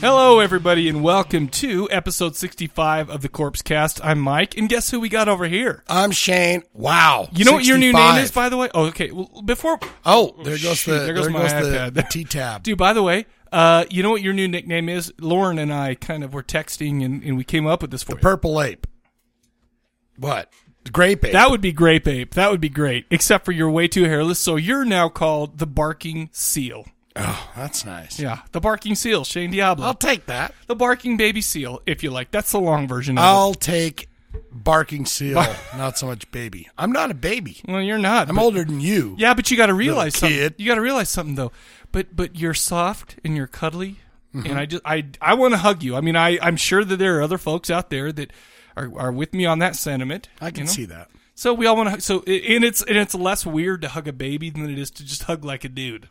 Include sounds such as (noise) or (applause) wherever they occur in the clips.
Hello, everybody, and welcome to episode 65 of the Corpse Cast. I'm Mike, and guess who we got over here? I'm Shane. Wow. You know what your new name is, 65. by the way? Oh, okay. Well, before. Oh, there goes Shoot, the there goes there my goes the, iPad. the T tab. (laughs) Dude, by the way, uh, you know what your new nickname is? Lauren and I kind of were texting, and, and we came up with this for you. Purple ape. What? The grape ape. That would be Grape Ape. That would be great. Except for you're way too hairless, so you're now called the Barking Seal. oh, that's nice. Yeah, the Barking Seal, Shane Diablo. I'll take that. the Barking Baby Seal, if you like. That's the long version of I'll take barking (laughs) seal, not so much baby. I'm not a baby. it. Well, you're not. I'm but- older than you. Yeah, but you got to realize something. kid. You got to realize something though. But but you're soft and you're cuddly, Mm-hmm. and I just I I want to hug you. I mean, I I'm sure that there are other folks out there that are are with me on that sentiment. I can you know? see that. So we all want to. So and it's and it's less weird to hug a baby than it is to just hug like (sighs) a dude.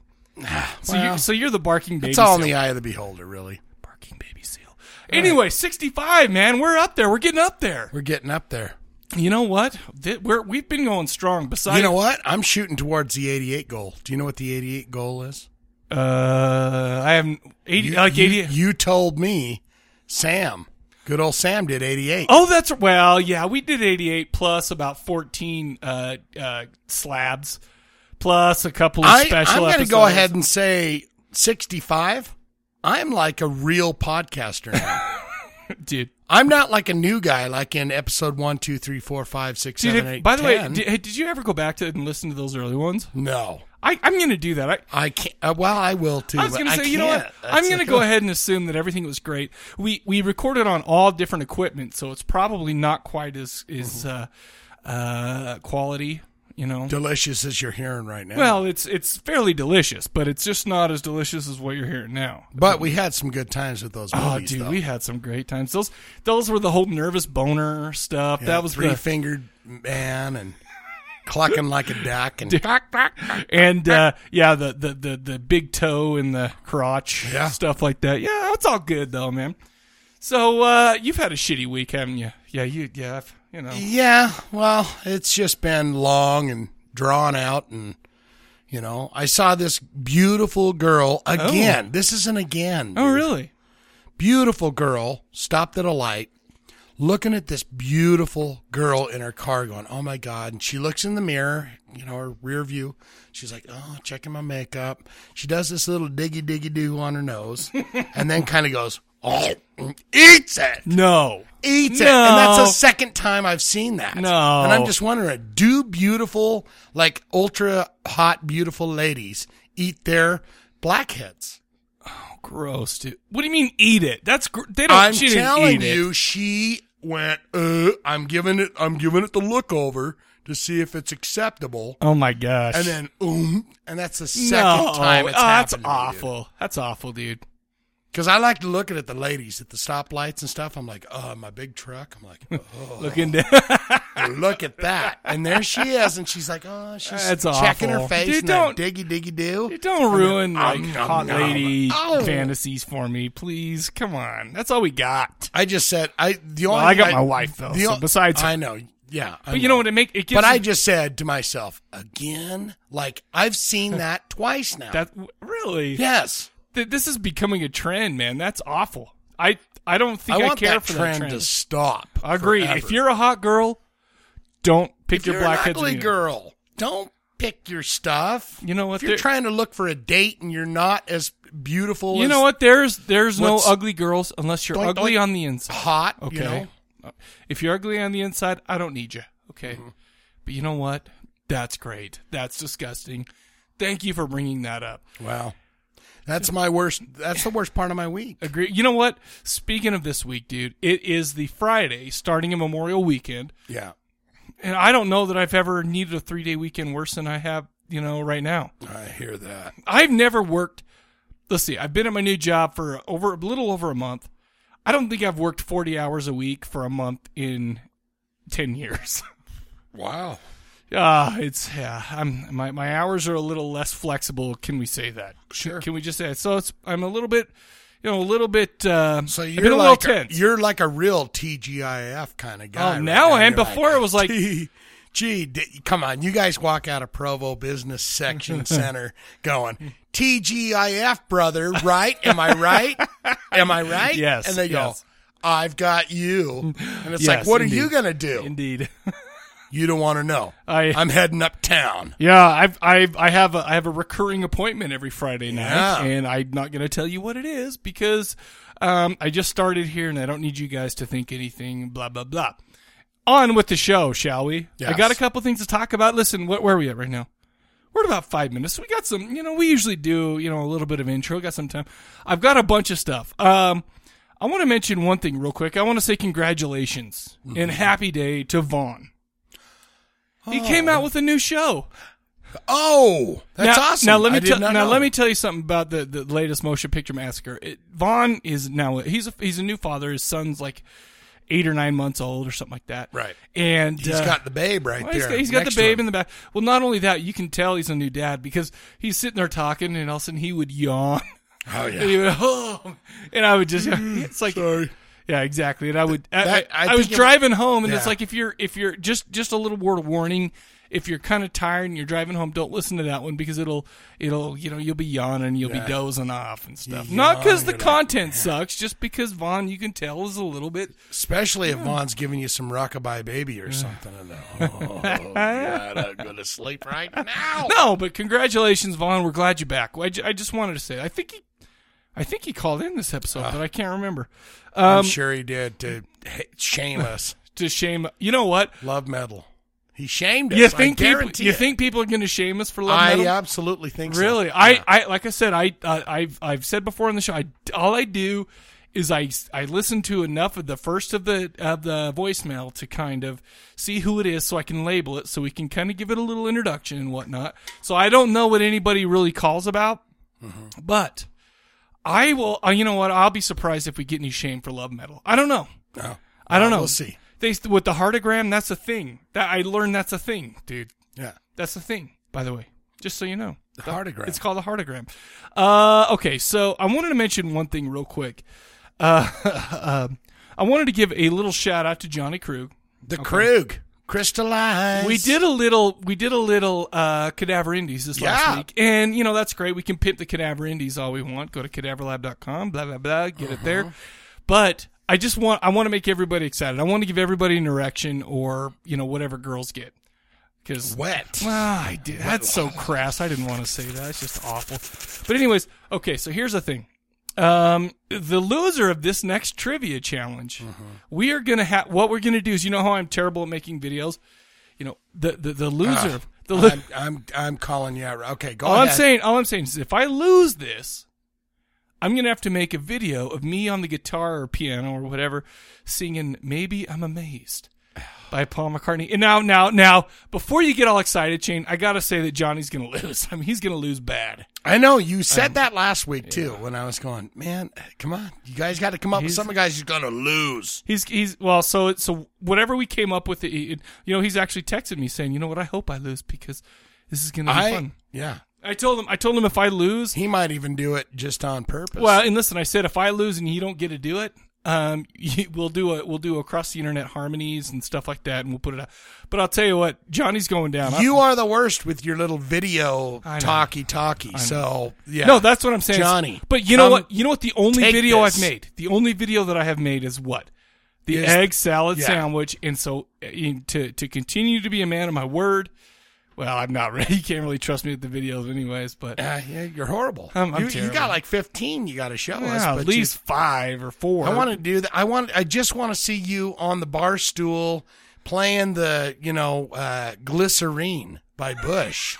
So you Well, so you're the barking baby. It's all in seal. the eye of the beholder, really. barking baby seal. Anyway, 65 man, we're up there. We're getting up there. We're getting up there. You know what? Th- We're we've been going strong. Besides, You know what? I'm shooting towards the 88 goal. Do you know what the 88 goal is? uh, I have 80 like you, 80. you told me, Sam. Good old Sam did 88. Oh, that's well, yeah. We did 88 plus about 14 uh, uh, slabs, plus a couple of I, special. I'm going to episodes. go ahead and say 65. I'm like a real podcaster now. (laughs) dude. I'm not like a new guy, like in episode one, two, three, four, five, six, Dude, seven, if- eight, by the way, 10. did, hey, did you ever go back to and listen to those early ones? no, I, I'm going to do that. I, I can't. Uh, well, I will too. I was but going to say, you know what? can't. I'm That's going (laughs) to like- go ahead and assume that everything was great. We we recorded on all different equipment, so it's probably not quite as as Mm-hmm. uh, uh, quality. You know, Delicious as you're hearing right now. well, it's it's fairly delicious, but it's just not as delicious as what you're hearing now. but we had some good times with those movies. Oh, dude, though. we had some great times. Those those were the whole nervous boner stuff. Yeah, that was three the fingered man and clucking like a duck and and uh, yeah, the, the the the big toe and the crotch, Yeah. stuff like that. Yeah, it's all good though, man. So uh, you've had a shitty week, haven't you? Yeah, you yeah, I've, you E know. Yeah, well, it's just been long and drawn out and you know, I saw this beautiful girl again. This is an again. Oh, dude. really? Beautiful girl stopped at a light looking at this beautiful girl in her car going, "Oh my god." And she looks in the mirror, you know, her rear view. She's like, "Oh, checking my makeup." She does this little diggy diggy doo on her nose and (laughs) then kind of goes, "Oh, and eats it." No. eats it. And that's No. the second time I've seen that. No. And I'm just wondering, do beautiful, like ultra hot, beautiful ladies eat their blackheads? Gross, dude. What do you mean eat it? That's gr- they don't. I'm she didn't telling eat it. you, she went, uh, I'm giving it I'm giving it the look over to see if it's acceptable. Oh my gosh. And then um and that's the no, second time it's oh, that's happened. awful. that's awful, dude. Because I like to look at it, the ladies at the stoplights and stuff. I'm like, oh, my big truck. (laughs) I'm like, oh. Looking down. look at that. And there she is, and she's like, oh, she's That's checking awful. her face. Dude, and that don't- diggy diggy do. You don't ruin like um, hot um, lady um. Oh. fantasies for me, please. Come on, that's all we got. I just said I. The only Well, I got I- my wife though. the so o- besides, I know. Yeah, but you know what? It make it gives. But I you- just said to myself again, like I've seen (laughs) that twice now. that really. yes, Th- this is becoming a trend, man. That's awful. I I don't I think I, want care that for trend, that trend. to stop. I agree. forever. If you're a hot girl, don't pick If your you're an blackheads. ugly and eat 'em. girl, don't pick your stuff. You know what? If you're There- trying to look for a date and you're not as beautiful, You as know what? There's there's no What's- ugly girls unless you're Doink, ugly doink. on the inside. hot. Okay. Uh, you know? If you're ugly on the inside, I don't need you. Okay. Mm-hmm. But you know what? That's great. That's disgusting. Thank you for bringing that up. Wow. That's my worst. That's (laughs) the worst part of my week. Agree. You know what? Speaking of this week, dude, it is the Friday starting in Memorial Weekend, Yeah. and I don't know that I've ever needed a three day weekend worse than I have, you know, right now. I hear that. I've never worked. Let's see. I've been at my new job for over a little over a month. I don't think I've worked forty hours a week for a month in ten years. (laughs) Wow. Ah, it's yeah. I'm my my hours are a little less flexible. Can we say that? Sure. Can we just say it? So it's I'm a little bit, you know, a little bit. Uh, So I've you're been a like little tense. you're like a real TGIF kind of guy. Oh, right now I am. You're Before it was like- "Gee, gee, d- come on, you guys walk out of Provo Business (laughs) Section Center going TGIF, brother, right? Am I right? Am I right? Yes, And they go, yes. I've got you, and it's Yes, like, what indeed. are you gonna do? Indeed. You don't want to know. I- I'm heading uptown. yeah, I've I've I have a I have a recurring appointment every Friday night, Yeah. and I'm not going to tell you what it is because um, I just started here, and I don't need you guys to think anything. Blah blah blah. On with the show, shall we? I Yes. got a couple things to talk about. Listen, what where are we at right now? We're at about five minutes. We got some, you know, we usually do, you know, a little bit of intro. Got some time. I've got a bunch of stuff. Um, I want to mention one thing real quick. I want to say congratulations Mm-hmm. and happy day to Vaughn. He came out with a new show. Oh, that's now, awesome. Now let me I did tell not now know. let me tell you something about the, the latest motion picture massacre. It, Vaughn is now he's a, he's a new father. His son's like eight or nine months old or something like that. Right. And He's uh, got the babe right well, there. he's got- he's got next the to babe him. in the back. Well, not only that, you can tell he's a new dad because he's sitting there talking, and all of a sudden he would yawn. Oh (laughs) yeah. Mm. And, he would, (laughs) oh, and I would just, it's like, Oh, Sorry. yeah, exactly. And I would, I, That- I I, I was think it- driving home, and it's Yeah. like if you're, if you're just, just a little word of warning, if you're kind of tired and you're driving home, don't listen to that one because it'll, it'll, you know, you'll be yawning, you'll Yeah. be dozing off and stuff. You Not because yawn, the you're like, content sucks, just because Vaughn, you can tell, is a little bit. Especially if Vaughn's giving you (laughs) some rockabye baby or something. And oh, God, I'm going to sleep right now. (laughs) No, but congratulations, Vaughn. We're glad you're back. I, ju- I just wanted to say, I think he, I think he called in this episode, but I can't remember. Um, I'm sure he did to h- shame us. (laughs) To shame, you know what? Love metal. He shamed us. You think I people, guarantee you it. think people are going to shame us for love I metal? absolutely think so. Really? I, I like I said, I uh, I've I've said before on the show, I, all I do is I I listen to enough of the first of the of the voicemail to kind of see who it is, so I can label it, so we can kind of give it a little introduction and whatnot. So I don't know what anybody really calls about, but I will. Uh, you know what? I'll be surprised if we get any shame for love metal. I don't know. No. I don't know. Uh, We'll see. They with the heartogram. That's a thing. That I learned. That's a thing, dude. Yeah. That's the thing. By the way, just so you know. The heartogram. It's called a heartogram. Uh, okay, so I wanted to mention one thing real quick. Uh, (laughs) um, I wanted to give a little shout out to Johnny Krug. the Krug. Crystallized. We did a little, we did a little uh, Cadaver Indies this last Yeah. week, and you know that's great. We can pimp the Cadaver Indies all we want. Go to cadaverlab.com, blah blah blah, get it there. But I just want, I want to make everybody excited. I want to give everybody an erection or you know whatever girls get because Wet. Ah, I did. That's so crass. I didn't want to say that. It's just awful. But anyways, okay. So here's the thing. Um, the loser of this next trivia challenge, we are gonna have. What we're gonna do is, you know how I'm terrible at making videos. You know the the, the Ah, loser. of the lo- I'm, I'm, I'm calling you out. Okay, go all ahead. I'm saying, all I'm saying is, if I lose this, I'm gonna have to make a video of me on the guitar or piano or whatever, singing "Maybe I'm Amazed" by Paul McCartney. And now, now, now, before you get all excited, Shane, I gotta say that Johnny's gonna (laughs) lose. I mean, he's gonna lose bad. I know you Um, said that last week too. When I was going, man, come on, you guys got to come up with He's- something. Guys, you're gonna lose. He's he's well, so so whatever we came up with, it, it- you know, he's actually texted me saying, you know what, I hope I lose because this is gonna be I fun. yeah. I told him, I told him if I lose, He might even do it just on purpose. Well, and listen, I said if I lose and you don't get to do it, um, (laughs) you- we'll do a we'll do across the internet harmonies and stuff like that, and we'll put it out. But I'll tell you what, Johnny's going down. I- you are the worst with your little video I know. talky talky. So yeah, no, that's what I'm saying, Johnny, But you know come what? You know what? The only take video this. I've made, the only video that I have made is what the Is- egg salad yeah. sandwich. And so uh, you- to to continue to be a man of my word, well, I'm not (laughs) really. You can't really trust me with the videos, anyways. But Uh, yeah, you're horrible. I'm- I'm you, you terrible. got like 15. You got to show us. yeah, but at you- least five or four. I want to do that. I want. I just want to see you on the bar (laughs) stool playing the you know uh, glycerine by Bush.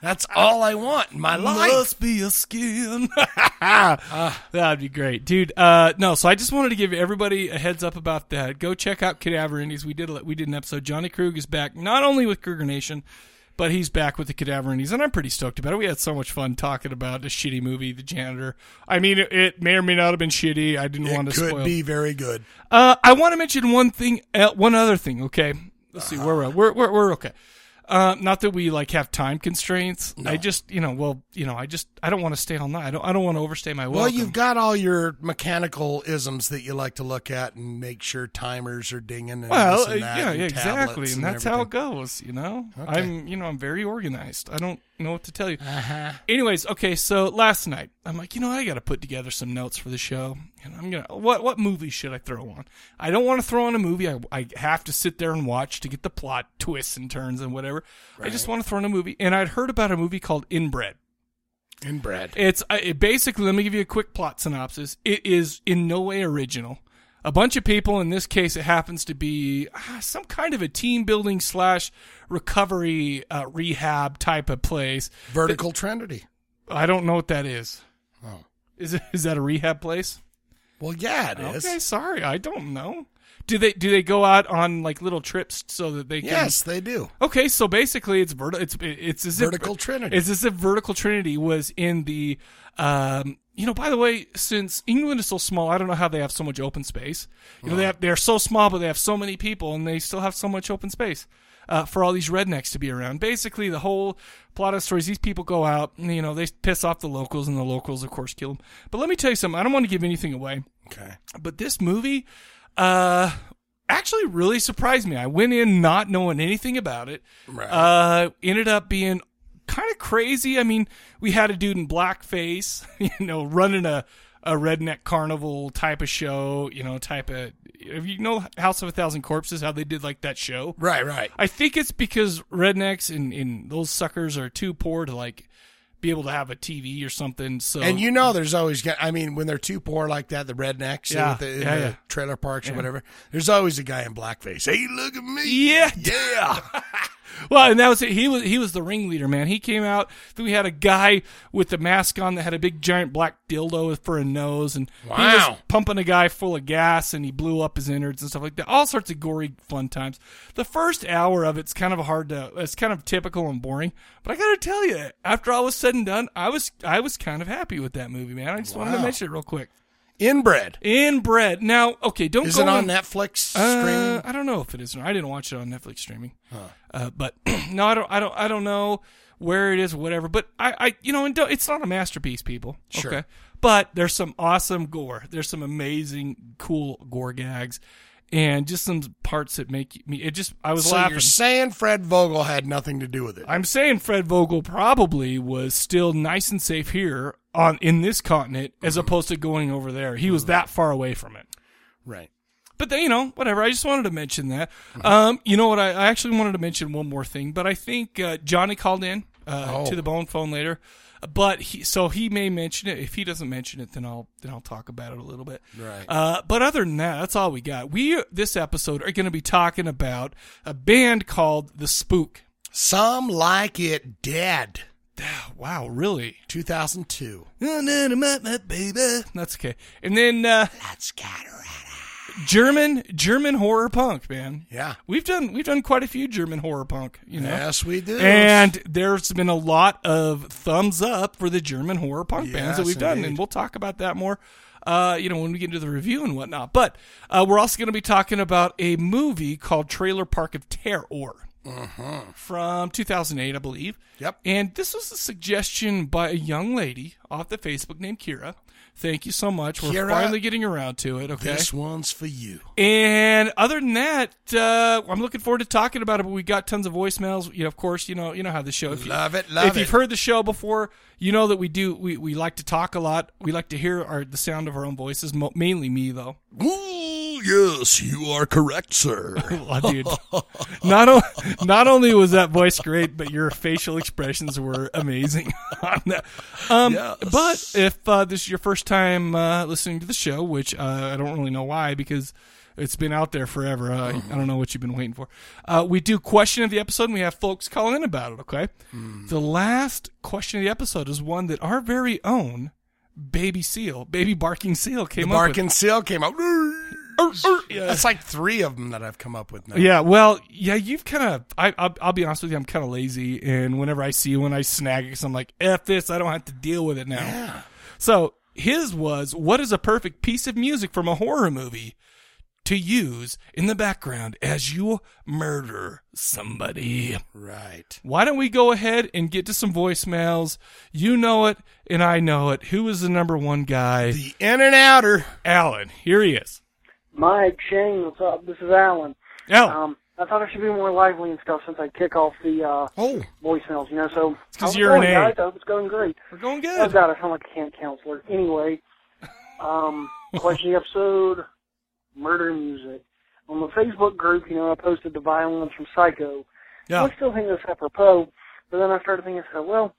That's all I want in my life. Must be (laughs) a skin. (laughs) That'd be great, dude. Uh, no, so I just wanted to give everybody a heads up about that. Go check out Cadaver Indies. We did we did an episode. Johnny Krug is back, not only with Kruger Nation, but he's back with the Cadaver Indies, and I'm pretty stoked about it. We had so much fun talking about the shitty movie, The Janitor. I mean, it, it may or may not have been shitty. I didn't want It to could spoil. be very good. Uh, I want to mention one thing, uh, one other thing. Okay, let's see. Where we're at. we're we're, we're okay. Uh, not that we like have time constraints. I just you know well you know I just I don't want to stay all night. I don't I don't want to overstay my welcome. Well, you've got all your mechanical isms that you like to look at and make sure timers are dinging and well this uh, and that yeah, and yeah tablets exactly, and that's how it everything. goes. You know I'm you know I'm very organized. I don't know what to tell you. Uh-huh. Anyways, okay, so last night I'm like you know I got to put together some notes for the show, and I'm gonna what what movie should I throw on? I don't want to throw on a movie. I I have to sit there and watch to get the plot twists and turns and whatever. I just want to throw on a movie, and I'd heard about a movie called Inbred. Inbred. It's uh, it basically, let me give you a quick plot synopsis. It is in no way original. A bunch of people, in this case, it happens to be ah, some kind of a team building slash recovery uh, rehab type of place. Vertical Trinity. I don't know what that is. Oh. Is it, is that a rehab place? Well, yeah, it is. Okay, sorry, I don't know. Do they do they go out on like little trips so that they can? Yes, they do. Okay, so basically, it's vertical. It's it's as Vertical if, Trinity. It's as if vertical trinity was in the. Um, you know, by the way, since England is so small, I don't know how they have so much open space. You know, they have, they're so small, but they have so many people, and they still have so much open space uh, for all these rednecks to be around. Basically, the whole plot of stories: these people go out, and, you know, they piss off the locals, and the locals, of course, kill them. But let me tell you something. I don't want to give anything away Okay. but this movie uh actually really surprised me i went in not knowing anything about it Right. uh ended up being kind of crazy i mean we had a dude in blackface (laughs) you know running a a redneck carnival type of show you know type of if you know house of a thousand corpses how they did like that show Right, right. I think it's because rednecks and, and those suckers are too poor to like be able to have a TV or something. So And you know, there's always, got- I mean, when they're too poor like that, the rednecks Yeah, in the, in yeah, the yeah. trailer parks or whatever, there's always a guy in blackface. Hey, look at me. yeah, Yeah. Well, and that was it. He was he was the ringleader, man. He came out. Then we had a guy with a mask on that had a big giant black dildo for a nose, and he was Wow. pumping a guy full of gas, and he blew up his innards and stuff like that. All sorts of gory fun times. The first hour of it's kind of hard to. It's kind of typical and boring. But I gotta tell you, after all was said and done, I was I was kind of happy with that movie, man. I just wanted to Wow. mention it real quick. Inbred. Inbred. Now, okay, don't Is go it on in- Netflix uh, streaming? I don't know if it is. or not. I didn't watch it on Netflix streaming. Uh, but (clears throat) no, I don't. I don't. I don't know where it is. Whatever. But I. I. You know, and don't, it's not a masterpiece, people. Sure. Okay. But there's some awesome gore. There's some amazing, cool gore gags, and just some parts that make me. It just. I was So laughing. you're saying Fred Vogel had nothing to do with it? I'm saying Fred Vogel probably was still nice and safe here on in this continent as Mm-hmm. opposed to going over there. He was that far away from it. right. but they, you know, whatever. I just wanted to mention that. Um, you know what? I, I actually wanted to mention one more thing, but I think uh, Johnny called in uh, Oh. to the bone phone later. But he, so he may mention it. If he doesn't mention it, then I'll then I'll talk about it a little bit. Right. Uh, but other than that, that's all we got. We this episode are going to be talking about a band called The Spook. Some like it dead. (sighs) Wow, really? Oh, 2002. Baby. That's okay. And then uh, That's Catarata. German German horror punk, man. Yeah. We've done we've done quite a few German horror punk, you know. Yes, we do. And there's been a lot of thumbs up for the German horror punk bands that Yes, we've done, indeed. and we'll talk about that more, uh, you know, when we get into the review and whatnot. But uh, we're also going to be talking about a movie called Trailer Park of Terror from 2008, I believe. Uh-huh. Yep. And this was a suggestion by a young lady off the Facebook named Kira. Thank you so much. We're Kira, finally getting around to it. Okay. this one's for you. And other than that, uh, I'm looking forward to talking about it. But we got tons of voicemails. You know, of course, you know, you know how the show. If you- Love it, love if you've it. heard the show before, you know that we do. We, we like to talk a lot. We like to hear our the sound of our own voices, mo- mainly me though. Ooh, yes, you are correct, (laughs) sir. Oh, (laughs) dude, not o- not only was that voice great, but your facial expressions were amazing. (laughs) on that. Um, But if uh, this is your first time uh, listening to the show, which uh, I don't really know why, because It's been out there forever. I, I don't know what you've been waiting for. Uh, we do question of the episode, and we have folks calling in about it. Okay. Mm. Mm-hmm. The last question of the episode is one that our very own baby seal, baby barking seal, came The up with. barking seal came (laughs) out. That's like three of them that I've come up with now. Yeah, well, yeah, you've kind of. I, I'll, I'll be honest with you, I'm kind of lazy, and whenever I see one, I snag it because I'm like, "F this, I don't have to deal with it now." So his was, "What is a perfect piece of music from a horror movie to use in the background as you murder somebody?" Right. Why don't we go ahead and get to some voicemails? You know it, and I know it. Who is the number one guy? The in and outer. Alan. Here he is. Mike, Shane, what's up? This is Alan. Alan. Um, I thought I should be more lively and stuff since I kick off the uh, Oh, voicemails, you know. So 'cause how's it you're an going, A. guys? I hope it's going great. We're going Oh good. God, I sound like a camp counselor. (laughs) Anyway, um, question of the episode: murder music. On the Facebook group, you know, I posted the violins from Psycho. Yeah. I still think that's apropos, but then I started thinking, I said, well,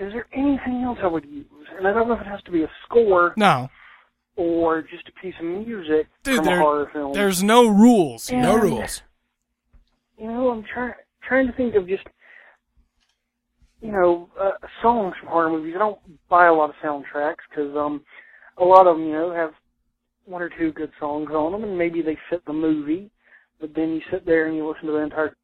is there anything else I would use? And I don't know if it has to be a score No, or just a piece of music dude, from a there- horror film. there's no rules. no And- rules. you know, I'm trying trying to think of just you know uh, songs from horror movies. I don't buy a lot of soundtracks because um, a lot of them you know have one or two good songs on them, and maybe they fit the movie. But then you sit there and you listen to the entire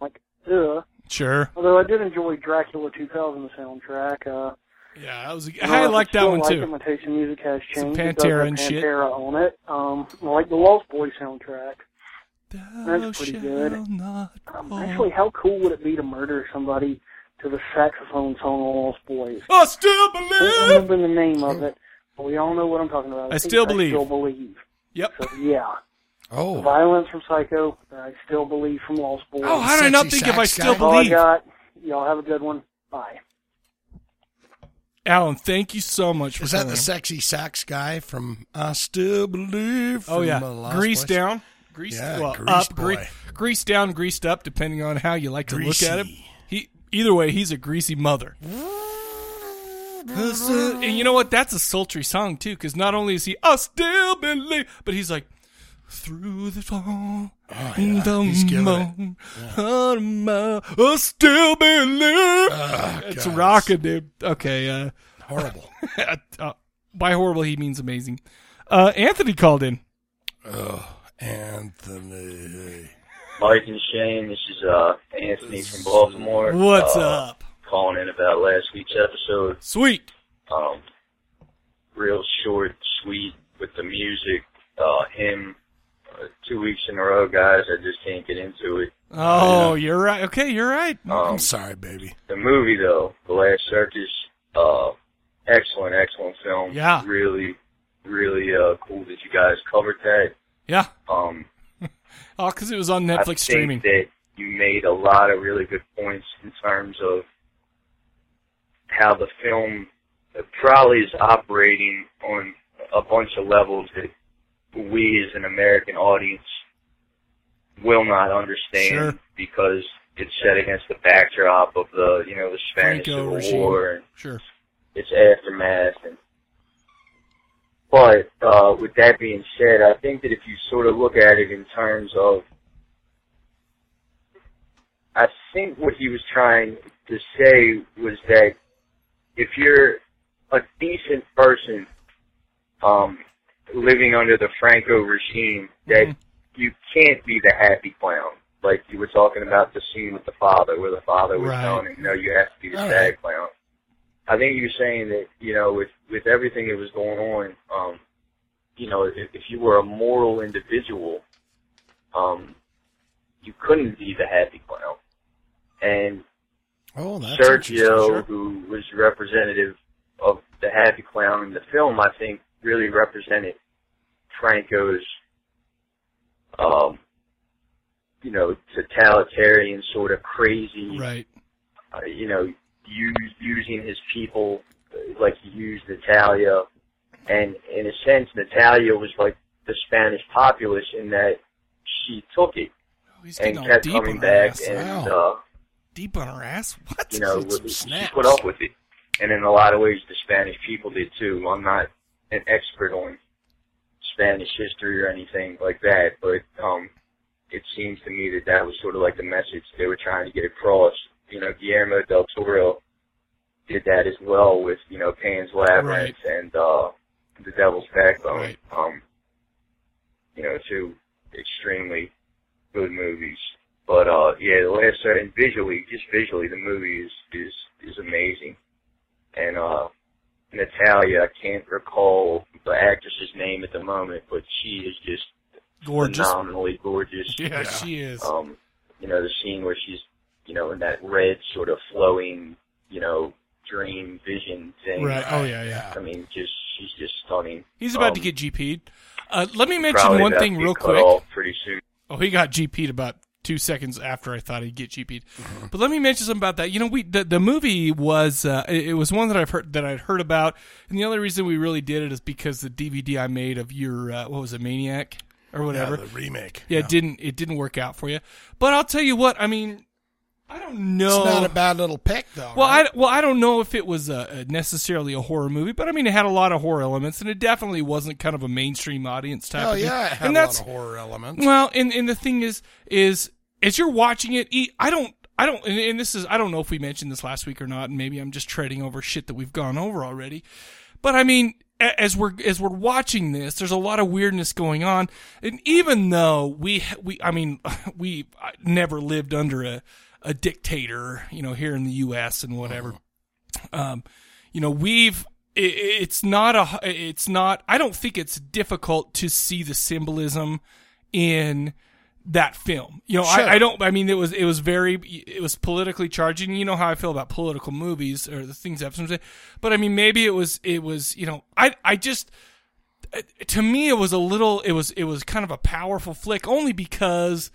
like ugh. Sure. Although I did enjoy Dracula 2000 the soundtrack. Uh, Yeah, that was. A, you know, I like that still one like too. it. My taste in music has Some changed. It does Pantera have and shit. Pantera on it. Um, I like the Lost Boy soundtrack. That's pretty good. Not Um, fall. Actually, how cool would it be to murder somebody to the saxophone song on Lost Boys? I still I don't believe. remember the name of it, but we all know what I'm talking about. I think Still it's Believe. I still believe. Yep. So yeah, Oh, violence from Psycho. and I still believe from Lost Boys. Oh, how did I not Sexy think if I sax still guy. all I believe? got. Y'all have a good one. Bye. Alan, thank you so much for is that calling. the sexy sax guy from I Still Believe? Oh from yeah, the Lost grease Boys? down, grease Yeah, well, greased up, boy. grease, grease down, greased up, depending on how you like to look at him. Greasy. He either way, he's a greasy mother. and you know what? That's a sultry song too, because not only is he I still believe, but he's like through the fall. Oh, in yeah. the Oh, He's killing it. moon, on my- "Hmm, I still believe. Oh, it's God, rocking, dude. Okay, uh, Horrible. (laughs) uh, by horrible he means amazing. Uh, Anthony called in. Oh, Anthony. Mike and Shane, this is uh, Anthony from Baltimore. What's uh, up? Calling in about last week's episode. Sweet. Um, real short, sweet with the music. Uh, him, uh, two weeks in a row, guys. I just can't get into it. Oh, you're right. Okay, you're right. Um, Oh, I'm sorry, baby. the movie though, The Last Circus, uh, excellent, excellent film. Yeah. Really, really uh, cool that you guys covered that. Yeah. Um, Oh, because it was on I Netflix think streaming. that you made a lot of really good points in terms of how the film probably is operating on a bunch of levels that we as an American audience will not understand Sure. because it's set against the backdrop of the you know the Spanish Franco Civil regime. War and Sure. its aftermath. And, but uh, with that being said, I think that if you sort of look at it in terms of, I think what he was trying to say was that if you're a decent person um, living under the Franco regime, that you can't be the happy clown. Like you were talking about the scene with the father, where the father was Right. telling him, "No, you have to be the All sad right. clown." I think you were saying that you know with with everything that was going on, um, you know, if, if you were a moral individual, um, you couldn't be the happy clown. And Oh, that's interesting. Sergio, Sure. who was representative of the happy clown in the film, I think really represented Franco's, um, you know, totalitarian sort of crazy, Right. uh, you know, use, using his people uh, like he used Natalia, and in a sense, Natalia was like the Spanish populace in that she took it Oh, he's and getting all kept deep coming on her back ass. and. Wow. Uh, Deep on her ass? (laughs) What? you know, Some with, she snaps. put up with it. And in a lot of ways, the Spanish people did too. I'm not an expert on Spanish history or anything like that, but um, it seems to me that that was sort of like the message they were trying to get across. You know, Guillermo del Toro did that as well with you know Pan's Labyrinth and uh, The Devil's Backbone. Right. Um, you know, two extremely good movies. But uh, yeah, the last uh, and visually, just visually, the movie is is is amazing. And uh, Natalia, I can't recall the actress's name at the moment, but she is just Gorgeous. phenomenally gorgeous. (laughs) Yeah, she is. Um, you know, the scene where she's, you know, in that red sort of flowing, you know, dream vision thing. Right. Oh yeah, yeah. I mean, just she's just stunning. He's about to Um, get GP'd. Uh, let me mention probably one about thing to get real cut quick. off pretty soon. Oh, he got GP'd about two seconds after I thought he'd get GP'd. Mm-hmm. But let me mention something about that. You know, we the, the movie was uh, it, it was one that I've heard that I'd heard about, and the only reason we really did it is because the DVD I made of your uh, what was it, Maniac or whatever. Yeah, the remake. Yeah, it didn't it didn't work out for you. But I'll tell you what, I mean, I don't know. It's not a bad little pick though. Well, right? I, well, I don't know if it was a, a necessarily a horror movie, but I mean, it had a lot of horror elements, and it definitely wasn't kind of a mainstream audience type. Hell of thing. Oh, yeah, it had and a that's lot of horror elements. well, and and the thing is, is as you're watching it, e- I don't, I don't, and, and this is, I don't know if we mentioned this last week or not, and maybe I'm just treading over shit that we've gone over already. But I mean, a- as we're as we're watching this, there's a lot of weirdness going on, and even though we we, I mean, (laughs) we uh, never lived under a a dictator, you know, here in the U.S. and whatever um, you know we've i- i it's not a it's not i don't think it's difficult to see the symbolism in that film you know Sure. I, I don't i mean it was it was very it was politically charged and you know how i feel about political movies or the things that sometimes but i mean maybe it was it was you know i i just to me it was a little it was it was kind of a powerful flick only because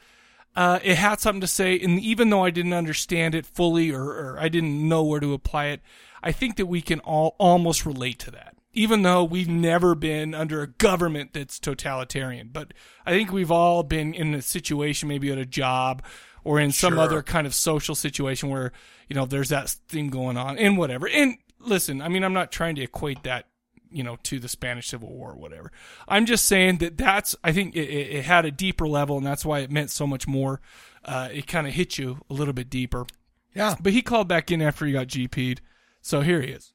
uh, it had something to say and even though i didn't understand it fully or, or i didn't know where to apply it i think that we can all almost relate to that even though we've never been under a government that's totalitarian but i think we've all been in a situation maybe at a job or in some Sure. other kind of social situation where you know there's that thing going on and whatever and listen i mean i'm not trying to equate that you know to the Spanish Civil War or whatever. I'm just saying that that's I think it, it, it had a deeper level and that's why it meant so much more. Uh, it kind of hit you a little bit deeper. Yeah. But he called back in after he got GP'd, so here he is.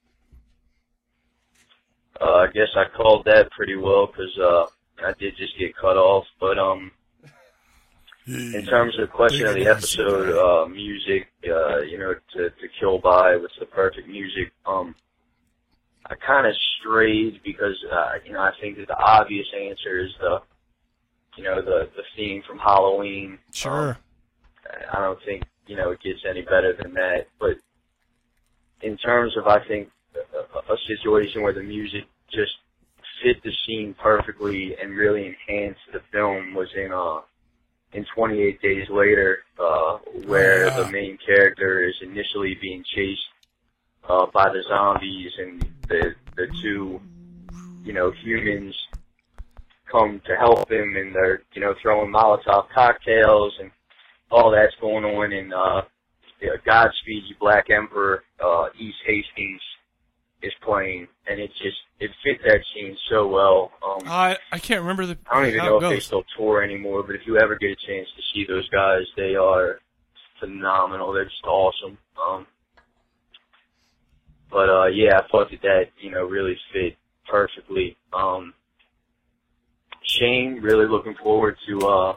Uh, I guess I called that pretty well because uh, I did just get cut off. But um, Mm. in terms of the question of the episode, uh, music, uh, you know, to, to kill by, what's the perfect music? Um, I kind of strayed because uh, you know I think that the obvious answer is the you know the the theme from Halloween. Oh, Sure. I don't think you know it gets any better than that. But in terms of, I think a, a- a situation where the music just fit the scene perfectly and really enhanced the film was in uh in 28 Days Later, uh, where Yeah. the main character is initially being chased uh, by the zombies and the the two you know humans come to help him and they're you know throwing Molotov cocktails and all that's going on in uh, you know, Godspeed You Black Emperor, uh, East Hastings is playing, and it just it fit that scene so well. Um, I I can't remember the I don't even how know it if they goes. still tour anymore, but if you ever get a chance to see those guys, they are phenomenal. They're just awesome. Um, but uh, yeah, I thought that that you know really fit perfectly. Um, Shane, really looking forward to uh,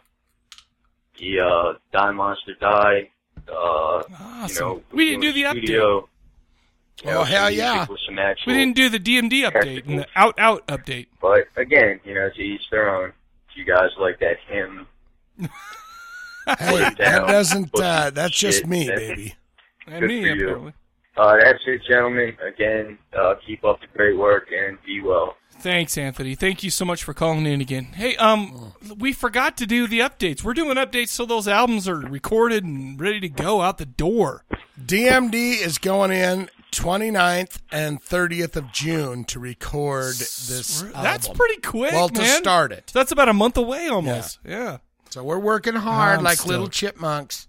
the uh, Die Monster Die. Uh, Awesome. You know, we didn't do doing the update. studio, you Oh, know, hell some music yeah. With some actual We didn't do the DMD update and the out out update. But again, you know, to each their own. If you guys like that hymn, Hey, that it down. doesn't. Put Uh, some that's just shit me, in it. baby. And Good me for you. apparently. uh, that's it, gentlemen. Again, uh, keep up the great work and be well. Thanks, Anthony. Thank you so much for calling in again. Hey, um, Oh. we forgot to do the updates. We're doing updates so those albums are recorded and ready to go out the door. DMD is going in 29th and 30th of June to record this. That's album. pretty quick. Well, to man. start it. So that's about a month away almost. Yeah. So we're working hard I'm like little stoked. (laughs) chipmunks,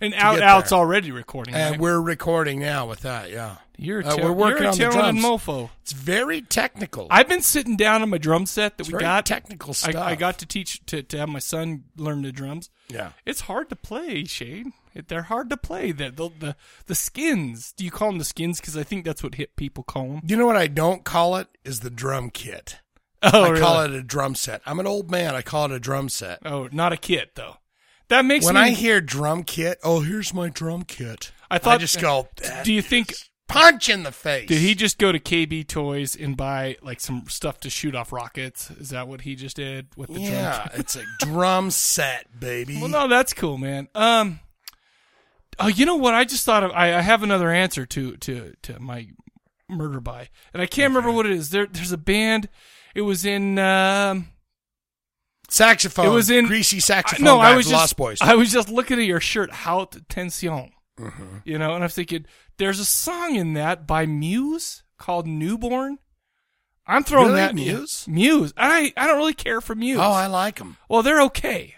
And out get out's there. already recording. and right? we're recording now with that. Yeah, You're, uh, ta- we're working you're a on the talented drums. mofo. it's very technical. I've been sitting down on my drum set that It's we very got. technical stuff. I, I got to teach to, to have my son learn the drums. yeah. It's hard to play, Shane. It, they're hard to play. The, the the the skins. Do you call them the skins? Because I think that's what hip people call them. You know what I don't call it is the drum kit. Oh, I call really? it a drum set. I'm an old man. I call it a drum set. Oh, not a kit though. That makes when me. I hear drum kit, oh, here's my drum kit. I thought. I just go. Do you think? punch in the face? Did he just go to KB Toys and buy like some stuff to shoot off rockets? Is that what he just did with the yeah, drum? it's a drum set, baby. Well, no, that's cool, man. Um, oh, you know what? I just thought of. I, I have another answer to to to my murder by, and I can't remember what it is. There, there's a band. It was in. Um, saxophone. it was in greasy I- saxophone. no, guy I was from just. Lost Boys. I was just looking at your shirt, "Haute Tension." Mm-hmm. You know, and I'm thinking, there's a song in that by Muse called "Newborn." I'm throwing Really? that Muse? Muse. I I don't really care for Muse. oh, I like him. Well, they're okay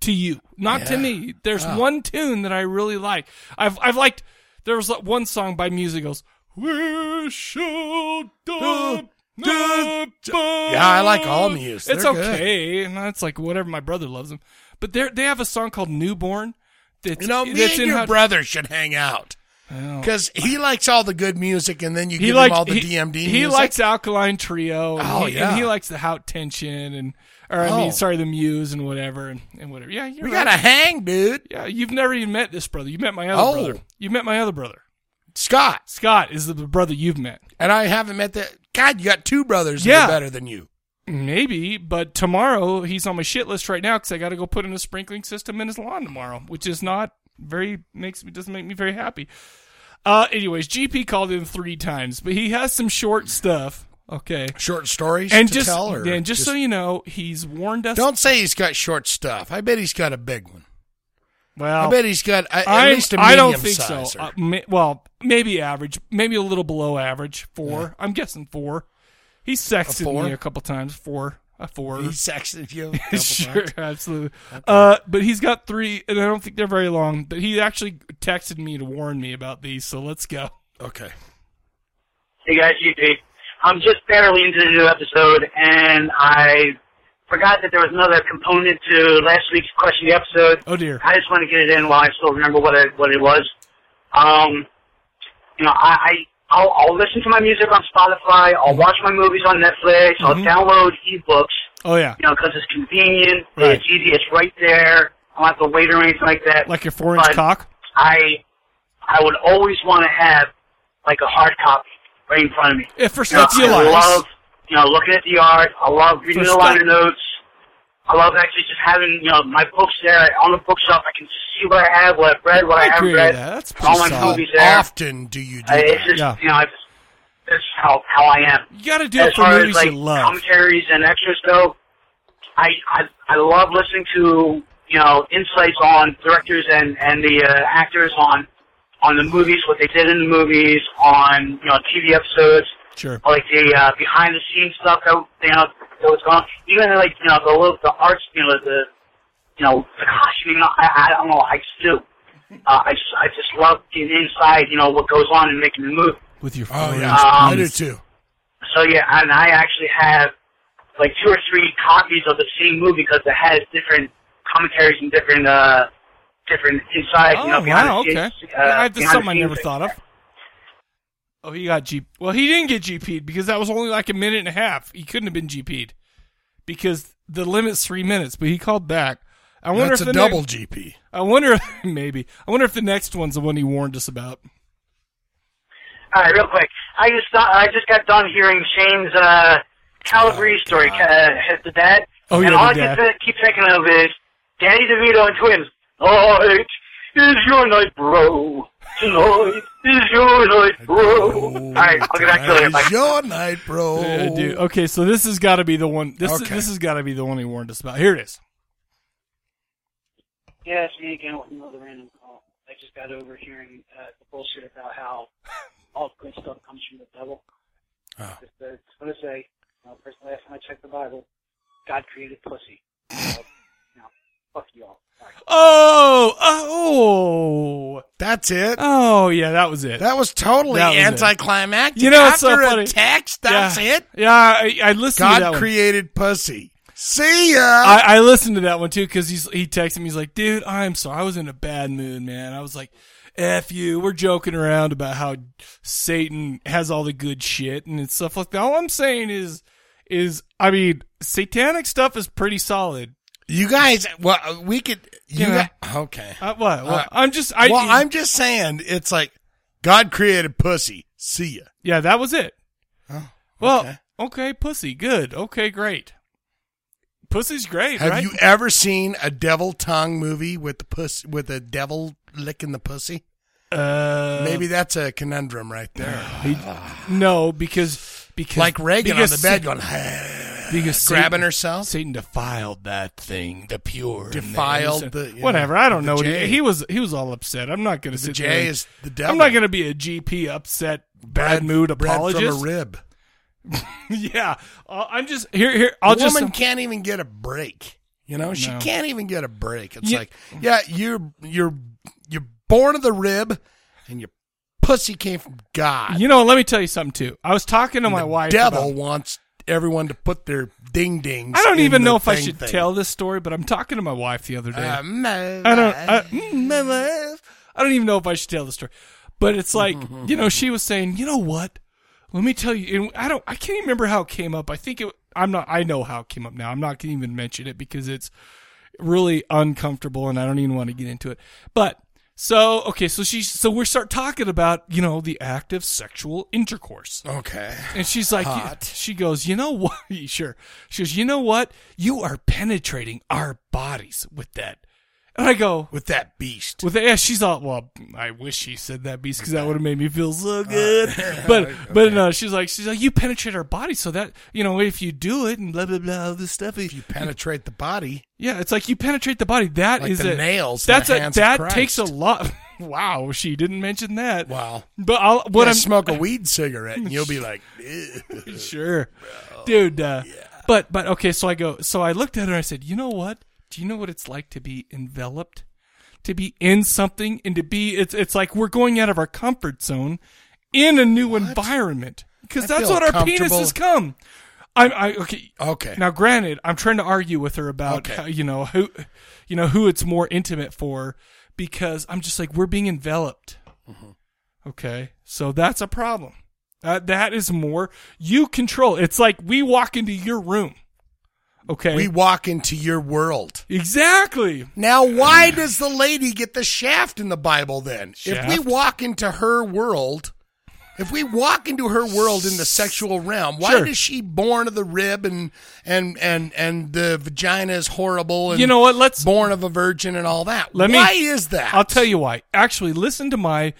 to you, not to Yeah. Oh. me. There's Wow. one tune that I really like. I've I've liked. There was one song by Music goes. We shall die. Yeah, I like all Muse. It's They're good. okay, and that's like whatever. My brother loves them, but they they have a song called "Newborn." That's, You know, me that's and in your how- brother should hang out Oh. because he likes all the good music, and then you give likes him all the he, DMD. He music. likes Alkaline Trio. And Oh, he, yeah. and he likes the Hout Tension and or I Oh. mean, sorry, the Muse and whatever and, and whatever. Yeah, you're We right. gotta hang, dude. Yeah, you've never even met this brother. You met my other Oh. brother. You met my other brother. Scott Scott is the brother you've met. and I haven't met that. God, you got two brothers Yeah. that are better than you. Maybe, but tomorrow he's on my shit list right now because I got to go put in a sprinkling system in his lawn tomorrow, which is not very makes me doesn't make me very happy. Uh, anyways, GP called in three times, but he has some short stuff. Okay, Short stories and to just tell, or and just, so you know, he's warned us. don't say he's got short stuff. I bet he's got a big one. well, I bet he's got a, at I'm- least a medium I don't think size. so. Uh, ma- well, maybe average, maybe a little below average. Four. I'm guessing four. He sexted A four? me a couple times. Four. A four. He sexted (laughs) you. a couple sure, times. absolutely. Uh, but he's got three, and I don't think they're very long. But he actually texted me to warn me about these. So let's go. Okay. Hey guys, GP. I'm just barely into the new episode, and I forgot that there was another component to last week's question of the episode. Oh dear. I just want to get it in while I still remember what it what it was. Um, you know, I, I I'll, I'll listen to my music on Spotify. I'll watch my movies on Netflix. I'll Mm-hmm. download ebooks. Oh yeah. You know, because it's convenient. Right. It's easy. It's right there. I don't have to wait or anything like that. Like your four-inch But- cock. I I would always want to have like a hard copy right in front of me. If for You know, stuff you I like. love, you know, looking at the art. I love reading For the liner stuff- notes. I love actually just having, you know, my books there on the bookshelf. I can see what I have, what I've read, what I, I haven't agree with read. that. That's all my pretty How solid. movies there. often do you do I, it's that? just, Yeah. you know, I just, that's how how I am. You got to do As it for far movies as like you love. commentaries and extras go, I, I I love listening to you know insights on directors and and the uh, actors on on the movies, what they did in the movies, on you know TV episodes, Sure. like the uh, behind the scenes stuff that you know that was going, on. even like you know the little- the arts, you know the you know the costuming. I I don't know. I just do. Uh, I just I just love getting inside, you know what goes on and making the movie. With your Oh four-inch yeah, Um, I do too. So yeah, and I actually have like two or three copies of the same movie because it has different commentaries and different uh different inside. Oh you know, behind wow, the okay. scenes, uh, Yeah, I, this is behind something I the never scenes. thought of. Oh, he got G. Well, he didn't get GP'd because that was only like a minute and a half. He couldn't have been GP'd because the limit's three minutes. But he called back. I wonder That's if a the double next- GP. I wonder (laughs) maybe. I wonder if the next one's the one he warned us about. All right, real quick. I just thought, I just got done hearing Shane's uh Calabrese story, uh, his- the dad. Oh, and yeah, all the I dad. can th- keep thinking of is Danny DeVito and twins. Oh, it is your night, bro. Tonight is your night, bro. All right, I'll get back to you later. Tonight Bye. Oh, is your night, bro. Yeah, Uh, dude. Okay, so this has got to be the one. This Oh. Okay. this has got to be the one he warned us about. Here it is. Yeah, it's me again with another random call. I just got over hearing uh, the bullshit about how all good stuff comes from the devil. Oh. Just, uh, just want to say, you know, first and last time I checked the Bible, God created pussy. So, No, fuck you all. Oh, oh, that's it. Oh yeah, that was it. That was totally That was it. anticlimactic. You know, it's after so funny. a text, that's yeah. it. Yeah, I, I listened to that God one. created pussy. See ya. I, I listened to that one too because he's he texted me. He's like, "Dude, I'm so I was in a bad mood, man. I was like, f you. We're joking around about how Satan has all the good shit and it's stuff like that. All I'm saying is, is I mean, satanic stuff is pretty solid. you guys, well, we could. You Yeah. gu- okay. Uh, what? Well, Uh, I'm just. I, well, I'm just saying, it's like God created pussy. See ya. Yeah, that was it. Oh, well, okay. okay. pussy, good. Okay, great. Pussy's (laughs) great, Have right? you ever seen a devil tongue movie with the puss with a devil licking the pussy? uh, Maybe that's a conundrum right (sighs) there. no, because because Like Reagan on because the bed Sa- going, (sighs) because grabbing Satan- herself. Satan defiled that thing, the pure, and the Defiled innocent. the- yeah, whatever. I don't the know. what J. He, he was he was all upset. I'm not going to The sit J there. and- is the devil. I'm not going to be a GP upset, bad mood bread apologist. from a rib. (laughs) yeah, I'll- I'm just here. Here, I'll a just. woman can't even get a break. You know, she No. can't even get a break. It's You- like, yeah, you're you're you're born of the rib, and your pussy came from God. you know, let me tell you something too. I was talking to my the wife. devil about- wants everyone to put their ding dings. I don't in even the know if I thing should thing. tell this story, but I'm talking to my wife the other day. Uh, my I don't. I, life. mm, my life. I don't even know if I should tell the story, but (laughs) it's like you know she was saying, you know what? Let me tell you. And I don't. I can't even remember how it came up. I think it. I'm not. I know how it came up now. I'm not going to even mention it because it's really uncomfortable, and I don't even want to get into it. But so okay, so she. So we start talking about you know the act of sexual intercourse. okay. And she's like, Hot. she goes, you know what? (laughs) sure. She goes, you know what? You are penetrating our bodies with that. And I go, With that beast. with that, yeah, she's all, well, I wish she said that beast because that would have made me feel Uh, so good. (laughs) but, but no, she's like, she's like, you penetrate our bodies. So that, you know, if you do it and blah, blah, blah, all this stuff. if you penetrate the body, yeah, it's like you penetrate the body. That is Like the a, nails in That's the a, hands of that Christ. takes a lot. (laughs) wow. She didn't mention that. wow. But I'll, what But I I'm, smoke a weed cigarette, and you'll be like, "Ew." (laughs) sure, dude. Uh, But but okay, so I go. So I looked at her. and I said, you know what? Do you know what it's like to be enveloped, to be in something, and to be? It's it's like we're going out of our comfort zone in a new environment because I that's feel what our comfortable. penises come. I'm I okay. okay. Now, granted, I'm trying to argue with her about Okay. how, you know who, you know who it's more intimate for, because I'm just like we're being enveloped. Mm-hmm. Okay, so that's a problem. Uh, that is more you control. It's like we walk into your room. Okay, we walk into your world. exactly. Now, why does the lady get the shaft in the Bible then? If we Shaft? walk into her world, if we walk into her world in the sexual realm, why Sure. is she born of the rib and and and and the vagina is horrible and You know what? Let's born of a virgin and all that? Let me- why is that? I'll tell you why. Actually, listen to my.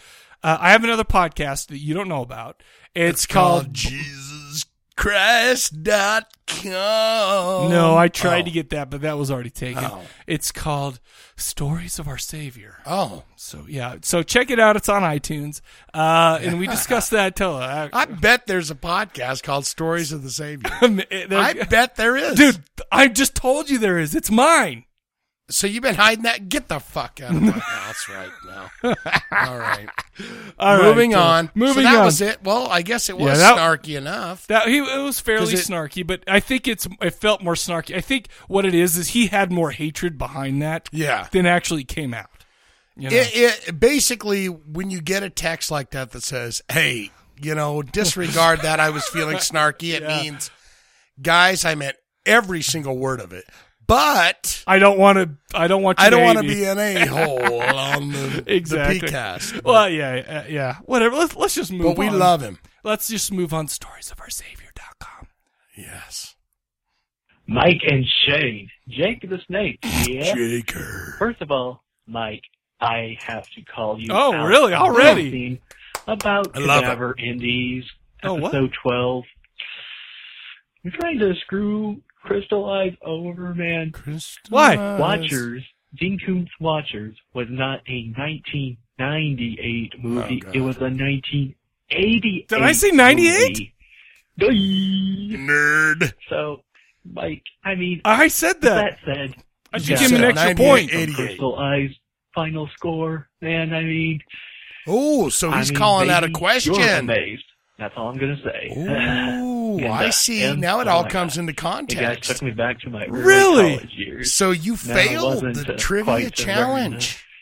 Uh, I have another podcast that you don't know about. It's, It's called. called JesusChrist.com. no, I tried oh. to get that, but that was already taken. Oh. It's called Stories of Our Savior. Oh, So yeah, so check it out. It's on iTunes, uh, (laughs) and we discussed that till uh, I bet there's a podcast called Stories of the (laughs) Savior. there- I bet there is, dude. I just told you there is. It's mine. So you've been hiding that? Get the fuck out of (laughs) my house right now. All right. All right, Moving so- on. Moving so that on. was it. Well, I guess it was Yeah, that- snarky enough. That he it was fairly 'Cause it- snarky, but I think it's it felt more snarky. I think what it is is he had more hatred behind that Yeah. than actually came out. You know? It, it basically when you get a text like that that says, "Hey, you know, disregard that I was (laughs) feeling snarky," it Yeah. means, guys, I meant every single word of it, but I don't want to. I don't want. You I don't want want to be an a (laughs) hole on the, exactly. the PCast. Well, yeah, uh, yeah. Whatever. Let's let's just move. But we on. love him. Let's just move on. Stories of our Savior.com. Yes, Mike and Shane. Jake the Snake. Yeah. Jaker. First of all, Mike, I have to call you. Oh, out really? on Already? something About I love it. Cadaver Indies, Oh, what? episode 12. You're trying to screw Crystal Eyes over, man. Why? Watchers, Dean Koontz Watchers was not a 1998 movie. Oh, God. it was a 1988 Did I say 98? movie. Nerd. So, Mike, I mean, I said that that. said, I should Yeah. give him an extra 98, point. 88. Crystal Eyes final score. And I mean, Oh, so I he's mean, calling out a baby, You're question. amazed. That's all I'm gonna say. (laughs) Ooh, And, I uh, see. and now it so all I- comes into It guys took context. me back to my early Really? college years. So you No, it failed wasn't, the uh, trivia quite the challenge. (laughs)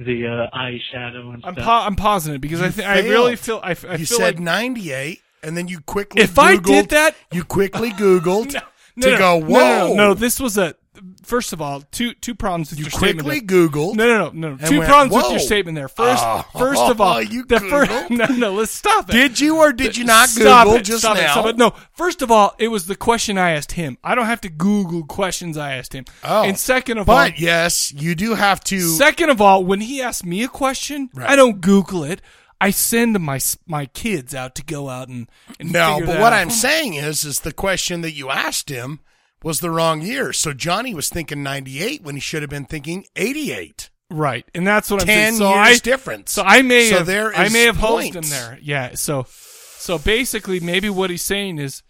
The uh, eyeshadow and I'm stuff. pa- I'm pausing it because You I th- I really failed. feel I, f- I you feel said like 98, and then you quickly if I did Googled- that you quickly Googled no, to no, go, no, whoa. no, no, no, this was a first of all two two problems with you your statement quickly there. Googled. No, no, no, no. and Two went, problems with "Whoa." your statement there. First, Oh, first of (laughs) all, you the (laughs) first. Googled? No, no, let's stop it. Did you or did you not Stop Google it, just stop it, now? stop it. No, first of all, it was the question I asked him. I don't have to Google questions I asked him. Oh. and second of all, But yes, you do have to. Second of all, when he asks me a question, Right. I don't Google it. I send my s- my kids out to go out and, (laughs) and no, figure but that what out. I'm saying is, is the question that you asked him was the wrong year. So Johnny was thinking 98 when he should have been thinking 88. right, and that's what I'm Ten saying. So years I, difference. So I may So have there I is may have hosed him points. there. Yeah. So so basically, maybe what he's saying is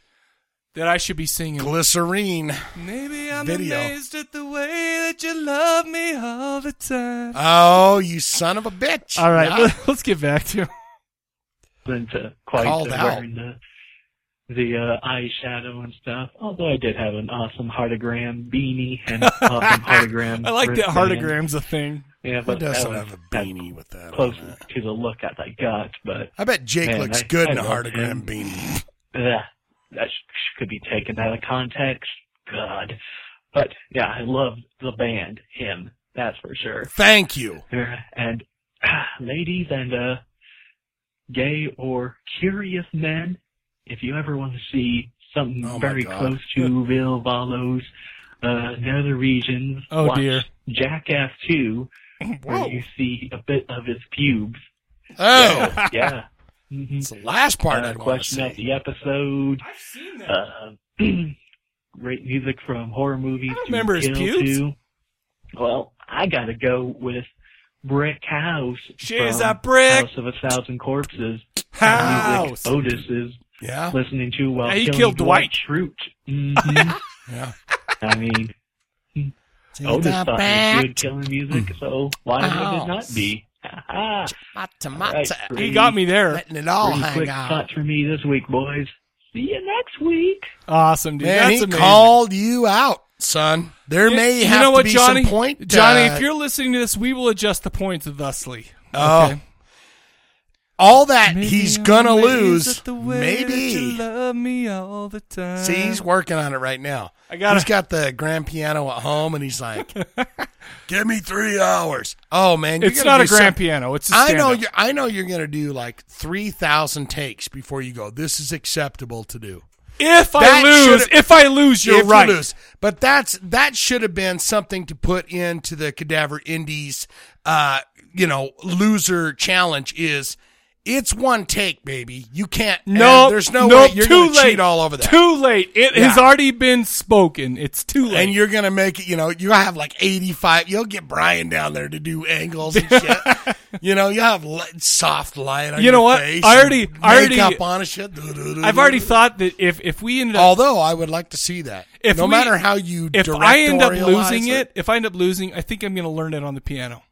that I should be singing. Glycerine. Maybe I'm Video. amazed at the way that you love me all the time. Oh, you son of a bitch! all right, (laughs) Yeah. let, us get back to. into quite Called the, out. wearing the the uh, eyeshadow and stuff. Although I did have an awesome heartogram beanie (laughs) and an awesome heartogram. I like that wristband. heartogram's a thing. Yeah, Who but that doesn't was have a beanie with that? close on it? to the look as I got. But I bet Jake Man, looks I- good I in a love heartogram him. beanie. ugh, that sh- could be taken out of context. God, but yeah, I love the band. Him, that's for sure. Thank you. And (clears throat) ladies and uh, gay or curious men, if you ever want to see something Oh my very God. close (laughs) to Vilvalos, uh, in other regions, Oh, watch dear. Jackass 2, where Whoa. you see a bit of his pubes. Oh, yeah. Mhm. it's the last part Uh, I'd want to question of see. the episode. I've seen that. Uh, (clears throat) great music from horror movies. I don't to remember his Kill pubes. to- Well, I gotta go with Brick House. She's from a brick House of a Thousand Corpses. house. Music Otis is Yeah, listening to while Yeah, he killing killed Dwight, Dwight. Schrute. (laughs) Mhm. Mm-hmm. yeah. I mean, Take Otis that thought he was back. good killing music, so why would House. it (laughs) not be? Ha ha. Mata, All right, mata. pretty- He got me there. Letting it all pretty hang quick out. thoughts for me this week, boys. See you next week. Awesome, dude. Man, That's he amazing. called you out, son. There You- may you have know to what, be Johnny? some point. Johnny, uh, if you're listening to this, we will adjust the points thusly. Oh. Okay? all that Maybe he's I'm gonna amazed lose, at the way that you maybe. love me all the time. See, he's working on it right now. I gotta- He's got the grand piano at home, and he's like, "Give me three hours." Oh man, you're it's gonna not do a some- grand piano. It's a I know stand-up. you. I know you're gonna do like three thousand takes before you go. This is acceptable to do. If I That lose, should've- if I lose, you're if right. You lose. But that's that should have been something to put into the Cadaver Indies, uh, you know, loser challenge. Is it's one take, baby. You can't. No, and there's no nope, way you're too gonna late. cheat all over that. Too late. It has Yeah. already been spoken. It's too late. and you're gonna make it. You know, you have like 85. You'll get Brian down there to do angles and (laughs) shit. you know, you have li- soft light on You know your what? face I and already- I already- makeup on and shit. I've already thought that if if we ended up Although I would like to see that. If no we- matter how you if I end up losing directorialize it, if I end up losing, I think I'm going to learn it on the piano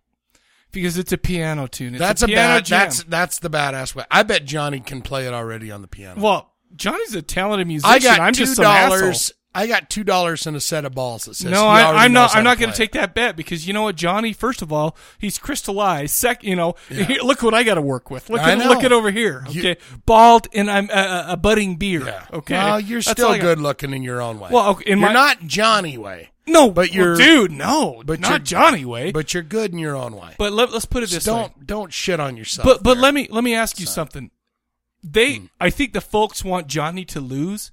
because it's a piano tune. It's That's a a piano bad. jam. That's that's the badass way. I bet Johnny can play it already on the piano. well, Johnny's a talented musician. I got I'm two just some asshole. dollars. I got two dollars and a set of balls that says. No, he already I, I'm knows not. how I'm not going play to it. take that bet because you know what, Johnny. First of all, he's crystallized. Sec, you know, look what I got to work with. Look I at know. look at over here. You- Okay, bald, and I'm a, a budding beer. Yeah. Okay, Well, you're That's all still I got. good looking in your own way. Well, okay, in you're my- not Johnny way, No, but you're- well, dude. No, but but you're- not Johnny way. But, but you're good in your own way. let, us put it Just this way. don't don't shit on yourself. But but there. Hmm. let me let me ask you something. They I think the folks want Johnny to lose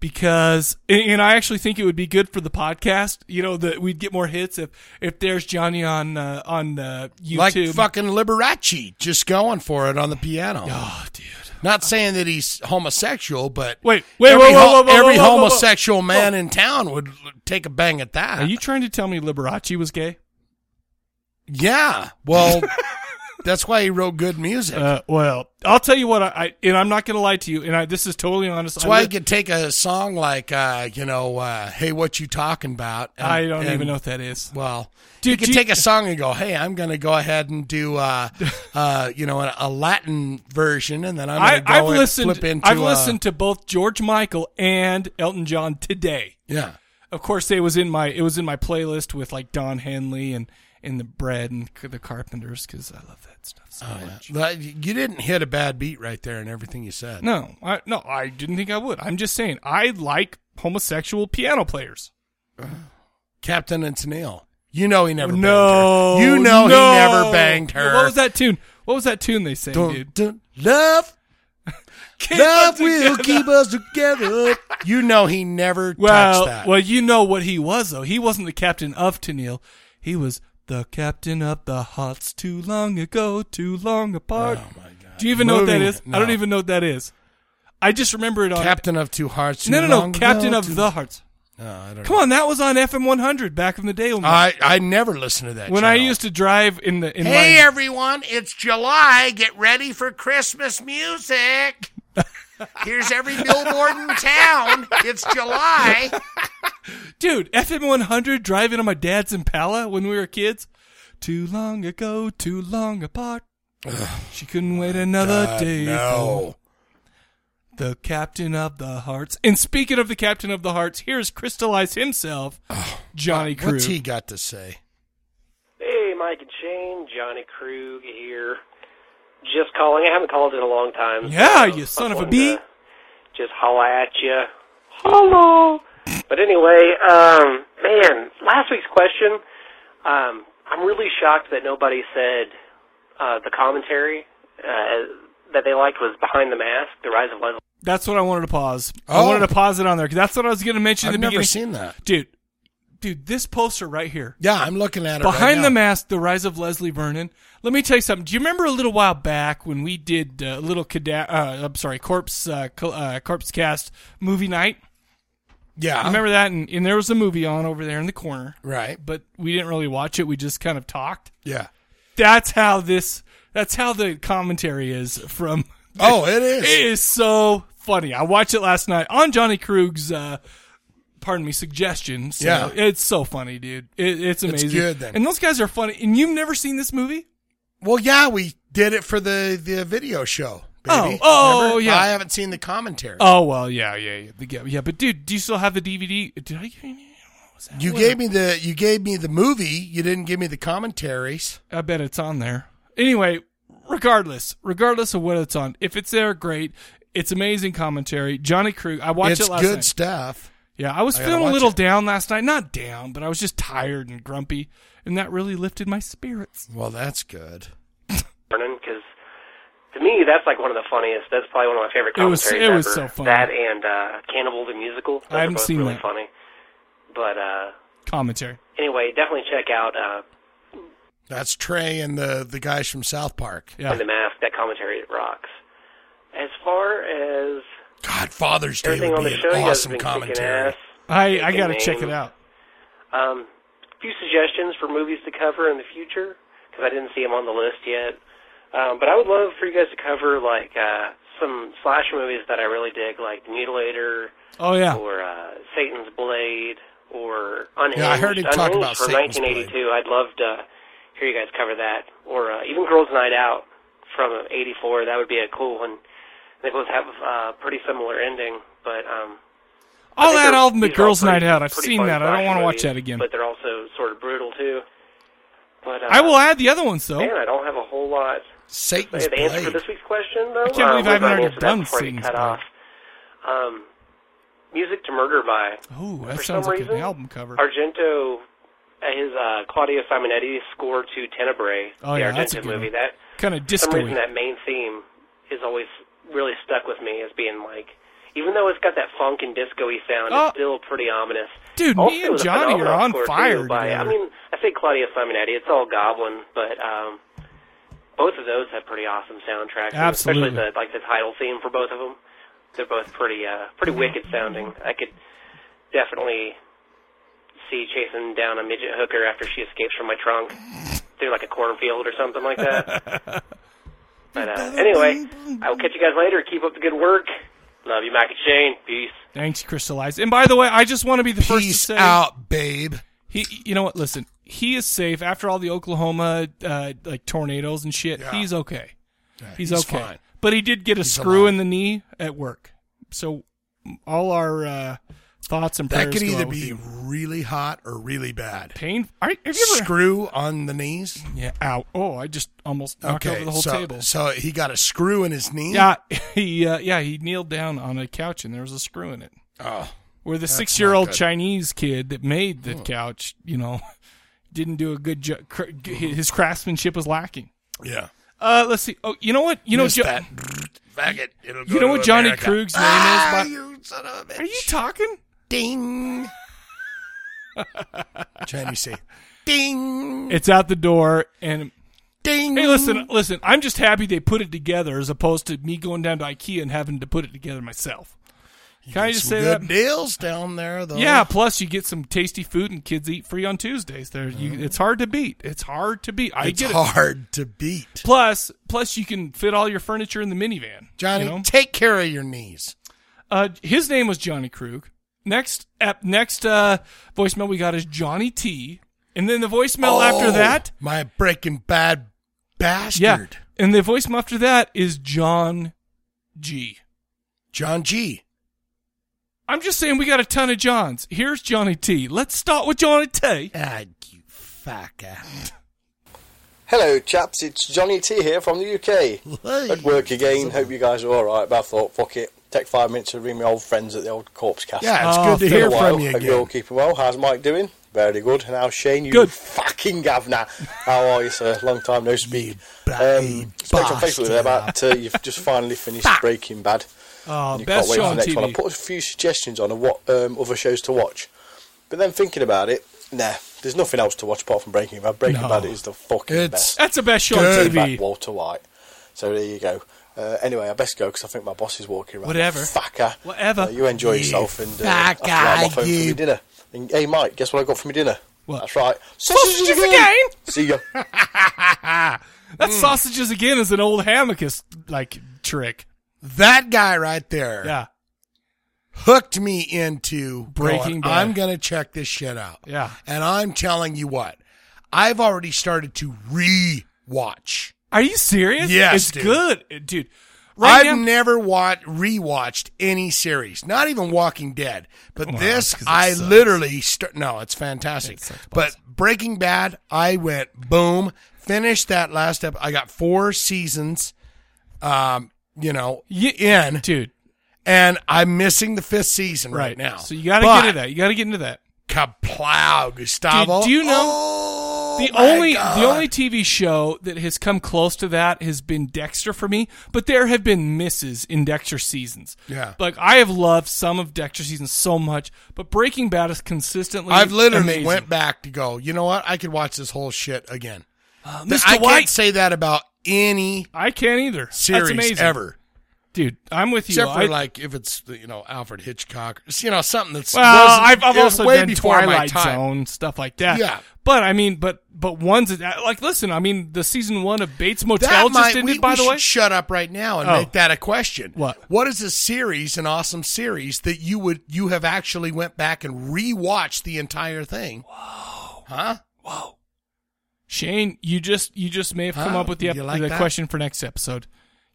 because and, and I actually think it would be good for the podcast. You know that we'd get more hits if if there's Johnny on uh, on uh, like YouTube. fucking Liberace, just going for it on the piano. Oh, dude. Not saying that he's homosexual, but Wait, wait, every, wait, ho- whoa, whoa, whoa, every whoa, whoa, whoa. homosexual man in town would l- take a bang at that. Are you trying to tell me Liberace was gay? yeah, well, (laughs) That's why he wrote good music. Uh, well, I'll tell you what. I, I and I'm not going to lie to you. And I, this is totally honest. That's why I, you could take a song like, uh, you know, uh, "Hey, what you talking about?" and- I don't and- even know what that is. Well, Did you could you- take a song and go, "Hey, I'm going to go ahead and do, (laughs) uh, uh, you know, a, a Latin version, and then I'm I, going to go I've and listened. flip into." I've uh, listened to both George Michael and Elton John today. yeah, Of course, it was in my it was in my playlist with like Don Henley and and the Bread and the Carpenters because I love that stuff so Oh, much. yeah. That- you didn't hit a bad beat right there in everything you said. No, I, no, I didn't think I would. I'm just saying I like homosexual piano players. (sighs) Captain and Tennille. You know he never. no, banged her. you know no. he never banged her. What was that tune? What was that tune they sang, Dun, dude? dun, (laughs) love, love will keep us together. You know he never Well, touched that. well, you know what he was though. He wasn't the captain of Tennille. He was the captain of the hearts too long ago, too long apart. Oh, my God. Do you even know what that Moving- is? I don't no. even know what that is. I just remember it on Captain of Two Hearts. No, too no, no, long Captain ago, Uh, of too- the Hearts. No, Oh, I don't Come know. on, that was on FM 100 back in the day when, I I never listened to that. when I channel. used to drive in the in Hey my everyone, it's July. Get ready for Christmas (laughs) music. Here's every billboard in town. It's July. Dude, FM 100 driving on my dad's Impala when we were kids. Too long ago, too long apart. she couldn't wait another day. no. for The captain of the hearts. And speaking of the captain of the hearts, here's crystallized himself, Johnny Crew. What's he got to say? Hey, Mike and Shane, Johnny Krug here. Just calling. I haven't called in a long time. Yeah, Oh, you I son of a wanted bee. to Just holla at you. Hello. But anyway, um, man, last week's question. Um, I'm really shocked that nobody said uh, the commentary uh, that they liked was behind the mask, the rise of Leslie. That's what I wanted to pause. I Oh. wanted to pause it on there because that's what I was going to mention I've in the never beginning. seen that. Dude, dude, this poster right here. Yeah, I'm looking at it right Behind now. the Mask, The Rise of Leslie Vernon. Let me tell you something. Do you remember a little while back when we did uh, little cada- uh, I'm sorry, corpse uh, col- uh, corpse cast movie night? Yeah, Remember that? And, and there was a movie on over there in the corner, right. but we didn't really watch it. We just kind of talked. Yeah. That's how this. That's how the commentary is from. Oh, it is. (laughs) It is so funny. I watched it last night on Johnny Krug's. Uh, pardon me, suggestions. So Yeah. it's so funny, dude. It, it's amazing. good then. And those guys are funny. And you've never seen this movie? Well, yeah, we did it for the the video show. Baby. Oh, oh, Remember? yeah. I haven't seen the commentary. Oh well, yeah, yeah, yeah, The- yeah, yeah. But dude, do you still have the DVD? Did I give you? what was that? you Whatever. gave me the you gave me the movie. You didn't give me the commentaries. I bet it's on there. Anyway, regardless, regardless of what it's on, if it's there, great. It's amazing commentary. Johnny Krug. I watched it's it last good night. stuff. yeah, I was I gotta feeling a watch little it. down last night. Not down, but I was just tired and grumpy, and that really lifted my spirits. Well, that's good. because to me that's like one of the funniest. That's probably one of my favorite It was- commentaries it was ever. so funny. That and uh, Cannibal the musical. Those I haven't are both seen really that. funny. But uh, Commentary. anyway, definitely check out uh, That's Trey and the the guys from South Park. Yeah. the mask. That commentary rocks. As far as God, Father's Day everything would on be the an show, you guys have awesome been kicking commentary. ass. I I Kicking gotta check it names. out. Um, a few suggestions for movies to cover in the future because I didn't see them on the list yet. Um, but I would love for you guys to cover like uh, some slasher movies that I really dig, like The Mutilator Oh yeah. or uh, Satan's Blade or Unhinged. Yeah, I heard him talk Unhinged about from Satan's 1982. I'd love to hear you guys cover that, or uh, even Girls' Night Out from '84. That would be a cool one. They both have a uh, pretty similar ending, but um, I'll think add they're- all of them to these are all Girls' pretty- Night Out. I've pretty seen fun that. I don't slasher want to watch movies, that again. But they're also sort of brutal too. But uh, I will add the other ones though. Man, I don't have a whole lot. Satan's Hey, the answer for Blade. this week's question, though. I can't believe I haven't already done before I get Satan's cut Blade. off. Um, music to Murder by Oh, For that some sounds like an reason, album cover. Argento, uh, his uh, Claudio Simonetti score to Tenebrae, Oh, the yeah, Argento that's a good movie. one. That Kind of for some disco. reason that main theme is always really stuck with me as being like, even though it's got that funk and disco-y sound, Oh. it's still pretty ominous. Dude, (laughs) me Also, and it was a Johnny are phenomenal on score, fire Too, by, I together. mean, I say Claudio Simonetti, it's all Goblin, but um, both of those have pretty awesome soundtracks. and Absolutely. especially the, like the title theme for both of them. They're both pretty uh, pretty wicked sounding. I could definitely see chasing down a midget hooker after she escapes from my trunk. through like a cornfield or something like (laughs) that. but uh, anyway, I will catch you guys later. Keep up the good work. Love you, Mac and Shane. Peace. Thanks, Crystallize. And by the way, I just want to be the first to Peace say, out, babe. He, you know what? Listen, he is safe after all the Oklahoma uh, like tornadoes and shit. He's okay. he's, he's okay. fine. But he did get a He's screw in the knee at work. So all our uh, thoughts and prayers That could go either out with be you. really hot or really bad. Pain. have you ever screw on the knees? Yeah. Ow. Oh, I just almost knocked okay, over the whole so, table. So he got a screw in his knee. Yeah, (laughs) he uh, yeah he kneeled down on a couch and there was a screw in it. Oh, where the that's six year old not good. Hmm. Chinese kid that made the couch, you know, (laughs) didn't do a good job. Cr- g- his craftsmanship was lacking. Yeah. Uh, let's see. Oh, you know what? You know Missed Jo- that. Faggot. It'll go You know to what Johnny America. Krug's name Ah, is? you son of a bitch. Are you talking? Ding. (laughs) Chinese say, ding. (laughs) It's out the door and ding. Hey, listen, listen. I'm just happy they put it together as opposed to me going down to IKEA and having to put it together myself. Can I Get just some say good that? deals down there, though. Yeah, plus you get some tasty food and kids eat free on Tuesdays. There, you, it's hard to beat. It's hard to beat. I Mm-hmm. it's get it. hard to beat. Plus, plus you can fit all your furniture in the minivan. Johnny, you know? take care of your knees. Uh, his name was Johnny Krug. Next, ep, next uh, voicemail we got is Johnny T. And then the voicemail after Oh, that, my Breaking Bad bastard. yeah, and the voicemail after that is John G. John G. I'm just saying we got a ton of Johns. Here's Johnny T. Let's start with Johnny T. Ah, you fucker. Hello, chaps. It's Johnny T here from the UK. At work again. Hope you guys are all right. But I thought, fuck it, take five minutes to ring my old friends at the old Corpse Cast. Yeah, it's Oh, good to Been a hear while. from you Hope again. you're all keeping well. How's Mike doing? Very good. And how's Shane? You Good. fucking governor. How are you, sir? Long time no speak. Um, spoke on Facebook there about uh, you've just finally finished Breaking Bad. Oh, And you can't best wait show for the on next one. I TV. put a few suggestions on of what um, other shows to watch, but then thinking about it, nah, there's nothing else to watch apart from Breaking Bad. Breaking No. Bad is the fucking It's best. That's the best show on Breaking TV. Bad, Walter White. So there you go. Uh, anyway, I best go because I think my boss is walking around. Whatever. Fucker. Whatever. Uh, you enjoy You yourself and uh, fucker, I'm off home for you. my dinner. And, hey, Mike, guess what I got for my dinner? What? That's right. Sausages again. (laughs) See ya. (laughs) that sausages again is an old Hammockus like trick. That guy right there. Yeah. Hooked me into going, Breaking Bad. I'm going to check this shit out. Yeah. And I'm telling you what, I've already started to re watch. Are you serious? Yes. it's dude. good, Uh, dude. Right I've now, never watched rewatched any series, not even Walking Dead. But Well, this, that's 'cause it I sucks. literally st- no, it's fantastic. but Breaking Bad, I went boom, finished that last step. I got four seasons, um, you know, in dude, and I'm missing the fifth season right, right now. So you got to get into that. You got to get into that. Kaplow, Gustavo. Dude, do you know the Oh my only God. the only TV show that has come close to that has been Dexter for me, but there have been misses in Dexter seasons. Yeah. like I have loved some of Dexter seasons so much, but Breaking Bad is consistently. Oh, I've literally amazing. went back to go. You know what? I could watch this whole shit again. Uh, Th- Mr. I White. can't say that about any. I can't either Series That's amazing. ever. dude. I'm with you. Except for I- like if it's you know Alfred Hitchcock, you know something that's Well, wasn't- I've, I've it was also way done before my Twilight time. Zone stuff like that. Yeah. but I mean, but but ones that, like listen, I mean, the season one of Bates Motel that just might, ended. we, by we the should way, shut up right now and Oh. make that a question. What? What is a series, an awesome series that you would you have actually went back and rewatched the entire thing? Whoa, huh? Shane, you just you just may have come Huh? up with the, ep- You like the that? question for next episode.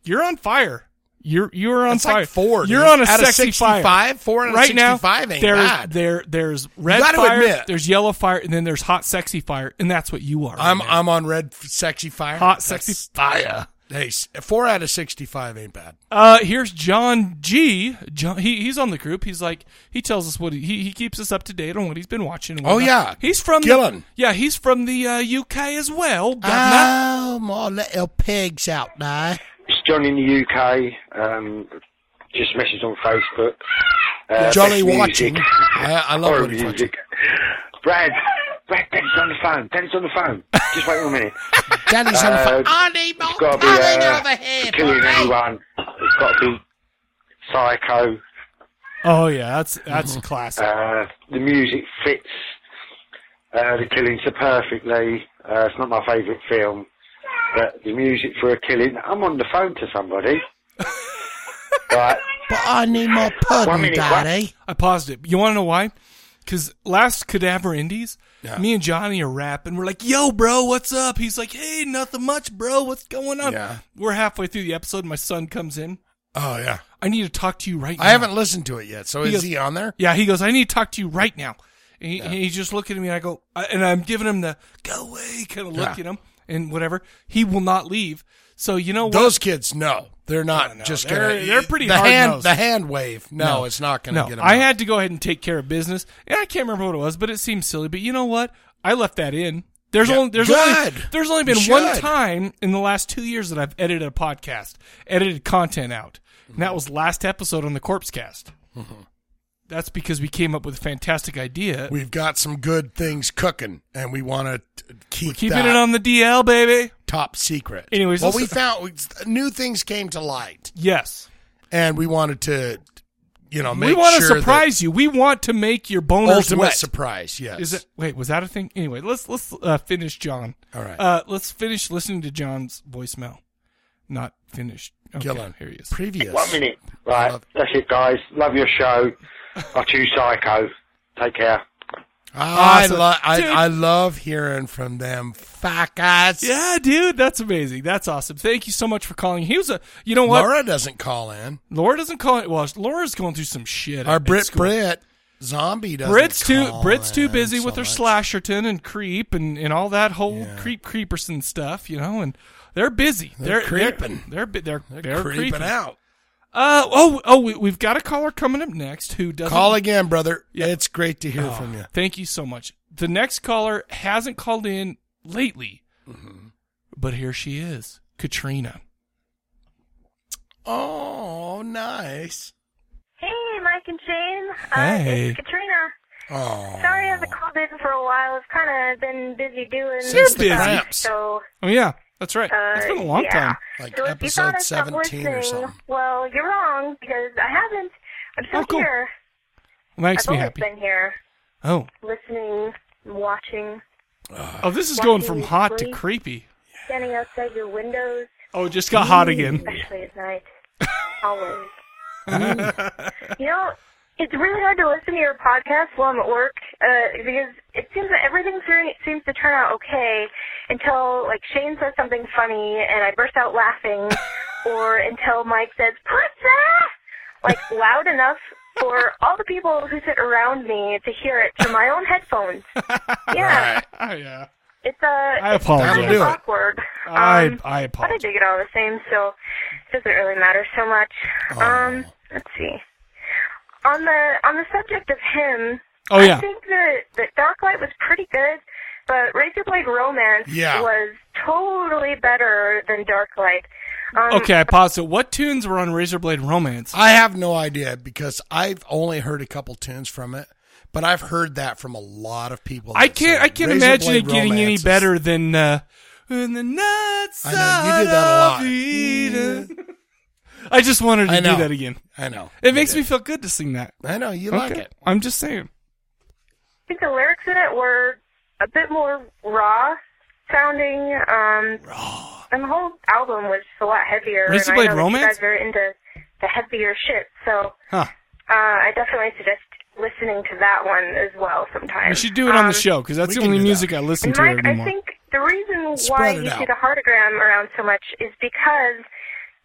You're on fire. You're you're on That's like fire. four, You're dude. on a Out of sexy fire. 65, four out of right now, 65 ain't there's, bad. There there's red gotta fire. admit. There's yellow fire, and then there's hot sexy fire, and that's what you are. I'm I'm on red f- sexy fire. Hot sexy That's- Hey, s- four out of sixty five ain't bad. Uh, here's John G. John, he he's on the group. He's like he tells us what he he keeps us up to date on what he's been watching. and Oh, whatnot. yeah. he's from the- Gillen. yeah, he's from the uh, UK as well. Governor. Oh, my little pigs out now. It's John in the UK. Um, just messaged on Facebook. Uh, Johnny best watching. music. I, I love Horror what he's watching. music. Brad, Brad, Daddy's on the phone. Daddy's on the phone. Just wait (laughs) one minute. Uh, Daddy's on the phone. I need It's got to be uh, killing anyone. It's got to be Psycho. Oh yeah, that's that's a classic. Uh, the music fits uh, the killings so perfectly. Uh, it's not my favourite film, but the music for a killing. I'm on the phone to somebody. right. But I need my One pudding, minute, Daddy. I paused it. You want to know why? Because last Cadaver Indies, me and Johnny are rapping. We're like, "Yo, bro, what's up?" He's like, "Hey, nothing much, bro. What's going on?" Yeah. We're halfway through the episode. My son comes in. Oh yeah. I need to talk to you right now. I haven't listened to it yet. So is goes- he on there? Yeah, he goes, I need to talk to you right now. And he, he's just looking at me, and I go, I- and I'm giving him the go away kind of look Yeah. at him and whatever. He will not leave. So, you know what? Those kids, no, they're not just they're, gonna. They're pretty the hard hand, nosed. the hand wave. No, it's not gonna no, get them. I had to go ahead and take care of business, and I can't remember what it was, but it seemed silly. But you know what? I left that in. There's Yeah, only there's good. only there's only You been one should. time in the last two years that I've edited a podcast, edited content out, and that was last episode on the Corpse Cast. That's because we came up with a fantastic idea. We've got some good things cooking, and we want to keep We're keeping that it on the DL, baby. top secret. Anyways, well, let's- uh, we found we- new things came to light, Yes, and we wanted to, you know, make we want sure to that- surprise you. We want to make your boners ultimate wet. surprise. Yes, Is it? Wait, was that a thing? Anyway, let's let's uh, finish John. All right. Uh, let's finish listening to John's voicemail. Not finished. Okay, Gillen. Here he is. previous? One minute. Right. That's it, guys. Love your show. I choose Psycho. Take care. I, Awesome. lo- I, Dude. I love hearing from them fuckers. Yeah, dude, that's amazing. That's awesome. Thank you so much for calling. He was a. You know what? Laura, Laura doesn't call in. doesn't call it. Well, Laura's going through some shit. Our at Brit school. Brit zombie doesn't. Brit's too call Brit's too in busy so with her much. slasherton and creep and, and all that whole creep creeperson stuff, you know, and they're busy. They're They're, creeping. They're they're they're, they're, creeping creeping out. Uh oh oh we, we've got a caller coming up next who doesn't Call again, brother. It's great to hear from you. Oh. Thank you so much. The next caller hasn't called in lately, Mm-hmm. but here she is, Katrina. Oh, nice. Hey, Mike and Shane. Hey. Uh, it's Katrina. Oh, Sorry I haven't called in for a while. I've kind of been busy doing You're stuff, busy. So, Oh yeah, that's right. uh, it's been a long yeah. time. like so if you thought episode I stopped 17 or listening, something. well, you're wrong because I haven't. I'm still Oh, cool. here. Makes I've me always happy. been here, Oh listening, watching, uh, oh, this is going from Walking hot to free. creepy. standing outside your windows, Oh, it just got Mm. hot again. especially at night. Always. Mm. Mm. you know, it's really hard to listen to your podcast while I'm at work uh, because it seems that everything turn- seems to turn out okay until like Shane says something funny and I burst out (laughs) laughing, or until Mike says "pizza" like loud enough for all the people who sit around me to hear it through my (laughs) own headphones. Yeah, Oh yeah. it's uh, I it's kind apologize. of That'll do it. awkward. I Um, I but I apologize. dig it all the same, so it doesn't really matter so much. Oh. Um, let's see. On the on the subject of him, Oh I yeah. think that that Darklight was pretty good, but Razor Blade Romance Yeah. was totally better than Darklight. Um, Okay, I paused it. What tunes were on Razorblade Romance? I have no idea because I've only heard a couple tunes from it, but I've heard that from a lot of people. I that can't. say I can't Razorblade imagine it getting any Romance is- better than uh, in the night side I know, you did that a lot. of Eden. I just wanted I to know. do that again. I know. It makes me feel good to sing that. I know you like Okay. it. I'm just saying. I think the lyrics in it were a bit more raw sounding. Um, raw. And the whole album was just a lot heavier. Razor and Blade I know Romance? That you guys are into the heavier shit, so. Huh. Uh, I definitely suggest listening to that one as well sometime. We should do it on Um, the show because that's we the can only do that. music I listen and to Mike, I anymore. think the reason why Spread it you see out. the heartogram around so much is because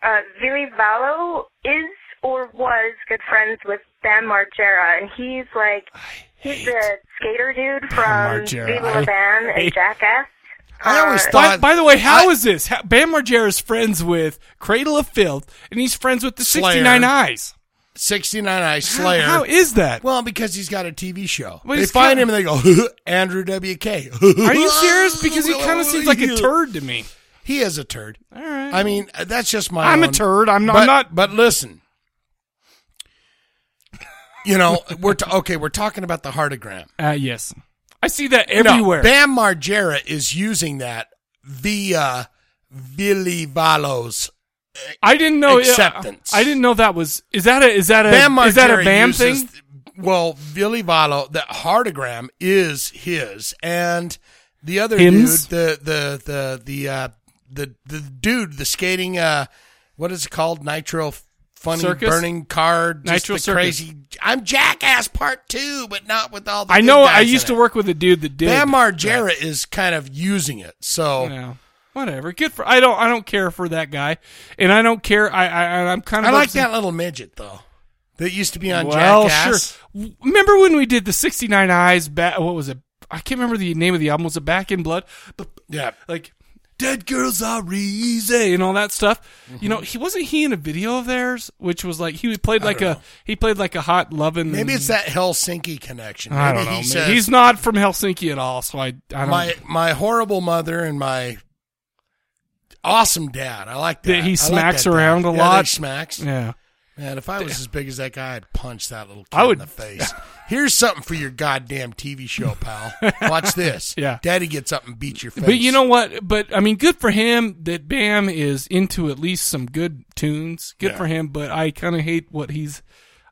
uh, Vili Vallo is or was good friends with Sam Margera, and he's like he's the skater dude from Margera. Viva I La Band hate- and Jackass. I always Uh, thought- by, by the way, how I- is this? How, Bam Margera is friends with Cradle of Filth, and he's friends with the Slayer. 69 Eyes. Sixty nine Ice How- Slayer. how is that? well, because he's got a TV show. Well, they he's find kinda- him and they go, (laughs) Andrew WK. Are Are (laughs) you serious? Because he kind of seems like a turd to me. He is a turd. All right. I mean, uh, that's just my. I'm a own- turd. I'm not- But, I'm not- But listen, you know, (laughs) we're t- okay. We're talking about the heartogram. Uh, yes. I see that No, everywhere. Bam Margera is using that via Vili Vallo's. I didn't know Acceptance. I didn't know that was. Is that a is that a Bam Margera is that a Bam uses- thing? Well, Vili Vallo, the heartogram is his, and The other Hymns? dude, the the the the uh, the the dude, the skating. Uh, what is it called? Nitro funny Circus? burning card. just Nitro the Circus. crazy. I'm Jackass Part Two, but not with all. the I good know. guys I in used to work with a dude that did. Bam Margera is kind of using it, so Yeah. whatever. Good for. I don't. I don't care for that guy, and I don't care. I. I I'm kind of. I like upset- that little midget though. That used to be on well, Jackass. sure. W- Remember when we did the '69 Eyes? Back, what was it? I can't remember the name of the album. Was it Back in Blood? But yeah, like Dead Girls Are Easy and all that stuff. You know, he wasn't he in a video of theirs, which was like he played Mm-hmm. I like a don't he played like a hot loving. Maybe it's that Helsinki connection. Hmm. I Maybe don't know. he man. says- He's not from Helsinki at all, so I. I don't. my my horrible mother and my awesome dad. I like that. that he I like smacks that dad. around a Yeah, they lot. smacks. Yeah. Man, if I was as big as that guy, I'd punch that little kid I in would- the face. Here's something for your goddamn TV show, pal. Watch this. (laughs) Yeah. Daddy gets up and beats your face. But you know what? But I mean, good for him that Bam is into at least some good tunes. Good Yeah. for him. But I kind of hate what he's.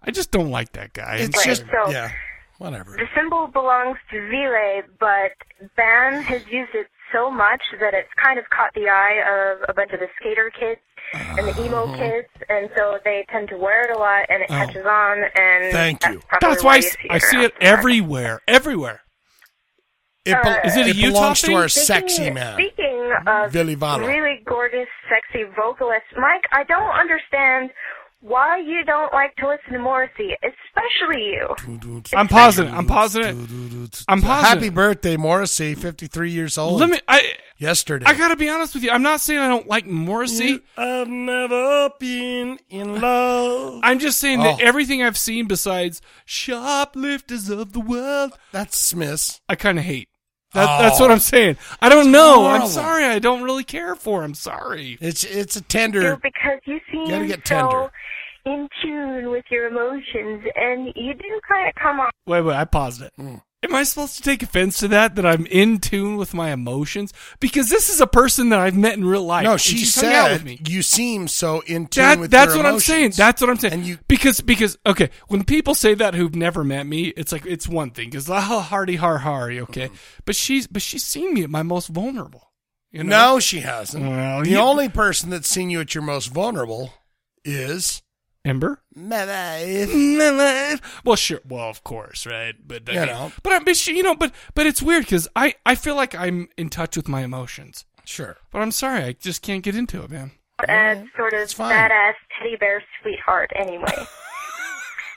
I just don't like that guy. It's Right, just- so- yeah. Whatever. The symbol belongs to Vile, but Bam has used it so much that it's kind of caught the eye of a bunch of the skater kids and the emo kids, and so they tend to wear it a lot, and it Uh-huh. Oh. catches on. And Thank Mm, that's you. probably That's why I, you s- I see it everywhere. Everywhere. It Uh, is it a it Utah belongs to thing? Mm-hmm. our Speaking- Speaking of Vili Valo. really gorgeous, sexy vocalists, Mike, I don't understand why you don't like to listen to Morrissey, especially you. Mm. I'm positive. I'm positive. I'm positive. Happy birthday, Morrissey, 53 years old. Let me. I yesterday. I gotta be honest with you. I'm not saying I don't like Morrissey. I've never been in love. I'm just saying that Oh. everything I've seen besides Shoplifters of the World, that's Smiths. I kind of hate. That, Oh. That's what I'm saying. I don't It's know. I'm horrible. sorry. I don't really care for. I'm sorry. It's it's a you tender. because you seem Gotta get so tender. in tune with your emotions, and you do kind of come off Wait, wait. I paused it. Mm. Am I supposed to take offense to that? That I'm in tune with my emotions because this is a person that I've met in real life. No, and she she's hung out with said me. you seem so in tune That, with that's your what I'm saying. emotions." That's what I'm saying. And you, because because okay, when people say that who've never met me, it's like it's one thing because oh, hardy har hari, okay. Mm-hmm. But she's but she's seen me at my most vulnerable. You know? No, she hasn't. Well, the you- only person that's seen you at your most vulnerable is Ember. my wife. Well, sure. Well, of course, right? But You I mean- know. but I, but she, you know, but but it's weird because I I feel like I'm in touch with my emotions. Sure. But I'm sorry, I just can't get into it, man. as sort of badass teddy bear sweetheart, (laughs) anyway.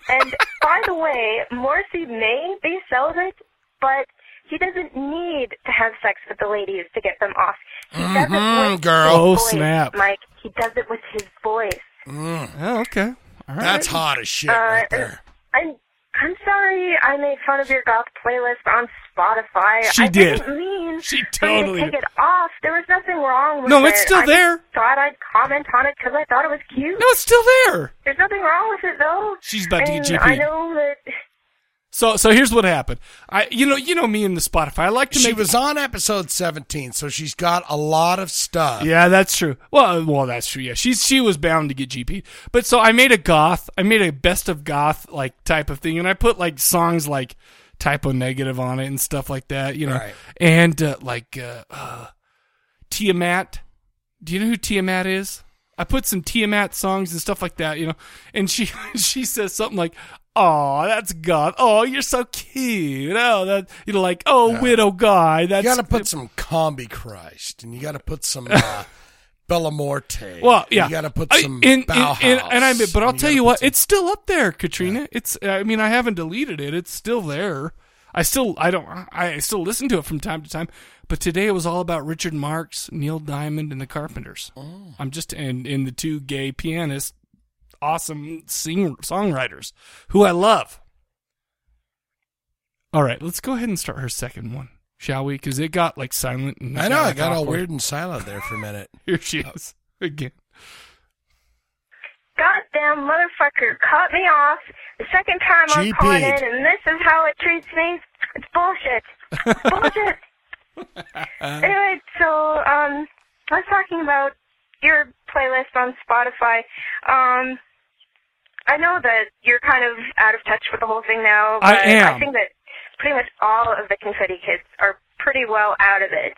and by the way, Morrissey may be celibate, but he doesn't need to have sex with the ladies to get them off. He does it Mhm, with girl. his Oh, voice, snap. Mike. He does it with his voice. Mm. Oh, okay. All right. That's hot as shit Uh, right there. I'm I'm sorry I made fun of your goth playlist on Spotify. She I did. not mean she totally take it off. There was nothing wrong with it. No, it's still I just there. Thought I'd comment on it because I thought it was cute. No, it's still there. There's nothing wrong with it though. She's about to And get I GP'd. know that. So so here's what happened. I you know you know me and the Spotify. I like to She make was on episode 17, so she's got a lot of stuff. Yeah, that's true. Well, well, that's true. Yeah, she's she was bound to get GP. But so I made a goth. I made a best of goth like type of thing, and I put like songs like typo negative on it and stuff like that. You know, Right. and uh, like uh, uh, Tiamat. Do you know who Tiamat is? I put some Tiamat songs and stuff like that. You know, and she (laughs) she says something like. Oh, that's goth. Oh, you're so cute. Oh, that you know, like oh, widow guy. That's you got to put some Combi Christ, and you got to put some (laughs) uh, Bella Morte. Well, yeah, you got to put I- some and, Bauhaus. And, and, and I, but I'll tell you what, it's still up there, Katrina. It's, I mean, I haven't deleted it. It's still there. I still, I don't, I I still listen to it from time to time. But today it was all about Richard Marx, Neil Diamond, and the Carpenters. Oh. I'm just and and the two gay pianists, awesome singer songwriters who I love. All right, let's go ahead and start her second one, shall we? Because it got like silent. And I know, got, I like, got all awkward. weird and silent there for a minute. (laughs) Here she is again. goddamn motherfucker cut me off the second time I'm calling in, GP'd. and this is how it treats me. It's bullshit. (laughs) It's bullshit. Uh-huh. Uh-huh. anyway, so um, I was talking about your playlist on Spotify. Um, I know that you're kind of out of touch with the whole thing now. I But I am. think that pretty much all of the Confetti Kids are pretty well out of it,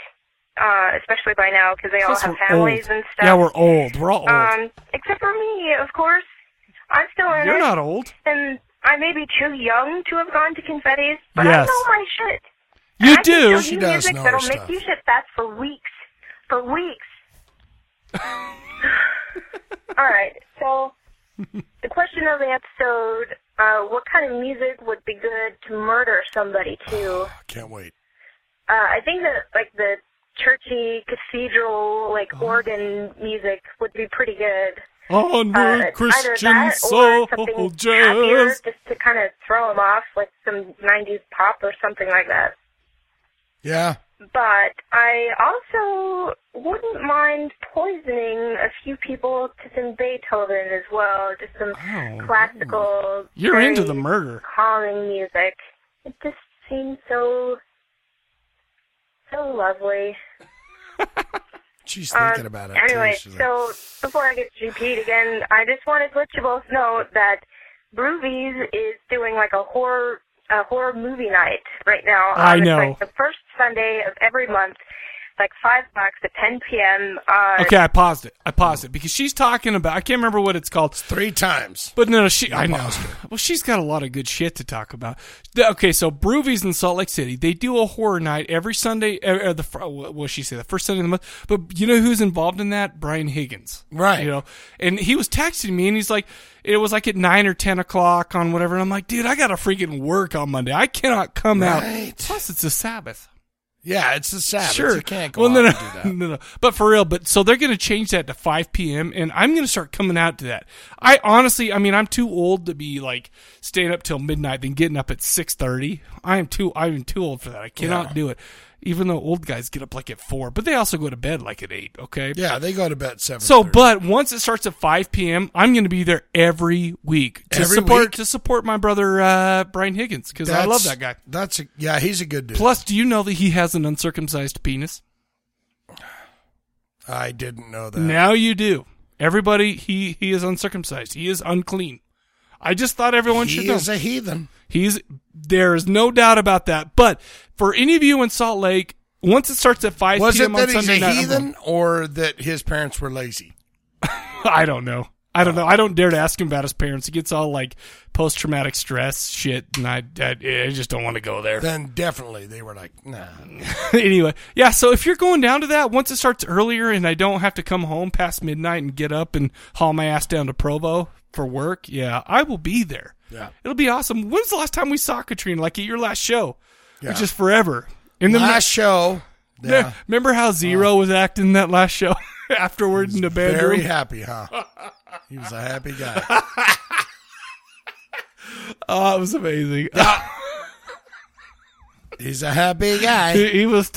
uh, especially by now because they all Plus, have we're families old. and stuff. Yeah, we're old. We're all old. Um, except for me, of course. I'm still in You're it. not old. And I may be too young to have gone to confetti's, but I Yes. know my shit. You I can do. still She do does music know her that'll stuff. make you shit fast for weeks. For (laughs) weeks. All right. So the question of the episode: uh, What kind of music would be good to murder somebody to? Can't wait. Uh, I think that like the churchy cathedral like Oh. organ music would be pretty good. Onward, Uh, Oh, Christian either that or something happier, soldiers. just to kind of throw them off, like some '90s pop or something like that. Yeah. But I also wouldn't mind poisoning a few people to some Beethoven as well, just some Oh. classical, You're very into the murder. calming music. It just seems so so lovely. She's Um, thinking about it. too. Anyway, She's like, so before I get GP'd again, I just wanted to let you both know that Broovies is doing like a horror a horror movie night right now. I Um, it's, know. like, the first Sunday of every month, like five bucks at 10 p.m. Uh, Okay, I paused it. I paused it because she's talking about. I can't remember what it's called. three times. But no, she. I know. paused Well, she's got a lot of good shit to talk about. The- Okay, so Broovies in Salt Lake City. They do a horror night every Sunday. Or, or the fir- what what she say? The first Sunday of the month. But you know who's involved in that? Brian Higgins. Right. You know, and he was texting me, and he's like, it was like at nine or ten o'clock on whatever. And I'm like, dude, I got to freaking work on Monday. I cannot come out. Plus, it's a Sabbath. yeah, it's a Sabbath. Sure. You can't go well, out no, no, and do (laughs) that. no, no. But for real, but so they're going to change that to 5 p.m. and I'm going to start coming out to that. I honestly, I mean, I'm too old to be like staying up till midnight then getting up at 6:30. I am too I am too old for that. I cannot Yeah. do it. Even though old guys get up like at 4, but they also go to bed like at 8, okay? Yeah, they go to bed at seven. So, but once it starts at 5 p.m., I'm going to be there every week to Every support week? to support my brother uh, Brian Higgins because I love That's- that guy. That's a, yeah, he's a good dude. Plus, do you know that he has an uncircumcised penis? I didn't know that. Now you do. Everybody, he he is uncircumcised. He is unclean. I just thought everyone He should know. is a heathen. He's there is no doubt about that. But for any of you in Salt Lake, once it starts at five Was it p.m. on that he's Sunday a night, I'm heathen or that his parents were lazy? like, (laughs) I don't know. I don't know. I don't dare to ask him about his parents. He gets all like post traumatic stress shit, and I, I I just don't want to go there. Then definitely they were like, (laughs) nah. anyway, yeah. So if you're going down to that, once it starts earlier and I don't have to come home past midnight and get up and haul my ass down to Provo for work, yeah, I will be there. Yeah. It'll be awesome. When's the last time we saw Katrina? Like at your last show, Yeah. which is forever. In the Last (laughs) show. Yeah. Oh. Remember how Zero was acting that last show (laughs) afterwards in the bedroom? Very happy, (laughs) huh? He was a happy guy. Oh, it was amazing. (laughs) He's a happy guy. (laughs) He, he was,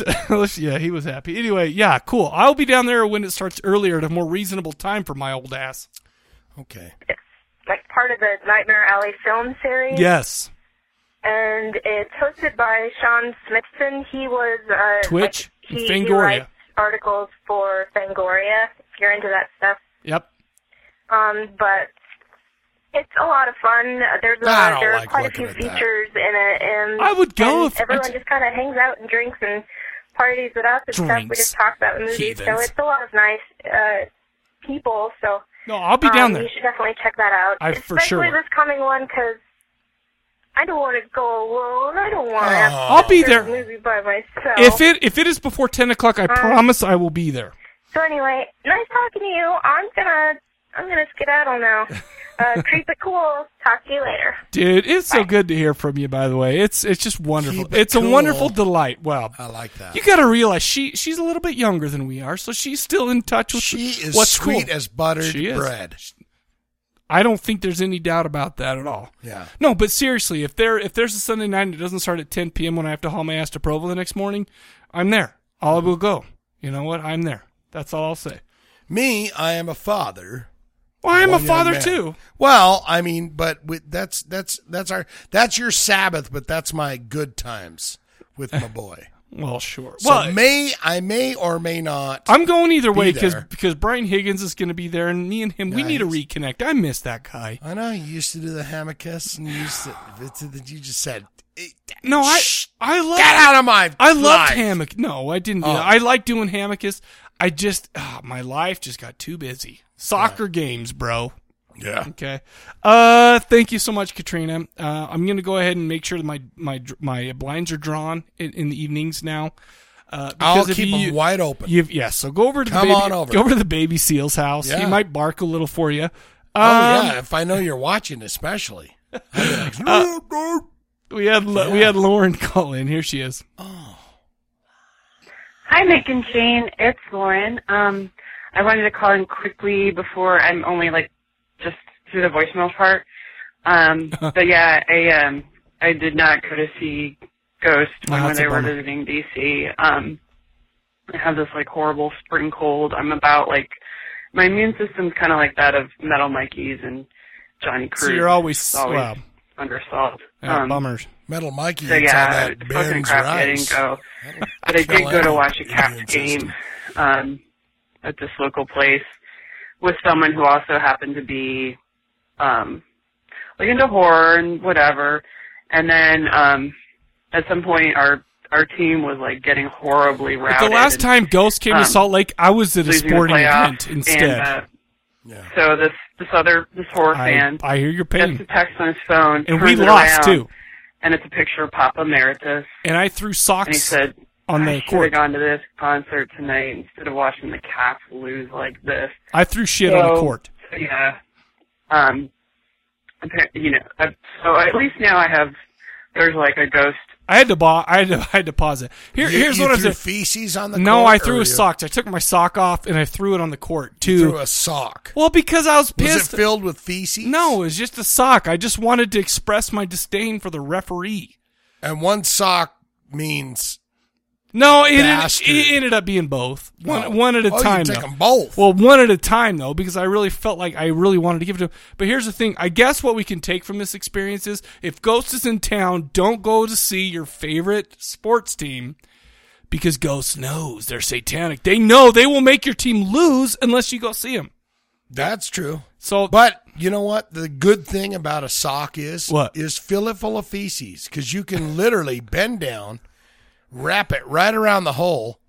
yeah, he was happy. Anyway, yeah, cool. I'll be down there when it starts earlier at a more reasonable time for my old ass. Okay. like part of the Nightmare Alley film series. Yes. And it's hosted by Sean Smithson. He was uh, Twitch, like, he, he Fangoria. writes articles for Fangoria. If you're into that stuff. Yep. Um, but it's a lot of fun. There's a, I don't there are like quite a looking few at that. features in it, and I would go and if- everyone just kind of hangs out and drinks and parties with us and stuff. We Drinks. just talk about movies, so Heathens. it's a lot of nice uh, people. So no, I'll be um, down there. You should definitely check that out, I for especially sure will. this coming one because. I don't want to go alone. I don't want to. have to Aw. Oh. I'll be see this there. Movie by myself. If it if it is before ten o'clock, I Um, promise I will be there. So anyway, nice talking to you. I'm gonna I'm gonna (laughs) skedaddle now. Uh, treat it cool. Talk to you later. Dude, it's so good to hear from you. By the way, it's it's just wonderful. it it's a cool. wonderful delight. Wow, I like that. you got to realize she she's a little bit younger than we are, so she's still in touch with She is what's sweet cool. as buttered She is. bread. I don't think there's any doubt about that at all. Yeah. No, but seriously, if there if there's a Sunday night and it doesn't start at 10 p.m. when I have to haul my ass to Provo the next morning, I'm there. I'll will go. You know what? I'm there. That's all I'll say. Me, I am a father. Well, I'm a One young father man. too. Well, I mean, but with, that's (laughs) that's that's our that's your Sabbath, but that's my good times with my boy. Well, sure. So well, may I may or may not. I'm going either be way because there. because Brian Higgins is going to be there, and me and him, we need to reconnect. I miss that guy. I know you used to do the hammockus and you used to, it's- it- you just said No, I I love get out of my I loved life. hammock. No, I didn't. Do Oh. that. I like doing hammockus. I just ah, my life just got too busy. Soccer games, bro. Yeah. Okay. Uh, thank you so much, Katrina. Uh, I'm gonna go ahead and make sure that my my dr- my blinds are drawn in, in the evenings now. Uh, I'll because if keep 'em you- wide open. You've, yeah, so go over to Come the baby, on over. Go over to the baby seal's house. He Yeah. might bark a little for you. Oh Um, yeah, if I know you're watching, especially. uh, we had Lo- we had Lauren (laughs) call in. Here she is. Hi, Nick and Shane. It's Lauren. Um, I wanted to call in quickly before I'm only like just through the voicemail part. (laughs) Um, but yeah, I um, I did not go to see Ghost when Oh, that's they a were bummer. visiting DC. Um, I have this like horrible spring cold. I'm about like my immune system's kind of like that of Metal Mikey's and Johnny Cruz. So you're always- It's always wow. under salt. (laughs) Yeah, um, bummers. Metal Mikey so eats all yeah, that it's fucking Ben's crap. I rice. didn't go, but I did kill go to any watch a Caps game um, at this local place with someone who also happened to be um, like into horror and whatever. And then um, at some point, our our team was like getting horribly But routed. the last and, time Ghost came um, to Salt Lake, I was at a losing the sporting playoff. event instead. And, uh, So this this other this horror I- fan, I hear your pain. Gets a text on his phone, And we turns it lost, around, too. And it's a picture of Papa Emeritus. and I threw socks And he said, on I the should court. have gone to this concert tonight instead of watching the Cats lose like this. I threw shit on the So, court. Yeah. Um. appar- You know. I- So at least now I have. There's like a ghost. I had to ba- I had to, (laughs) I had to pause it. Here, You- here's you what I threw did. feces on the no, court, I threw or a you- socks. I took my sock off and I threw it on the court too. through a sock. Well, because I was pissed. Was it filled with feces? No, it was just a sock. I just wanted to express my disdain for the referee. And one sock means no. It, ended, bastard. it ended up being both. One, Oh. one at a Oh, you time. take though. 'em both. Well, one at a time though, because I really felt like I really wanted to give it to him. But here's the thing. I guess what we can take from this experience is if Ghost is in town, don't go to see your favorite sports team. Because Ghost knows they're satanic. They know they will make your team lose unless you go see them. That's true. So, but you know what? The good thing about a sock is What? is fill it full of feces because you can literally bend down, wrap it right around the hole,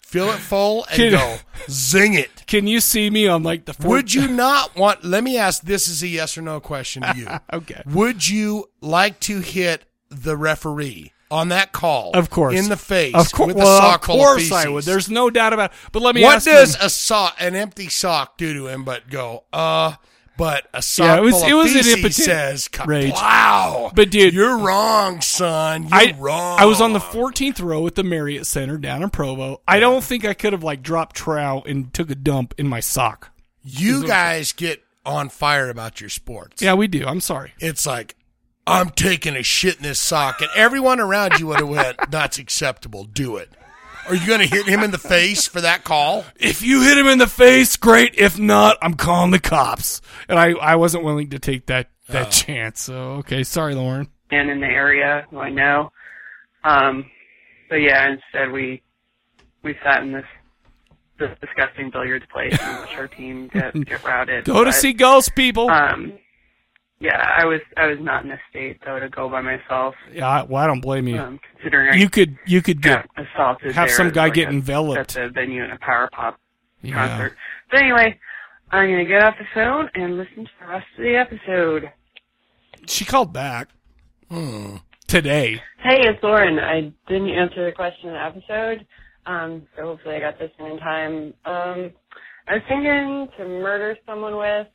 fill it full, and Can- go zing it. (laughs) Can you see me on like the? Fourth? Would (laughs) you not want? Let me ask. This is a yes or no question to you. okay. Would you like to hit the referee on that call? Of course, in the face. Of course, with well, a sock of full course of I feces. would. There's no doubt about. It. But let me. what ask does them- a sock, an empty sock, do to him? But go, uh, but a sock Yeah, it was- full of it was an feces impotent says, rage. wow. But dude, you're wrong, son. You're I, wrong. I was on the 14th row at the Marriott Center down in Provo. I don't think I could have like dropped trow and took a dump in my sock. You guys get on fire about your sports. Yeah, we do. I'm sorry. It's like I'm taking a shit in this sock, and everyone around you would have went, (laughs) "That's acceptable. Do it." Are you going to hit him in the face for that call? If you hit him in the face, great. If not, I'm calling the cops. And I, I wasn't willing to take that that Oh. chance. So okay, sorry, Lauren. man in the area who I know. Um, but yeah, instead we we sat in this this disgusting billiards place and watched our team (laughs) get get routed. Go to But, see ghosts, people. Um, yeah, I was I was not in a state though to go by myself. yeah, I, well, I don't blame you. Um, considering I you could you could get got assaulted have there some at, guy like, get a- enveloped. at the venue in a power pop Yeah. concert. But anyway, I'm gonna get off the phone and listen to the rest of the episode. She called back Hmm. today. Hey, it's Lauren. I didn't answer the question in the episode, um, so hopefully I got this one in time. Um, I was thinking to murder someone with.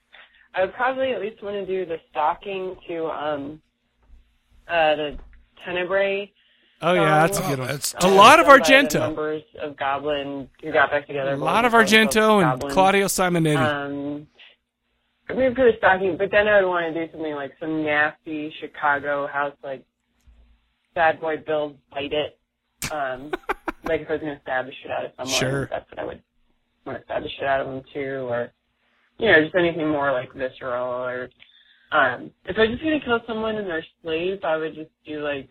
I would probably at least want to do the stalking to um, uh, the Tenebrae. Oh yeah, that's a song. good one. a Um, lot of done by the Argento. Members of Goblin who got back together. A lot of Argento and Claudio Simonetti. Um, I'm gonna put a stocking, but then I would want to do something like some nasty Chicago house, like Bad Boy Bill bite it. (laughs) Um, like if I was gonna stab the shit out of someone, Sure. that's what I would want to stab the shit out of them too, or you know, just anything more like visceral. Or um, if I was just gonna kill someone and they're slaves, I would just do like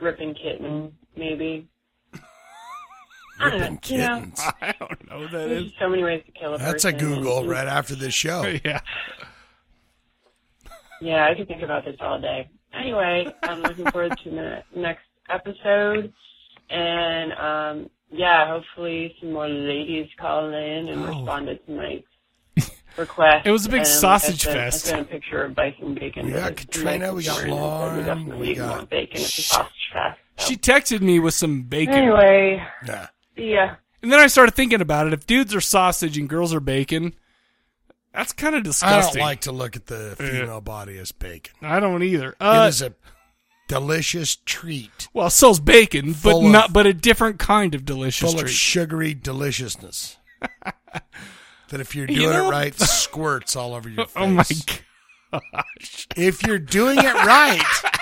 ripping kitten, maybe. I don't know. You know, (laughs) kittens. I don't know that there's is. so many ways to kill a That's a person. Google right after this show. (laughs) yeah. Yeah, I could think about this all day. Anyway, I'm looking forward to the next episode. And um, yeah, hopefully some more ladies call in Oh. and responded to my (laughs) request. It was a big And like I sausage said, fest. I sent a picture of bison bacon. We but got it's Katrina, we got nice and warm, and so Lauren, definitely we need more got- bacon. It's a sausage fest. She texted me with some bacon. Anyway. Yeah. Yeah. And then I started thinking about it. If dudes are sausage and girls are bacon, that's kind I of don't disgusting. like to look at the Yeah. female body as bacon. I don't either. Uh, it is a delicious treat well, so's bacon, but Full of- not but a different kind of delicious full of treat. sugary deliciousness. that if you're You doing know- it right, squirts all over your face. (laughs) Oh my gosh. If you're doing it right, (laughs)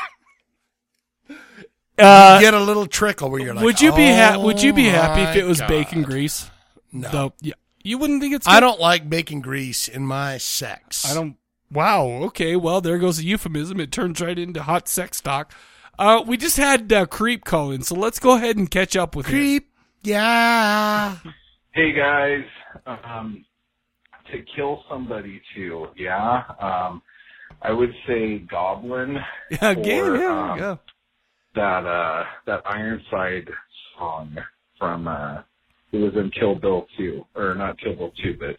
Uh, you get a little trickle where you're like, would you be ha- "Oh would you be happy my if it was God." bacon grease? No. Though- yeah. You wouldn't think it's I good? don't like bacon grease in my sex. I don't. Um, Wow. Okay. Well, there goes a euphemism. It turns right into hot sex talk. Uh, we just had uh, Creep call in, so let's go ahead and catch up with Creep. Yeah. Hey guys, um, to kill somebody too, yeah. Um, I would say Goblin. (laughs) Yeah, again, or, yeah, um, yeah. That uh, that Ironside song from uh, it was in Kill Bill two, or not Kill Bill two, but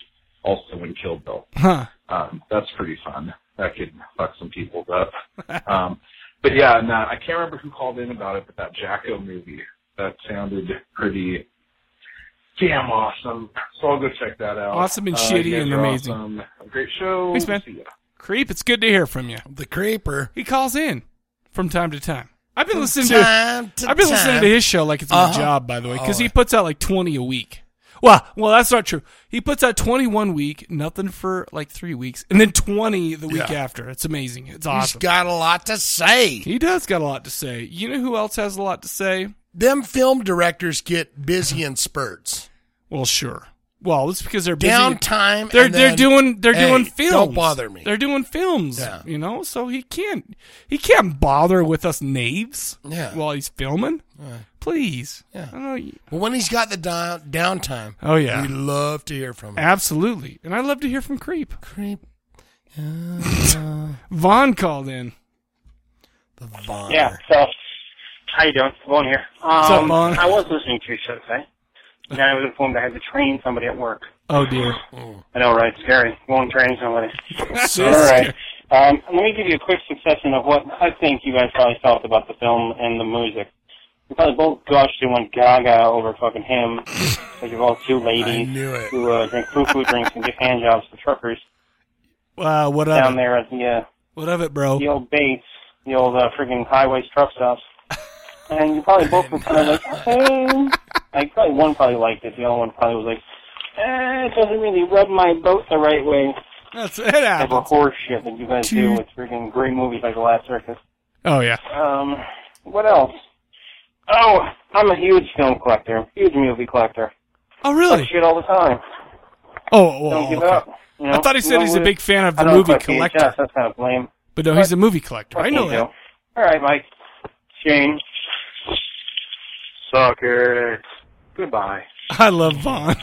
also in Kill Bill. Huh. Um, that's pretty fun. That could fuck some people (laughs) up. um, but yeah, no, I can't remember who called in about it, but that Jacko movie that sounded pretty damn awesome. So I'll go check that out. Awesome and Uh, shitty you guys and are amazing. awesome. Great show. Thanks, man. See ya. Creep. It's good to hear from you. The creeper. He calls in from time to time. I've been From listening time to I've been listening time. to his show like it's my Uh-huh. job, by the way, because Oh. he puts out like twenty a week. Well, well, that's not true. He puts out twenty one week, nothing for like three weeks, and then twenty the week Yeah. after. It's amazing. It's He's awesome. got a lot to say. He does got a lot to say. You know who else has a lot to say? Them film directors get busy in spurts. Well, sure. Well, it's because they're busy. Downtime They're and they're then, doing they're hey, doing films. don't bother me. They're doing films. Yeah. You know, so he can't he can't bother with us knaves. Yeah. While he's filming, Yeah. please. Oh. Yeah. I know. you- But when he's got the down, downtime, Oh, yeah. we love to hear from him. Absolutely, and I love to hear from Creep. Creep. (laughs) Vaughn called in. The Vaughn. Yeah. So, how you doing? Vaughn here. Um, What's up, Vaughn? I was listening to your show today. And then I was informed I had to train somebody at work. Oh dear. Mm. I know, right? Scary. Going training (laughs) somebody. So All right. Um, let me give you a quick succession of what I think you guys probably felt about the film and the music. You probably both gushed and went gaga over fucking him. Because you're all two ladies who uh, drink foo-foo drinks and give hand jobs to truckers Uh, what down of it? there at the uh, What of it, bro? the old Bates, the old uh, freaking highway truck stops. And you probably both were kind (laughs) of like, okay. Like, probably one probably liked it. The other one probably was like, eh, it doesn't really rub my boat the right way. That's it. Type of horse shit that you guys do with freaking great movies like The Last Circus. Oh yeah. Um, what else? Oh, I'm a huge film collector, huge movie collector. Oh, really? shit all the time. Oh, well, Don't give okay. up. You know? I thought he said No, he's a we- big fan of I the don't movie collect VHS, collector. That's kind of lame. But no, he's a movie collector. I know Fucking that. do. All right, Mike. Shane. Sucker. Goodbye. (laughs) I love Vaughn.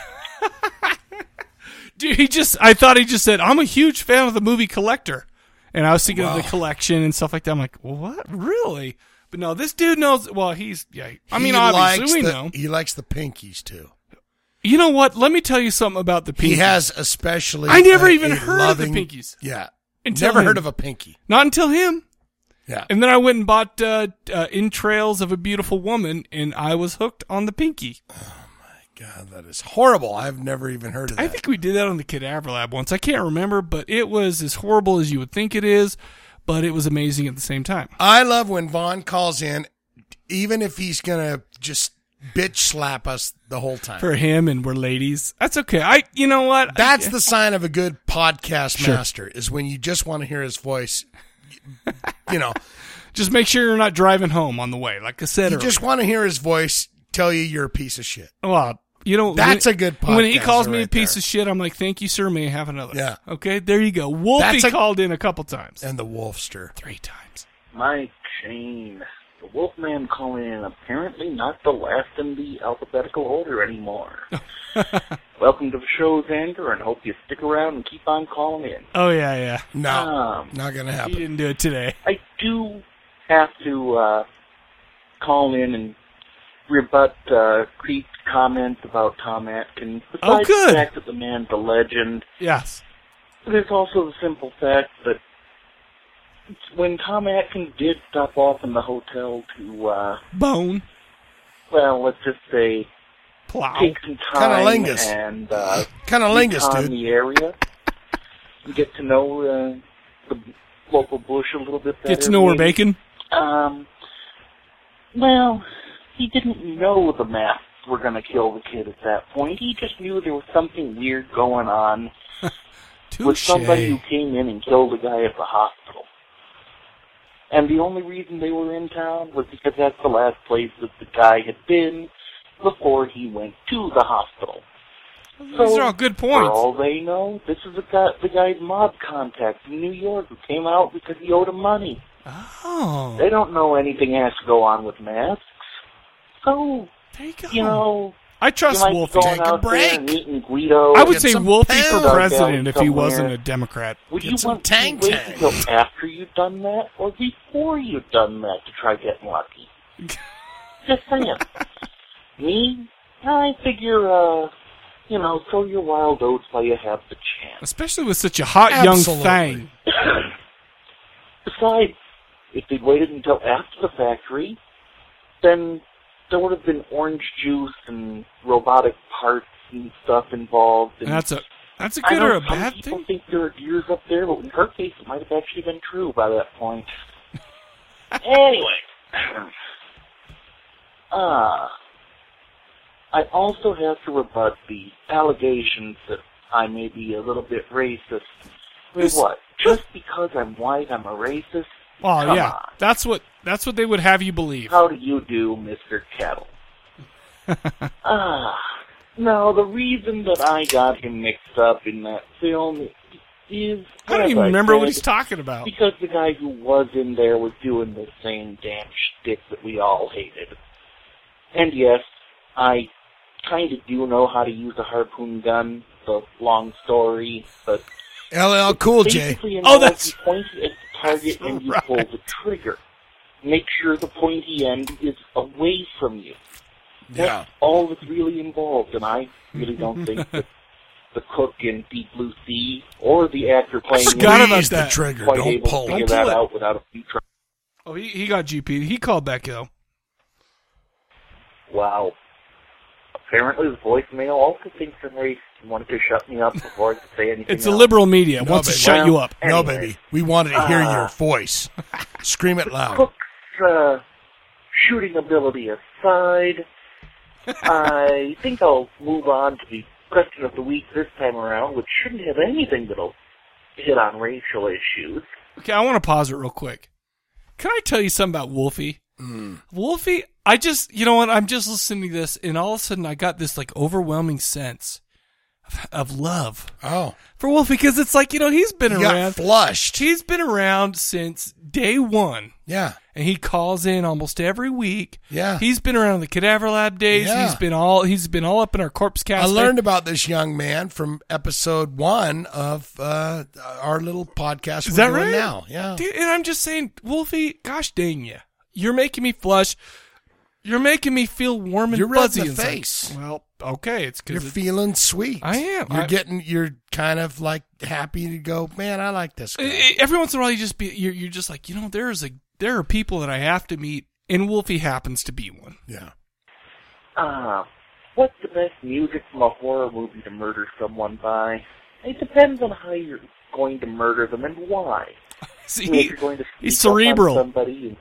(laughs) Dude, he just, I thought he just said, I'm a huge fan of the movie Collector. And I was thinking of the collection and stuff like that. I'm like, what? Really? But no, this dude knows, well, he's, yeah. I mean, He likes obviously, we the- know. He likes the pinkies too. You know what? Let me tell you something about the Pinkies. He has especially. I never a- even a heard loving, of the Pinkies. Yeah. Until never him. heard of a pinky. Not until him. Yeah. And then I went and bought uh, uh, Entrails of a Beautiful Woman, and I was hooked on the Pinky. Oh, God, that is horrible. I've never even heard of that. I think we did that on the Cadaver Lab once. I can't remember, but it was as horrible as you would think it is, but it was amazing at the same time. I love when Vaughn calls in, even if he's gonna just bitch slap us the whole time. For him, and we're ladies. That's okay. I, you know what? That's I- the sign of a good podcast Sure. master is when you just want to hear his voice. You know, (laughs) just make sure you're not driving home on the way. Like I said, you just earlier. want to hear his voice tell you you're a piece of shit. Well, you know That's when- a good When he podcaster calls me a right piece of shit, I'm like, "Thank you, sir. May I have another?" Yeah. Okay. There you go. Wolfie That's a- called in a couple times. And the Wolfster three times. Mike Shane. The Wolfman calling in apparently not the last in the alphabetical order (laughs) anymore. Welcome to the show's ender, and hope you stick around and keep on calling in. Oh yeah, yeah. No, Um, not gonna happen. He didn't do (laughs) it today. I do have to uh, call in and rebut uh, Creed's comment about Tom Atkins. Oh, Besides good. the fact that the man's a legend, Yes. there's also the simple fact that when Tom Atkins did stop off in the hotel to, uh, Bone. well, let's just say, Plow. take some time Cunnilingus. and uh, Cunnilingus, recon dude. the area, and get to know uh, the local bush a little bit better. Get to know her maybe. bacon. Um, well, he didn't know the masks were going to kill the kid at that point. He just knew there was something weird going (laughs) on with somebody who came in and killed a guy at the hospital. And the only reason they were in town was because that's the last place that the guy had been before he went to the hospital. These are all good For points. all they know, this is the guy, the guy's mob contact in New York who came out because he owed him money. Oh. They don't know anything has to go on with masks. So, you know, I trust you might be Wolfie. going Take a out there break. and meeting Guido. I would Get say some Wolfie for pounds. president if he Somewhere. wasn't a Democrat. Would you want tang to wait until after you've done that, or before you've done that to try getting lucky? (laughs) Just saying. Me, I figure, uh, you know, throw your wild oats while you have the chance. Especially with such a hot Absolutely. young thing. (coughs) Besides, if they'd waited until after the factory, then there would have been orange juice and robotic parts and stuff involved. And That's a that's a I good know or a some bad people think there are gears up there, but in her case, it might have actually been true by that point. anyway, ah, I also have to rebut the allegations that I may be a little bit racist. With This- what? Just because I'm white, I'm a racist? Oh Come yeah, on. that's what that's what they would have you believe. How do you do, Mister (laughs) Kettle? Ah, no. The reason that I got him mixed up in that film is I don't as even remember what said, he's talking about. because the guy who was in there was doing the same damn shtick that we all hated. And yes, I kind of do know how to use a harpoon gun. The long story, but LL Cool J. basically, an Oh, arrow, that's you point it at the target and you pull the trigger. Make sure the pointy end is away from you. Yeah. That's all that's really involved, and I really (laughs) don't think that the cook in Deep Blue Sea or the actor playing Forgot it about is that. Trigger, quite don't able pull. to figure Don't pull that it. out without a few tries. Oh, he, he got GP. He called back though. Wow. Apparently, the voicemail also thinks I'm racist and wanted to shut me up before I could say anything. It's a liberal media. No, wants to baby. shut you Well, up. No, baby. We wanted to hear Ah. your voice. Scream it loud. Cook's uh, shooting ability (laughs) aside, I think I'll move on to the question of the week this time around, which shouldn't have anything that'll hit on racial issues. Okay, I want to pause it real quick. Can I tell you something about Wolfie? Mm. Wolfie, I just, you know what? I'm just listening to this, and all of a sudden, I got this like overwhelming sense of, of love. Oh, for Wolfie, because it's like you know he's been He got around. flushed. He's been around since day one. Yeah. and he calls in almost every week. Yeah. he's been around the Cadaver Lab days. Yeah. He's been all he's been all up in our corpse I cast. learned about this young man from episode one of uh, our little podcast. Is we're that doing right? Now, yeah. Dude, and I'm just saying, Wolfie, gosh dang you, you're making me flush. You're making me feel warm and You're red in fuzzy the inside. face. Well, okay, it's You're because feeling sweet. I am. You're I- getting. You're kind of like happy to go. Man, I like this. Guy. every once in a while you just be you're, you're just like you know there's a there are people that I have to meet, and Wolfie happens to be one. Yeah. Ah, what's the best music from a horror movie to murder someone by? It depends on how you're going to murder them and why. (laughs) See, You know, if you're going to he's sneak up on cerebral. Somebody and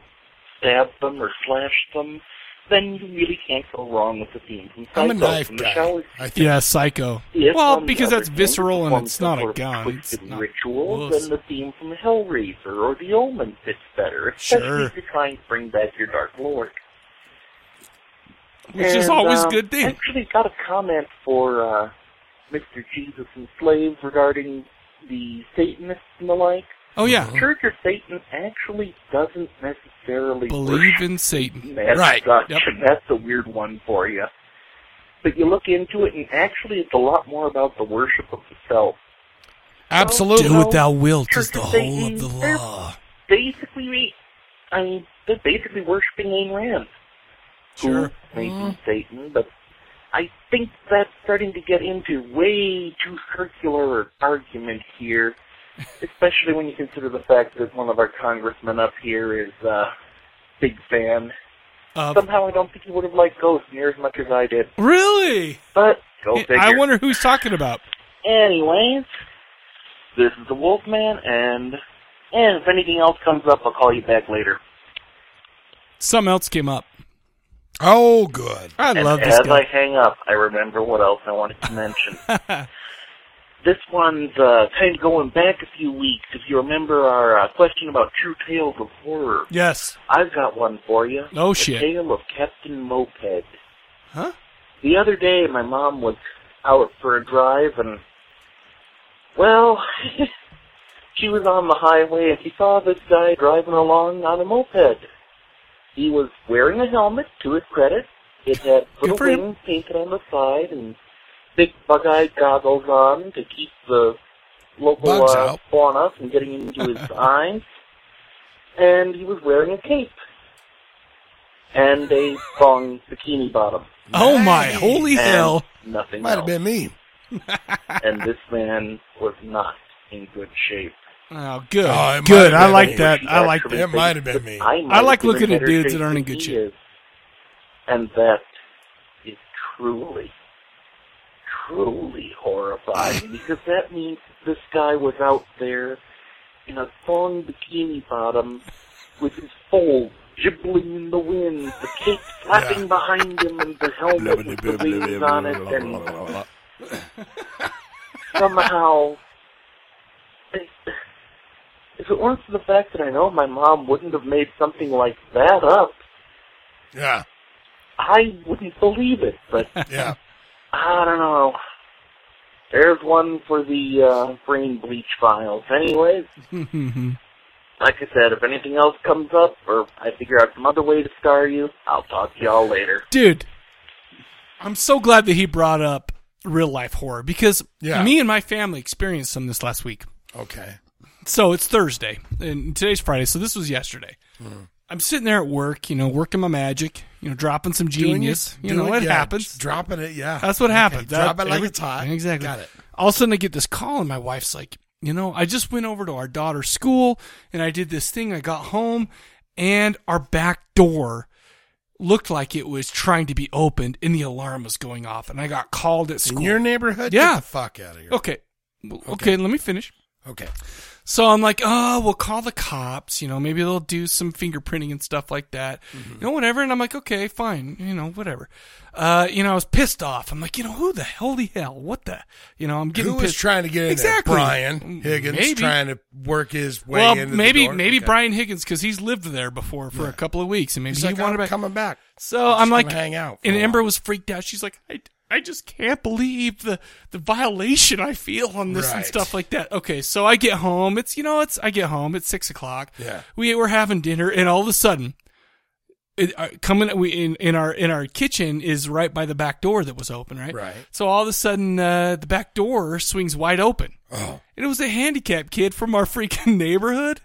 stab them or slash them, then you really can't go wrong with the theme from I'm a Psycho, knife from Michelle I think. Yeah, psycho. If, well, on the um, because other that's hand, visceral and perform it's some not a sort of gun. It's twisted not- ritual, Well, then the theme from Hellraiser or The Omen fits better, especially Sure. if you're trying to bring back your Dark Lord. Which is And, always uh, a good thing. Actually, got a comment for uh, Mr. Jesus and Slave regarding the Satanists and the like. Oh, yeah. Church of Satan actually doesn't necessarily Believe in Satan. That's right. such- Yep. That's a weird one for you. But you look into it, and actually, it's a lot more about the worship of the self. Absolutely. Do what thou wilt Church of Satan, they're Basically, I mean, they're basically worshiping Ayn Rand, Sure. maybe Mm-hmm. Satan, but I think that's starting to get into way too circular an argument here, especially when you consider the fact that one of our congressmen up here is uh, big fan. Uh, Somehow, I don't think he would have liked Ghost near as much as I did. Really? But go Yeah, figure. I wonder who's talking about. Anyways, this is the Wolfman, and, and if anything else comes up, I'll call you back later. Something else came up. Oh, good. I And love as this guy. I hang up, I remember what else I wanted to (laughs) mention. this one's uh, kind of going back a few weeks. If you remember our uh, question about true tales of horror, yes. (laughs) I've got one for you. Oh, the shit. Tale of Captain Moped. Huh? The other day, my mom was out for a drive, and well, (laughs) she was on the highway, and she saw this guy driving along on a moped. He was wearing a helmet. To his credit, it had little for him. wings painted on the side and big bug-eyed goggles on to keep the local Bugs uh, out. fauna from getting into his (laughs) eyes. And he was wearing a cape and a thong bikini bottom. Oh my holy And hell. Nothing Might else. have been me. (laughs) and this man was not in good shape. Oh, good. Oh, it might good. have I been like me. that. I like Actually, that. they- I, might I have like been looking at better dudes that shape aren't in than good he shape. is. And that is truly, truly horrifying because that means this guy was out there in a thong bikini bottom with his fold jibbling in the wind, the cape flapping behind him, and the helmet with the wings on it, and somehow. If it weren't for the fact that I know my mom wouldn't have made something like that up, Yeah. I wouldn't believe it. (laughs) But yeah, I don't know. There's one for the uh, brain bleach files. Anyways, Mm-hmm. like I said, if anything else comes up or I figure out some other way to scar you, I'll talk to y'all later. Dude, I'm so glad that he brought up real life horror because Yeah. me and my family experienced some this last week. Okay. So it's Thursday and today's Friday. So this was yesterday. Mm. I'm sitting there at work, you know, working my magic, you know, dropping some Doing your- genius. you doing- know, it yeah, happens. Dropping it, yeah. That's what Okay, happens. Drop That- it like every- it's hot. Exactly. Got it. All of a sudden, I get this call, and my wife's like, "You know, I just went over to our daughter's school, and I did this thing. I got home, and our back door looked like it was trying to be opened, and the alarm was going off, and I got called at school. In your neighborhood? Get Yeah. the fuck out of here. Okay. Well, okay, let me finish. Okay. So I'm like, oh, we'll call the cops. You know, maybe they'll do some fingerprinting and stuff like that. You know, whatever. And I'm like, okay, fine. You know, whatever. Uh, you know, I was pissed off. I'm like, you know, who the holy hell? What the? You know, I'm getting Who was pissed- trying to get in exactly. Mm, there? Brian Higgins Maybe. trying to work his way well, into maybe the door. maybe Brian Higgins because he's lived there before for a couple of weeks, and maybe He's he like, wanted "I'm back. coming back. So Just I'm like, gonna hang out for And a while. Amber was freaked out. She's like, I, I just can't believe the the violation I feel on this and Right. stuff like that. Okay, so I get home. It's you know, it's I get home. It's six o'clock. Yeah. we were having dinner, and all of a sudden, it, uh, coming we in in our in our kitchen is right by the back door that was open, right? Right. So all of a sudden, uh, the back door swings wide open. Oh. And it was a handicapped kid from our (laughs) freaking neighborhood.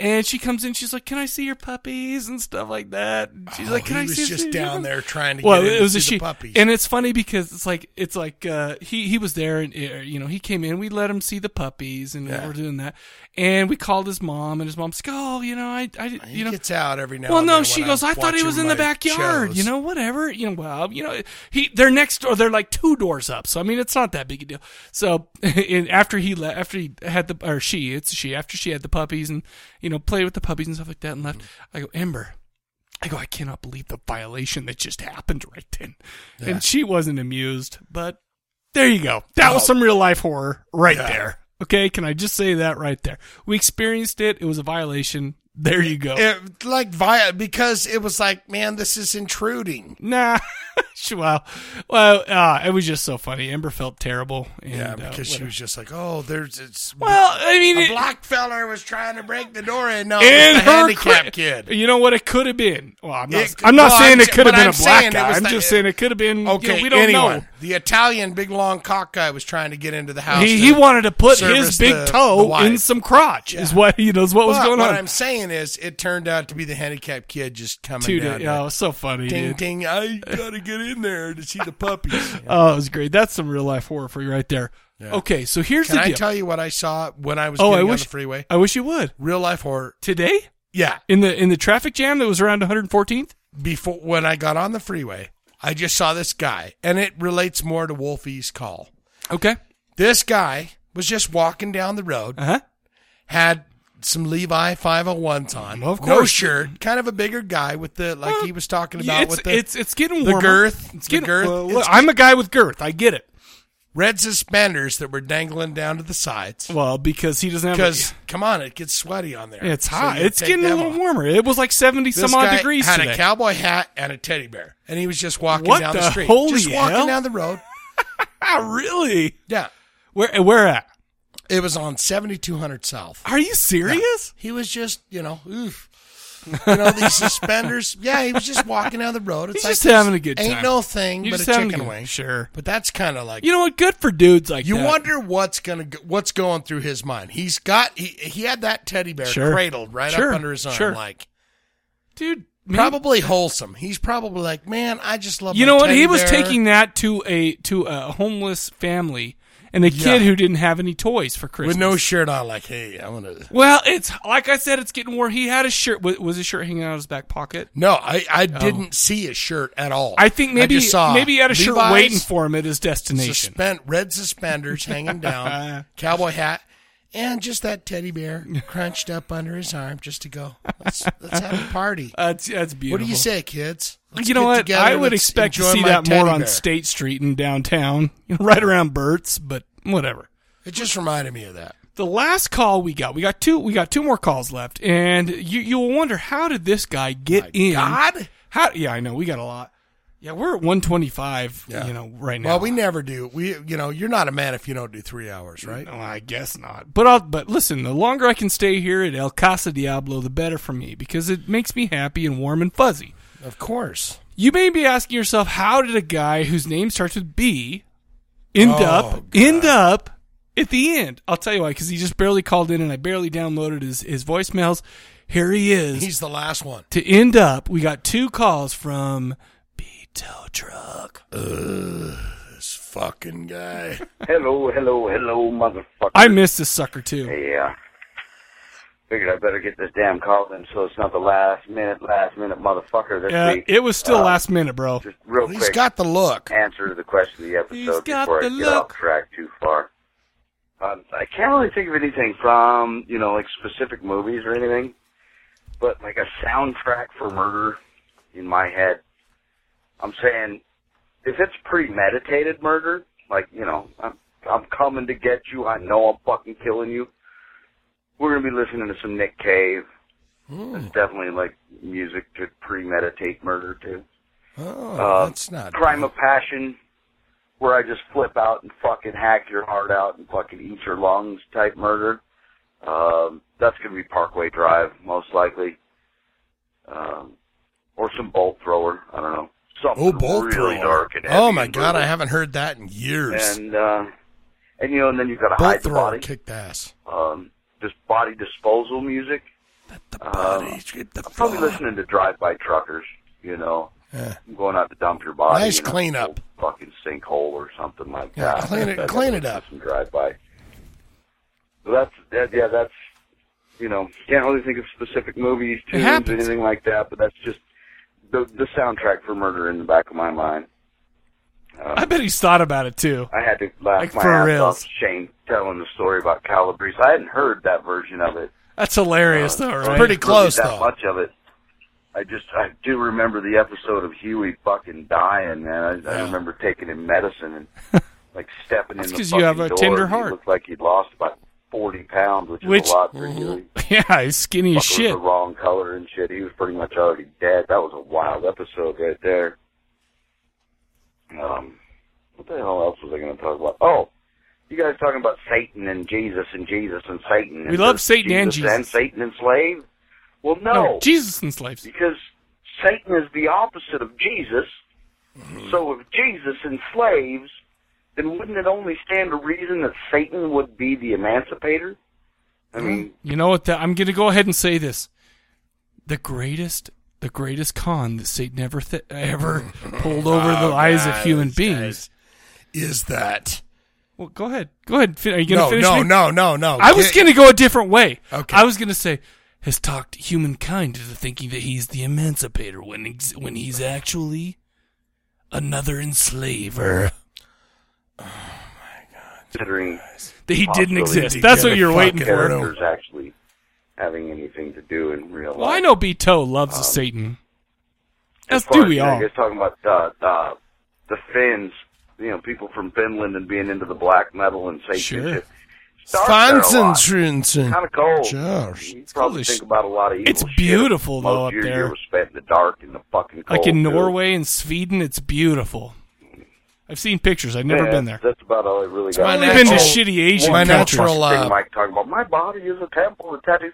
And she comes in, she's like, "Can I see your puppies and stuff like that?" And she's Oh, like, "Can he I was see?" just see- down there trying to well, get in it was to a see the she, puppies. and it's funny because it's like it's like uh, he he was there, and uh, you know he came in, we let him see the puppies, and Yeah. we're doing that, and we called his mom, and his mom's like, "Oh, you know, I, I you He know." gets out every now well, and no, then she when goes. I'm I thought he was in the watching my backyard. You shows. know, whatever. You know, well, you know, he they're next door. They're like two doors up. So I mean, it's not that big a deal. So (laughs) and after he left, after he had the or she, it's she. After she had the puppies and you know played with the puppies and stuff like that and left, Mm-hmm. I go Ember. I go. I cannot believe the violation that just happened right then, Yeah. and she wasn't amused. But there you go. That was Oh. some real life horror right Yeah. there. Okay, can I just say that right there? We experienced it. It was a violation. There you go. It- like via because it was like, man, this is intruding. Nah, (laughs) gosh! Wow, well, uh, it was just so funny. Amber felt terrible. And, Yeah, uh, because she whatever. was just like, "Oh, there's it's." Well, I mean, a it- black feller was trying to break the door in. No, and it was the her handicapped cri- kid. You know what? It could have been. Well, I'm not. It- I'm not well, saying I'm it sa- could have but been I'm a black saying it guy. was I'm the- just saying it could have been. Okay, you know, we don't anyone. know. The Italian big long cock guy was trying to get into the house. He, he wanted to put service his big the- the toe wife. in some crotch. Is what you know. Is what was But going what on. I'm saying is, it turned out to be the handicapped kid just coming Dude, down. it- there. oh, it was so funny, Ding dude. ding! I gotta get in there to see the puppies. Oh, it was great. That's some real life horror for you right there. (laughs) Okay, so here's Can the I deal. tell you what I saw when I was oh, getting I wish on the freeway? I wish you would. Real life horror today. Yeah, in the in the traffic jam that was around 114th. Before when I got on the freeway, I just saw this guy, and it relates more to Wolfie's call. Okay, this guy was just walking down the road. Uh-huh. Had some Levi 501s on. Of no course. shirt. Kind of a bigger guy with the like he was talking about it's, with the it's it's getting the warmer. girth. It's the getting girth. well, It's- look, I'm a guy with girth. I get it. red suspenders that were dangling down to the sides. Well, because he doesn't have Because come on, it gets sweaty on there. It's So hot. you it's take getting a them little off. warmer. It was like 70 This some odd guy degrees Had today. a cowboy hat and a teddy bear, and he was just walking What down the, the street. holy just walking hell? Ah, down the road. really? Yeah. Where where at? It was on 7200 South. Are you serious? He was just, you know, oof. You know these suspenders. Yeah, he was just walking down the road. It's He's like just this having a good Ain't time. no thing You're but a just having a chicken good- wing. Sure, but that's kind of like You know what? Good for dudes like you that. wonder what's gonna go, what's going through his mind. He's got he he had that teddy bear Sure. cradled right Sure. up under his arm, Sure. like dude, probably wholesome. He's probably like, man, I just love. You my know what? teddy He was bear." taking that to a to a homeless family and a kid Yeah. who didn't have any toys for Christmas. with no shirt on, like, hey, I'm gonna. Well, it's like I said, it's getting warm. He had a shirt. wa- Was his shirt hanging out of his back pocket? No, I I Oh. didn't see his shirt at all. I think maybe just saw maybe he had a shirt Levi's, waiting for him at his destination. Suspend, red suspenders hanging (laughs) down, cowboy hat, and just that teddy bear crunched up under his arm just to go. Let's, let's have a party. (laughs) That's that's What do beautiful. you say, kids? Let's you know get what? together, I would let's expect to enjoy see my that more teddy on bear. State Street in downtown, (laughs) you know, right around Burt's, but whatever. It just reminded me of that. The last call we got, we got two, we got two more calls left, and you you will wonder how did this guy get in? God? how? Yeah, I know we got a lot. Yeah, we're at one twenty five. You know, right now. Well, we never do. We, you know, you're not a man if you don't do three hours, right? No, I guess not. But I'll, but listen, the longer I can stay here at El Casa Diablo, the better for me because it makes me happy and warm and fuzzy. Of course. You may be asking yourself, how did a guy whose name starts with B end Oh, up end up at the end? I'll tell you why, because he just barely called in and I barely downloaded his his voicemails. Here he is. He's the last one. to end up. We got two calls from Beto Truck. this (laughs) fucking guy. Hello, hello, hello, motherfucker. I missed this sucker too. Yeah. Figured I better get this damn call in so it's not the last minute, last minute motherfucker this Yeah, week. it was still Uh, last minute, bro. Real He's quick, got the look. Answer the question of the episode He's got before the I get off look. track too far. Um, I can't really think of anything from you know like specific movies or anything, but like a soundtrack for murder in my head. I'm saying if it's premeditated murder, like you know, I'm I'm coming to get you. I know I'm fucking killing you. We're gonna be listening to some Nick Cave. Hmm. It's definitely like music to premeditate murder too. Oh, Uh, that's not crime of passion, where I just flip out and fucking hack your heart out and fucking eat your lungs type murder. Um, that's gonna be Parkway Drive most likely, um, or some bolt thrower. I don't know. Something Oh, bolt really thrower. dark and heavy Oh my and god, I brutal. haven't heard that in years. And uh, and you know, and then you've got to hide Bolt the thrower body. kicked ass. Um, just body disposal music. um, I'm probably listening to Drive By Truckers. You know, Uh, Yeah. I'm going out to dump your body. Nice you know, cleanup. Fucking sinkhole or something like Yeah, (laughs) that. clean it- That's- clean that's it up. Some drive by. So that's that, yeah, that's you know can't really think of specific movies, tunes, or anything like that. But that's just the the soundtrack for Murder in the back of my mind. Um, I bet he's thought about it too. I had to laugh Like, my for ass reals. off Shane telling the story about Calabrese. I hadn't heard that version of it. That's hilarious, though. Right? Really that much of it. I just I do remember the episode of Huey fucking dying, man. I, I remember taking him medicine and like stepping in the 'cause fucking you have a door tender and he heart. looked like he'd lost about forty pounds, which, Which- is a lot for Huey. (laughs) Yeah, he's skinny as Fucker shit. Was the wrong color and shit. He was pretty much already dead. That was a wild episode right there. Um, what the hell else was I going to talk about? Oh, you guys talking about Satan and Jesus and Jesus and Satan. We and love does Satan and Jesus. And Satan and slave? Well, no. Jesus and slaves. Because Satan is the opposite of Jesus. Mm-hmm. So if Jesus enslaves, then wouldn't it only stand to reason that Satan would be the emancipator? I mean, You know what? The, I'm going to go ahead and say this: the greatest, the greatest con that Satan ever th- (laughs) ever pulled over Oh, the eyes of guys, human beings is that. Well, go ahead. Go ahead. Fin- Are you going to No, finish? no, me? no, no, no. I was Get- going to go a different way. Okay. I was going to say has talked humankind into thinking that he's the emancipator when ex- when he's actually another enslaver. considering That he the didn't possibility exist. That's what you're waiting for. Characters actually having anything to do in real Well, I life. know Beto loves Oh. Satan. As far do as, we you know, all. You're talking about uh, the the Finns, you know, people from Finland and being into the black metal and Satan. Sure. and shit. Start there a lot. Fansenschunsen. Kind of cold. Josh. You probably think about a lot of evil It's beautiful shit. though Most up years there. You were spent in the dark in the fucking cold. Like Oh, in too. Norway and Sweden, it's beautiful. I've seen pictures. I've never Yeah, been there. That's about all I really It's got. my I've only been to natural- shitty Asian One countries. fucking natural, uh, thing Mike talking about. My body is a temple. The tattoo.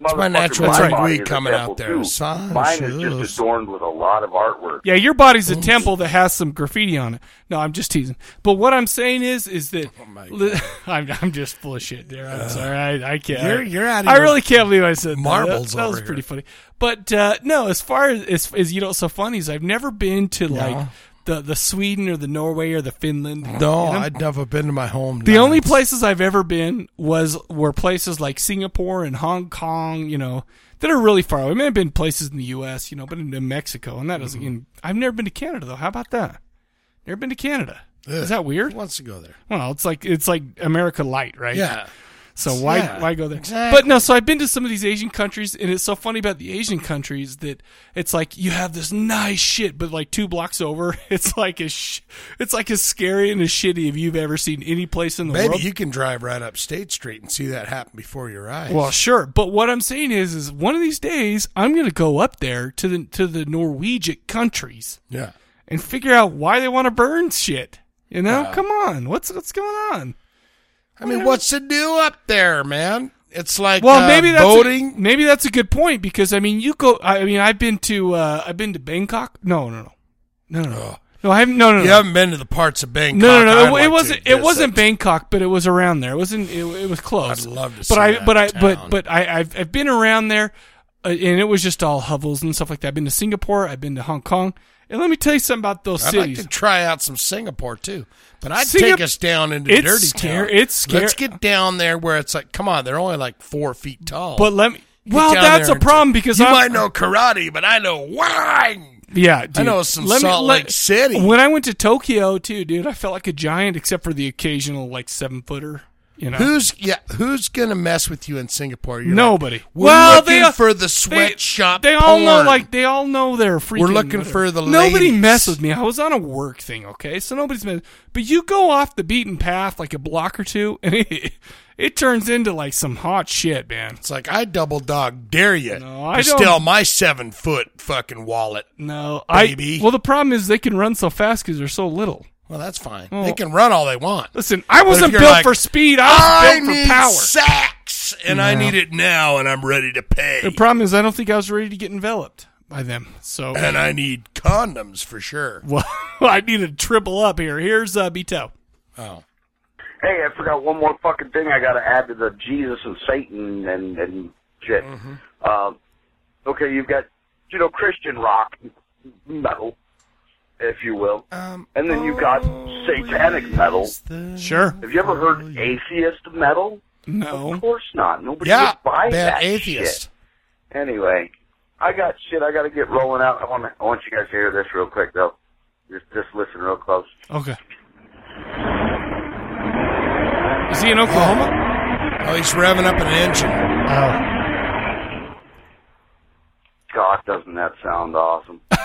It's my Motherfucker, natural my drag body week is a coming temple, out there. too. Son, Mine is shoes. just adorned with a lot of artwork. Yeah, your body's a temple that has some graffiti on it. No, I'm just teasing. But what I'm saying is, is that Oh li- (laughs) I'm, I'm just full of shit there. I'm Uh, sorry, I, I can't. you're- you're out of I your really can't believe I said that. marbles That, that was over pretty funny. But uh, no, as far as, as as you know, so funny is I've never been to No. like the the Sweden or the Norway or the Finland. No, You know? I'd never been to my home. The only places I've ever been was were places like Singapore and Hong Kong, you know, that are really far away. I may have been places in the U.S., you know, but in New Mexico, and that doesn't. Mm-hmm. and I've never been to Canada though. How about that? Never been to Canada. Is that weird? wants to go there? Well, it's like it's like America light, right? Yeah. So why Yeah, why go there? exactly. But no, so I've been to some of these Asian countries, and it's so funny about the Asian countries that it's like you have this nice shit, but like two blocks over, (laughs) it's like as sh- it's like as scary and as shitty if you've ever seen any place in the Maybe world. you can drive right up State Street and see that happen before your eyes. Well, sure, but what I'm saying is, is one of these days I'm going to go up there to the to the Norwegian countries, Yeah. and figure out why they want to burn shit. You know, Yeah. come on, what's what's going on? I mean, what's to do up there, man? It's like uh, that's a- boating. maybe that's a good point because I mean, you go. I mean, I've been to uh, I've been to Bangkok. No, no, no, no, no, no. No, I haven't. No, no, you no. haven't been to the parts of Bangkok. No, no, no. I'd It, like it to wasn't. It visit. wasn't Bangkok, but it was around there. It wasn't. It, it was close. I'd love to But see I, that but I, town. but but I, I've I've been around there, uh, and it was just all hovels and stuff like that. I've been to Singapore. I've been to Hong Kong. And let me tell you something about those I'd cities. like to try out some Singapore too, but I'd Singap- take us down into It's dirty scary- town. it's scary- Let's get down there where it's like, come on, they're only like four feet tall. But let me- Get well, down that's there a and problem say, because you I'm- might know karate, but I know wine. Yeah, dude. I know some Let me- Salt let- Lake City. When I went to Tokyo too, dude, I felt like a giant, except for the occasional like seven footer. You know, Who's yeah? Who's gonna mess with you in Singapore? You're nobody? Like, We're looking for the sweatshop. They, they all know porn." like they all know they're freaking. We're looking for the nobody ladies. messed with me. I was on a work thing, okay, so nobody's messed. But you go off the beaten path like a block or two, (laughs) and it, it turns into like some hot shit, man. It's like I double dog dare you No, I to don't- steal my seven foot fucking wallet. No, baby. I, well, the problem is they can run so fast because they're so little. well, that's fine. Well- they can run all they want. Listen, Oh. But I if wasn't you're built like, for speed. I was "I built need for power. Sacks, and I No. need it now, and I'm ready to pay. The problem is, I don't think I was ready to get enveloped by them. So, and I need condoms for sure. Well, (laughs) I need to triple up here. Here's uh, Beto. Oh, Hey, I forgot one more fucking thing I got to add to the Jesus and Satan and and shit. Mm-hmm. Um, okay, you've got you know Christian rock metal, if you will, Um, and then you've got satanic metal. Sure. Have you ever heard atheist metal? No. Of course not. Nobody Yeah, would buy bad that atheist. shit. Anyway, I got shit. I got to get rolling out. I want I want you guys to hear this real quick though. Just just listen real close. Okay. Is he in Oklahoma? Oh, he's revving up an engine. Oh. God, doesn't that (laughs) sound awesome? All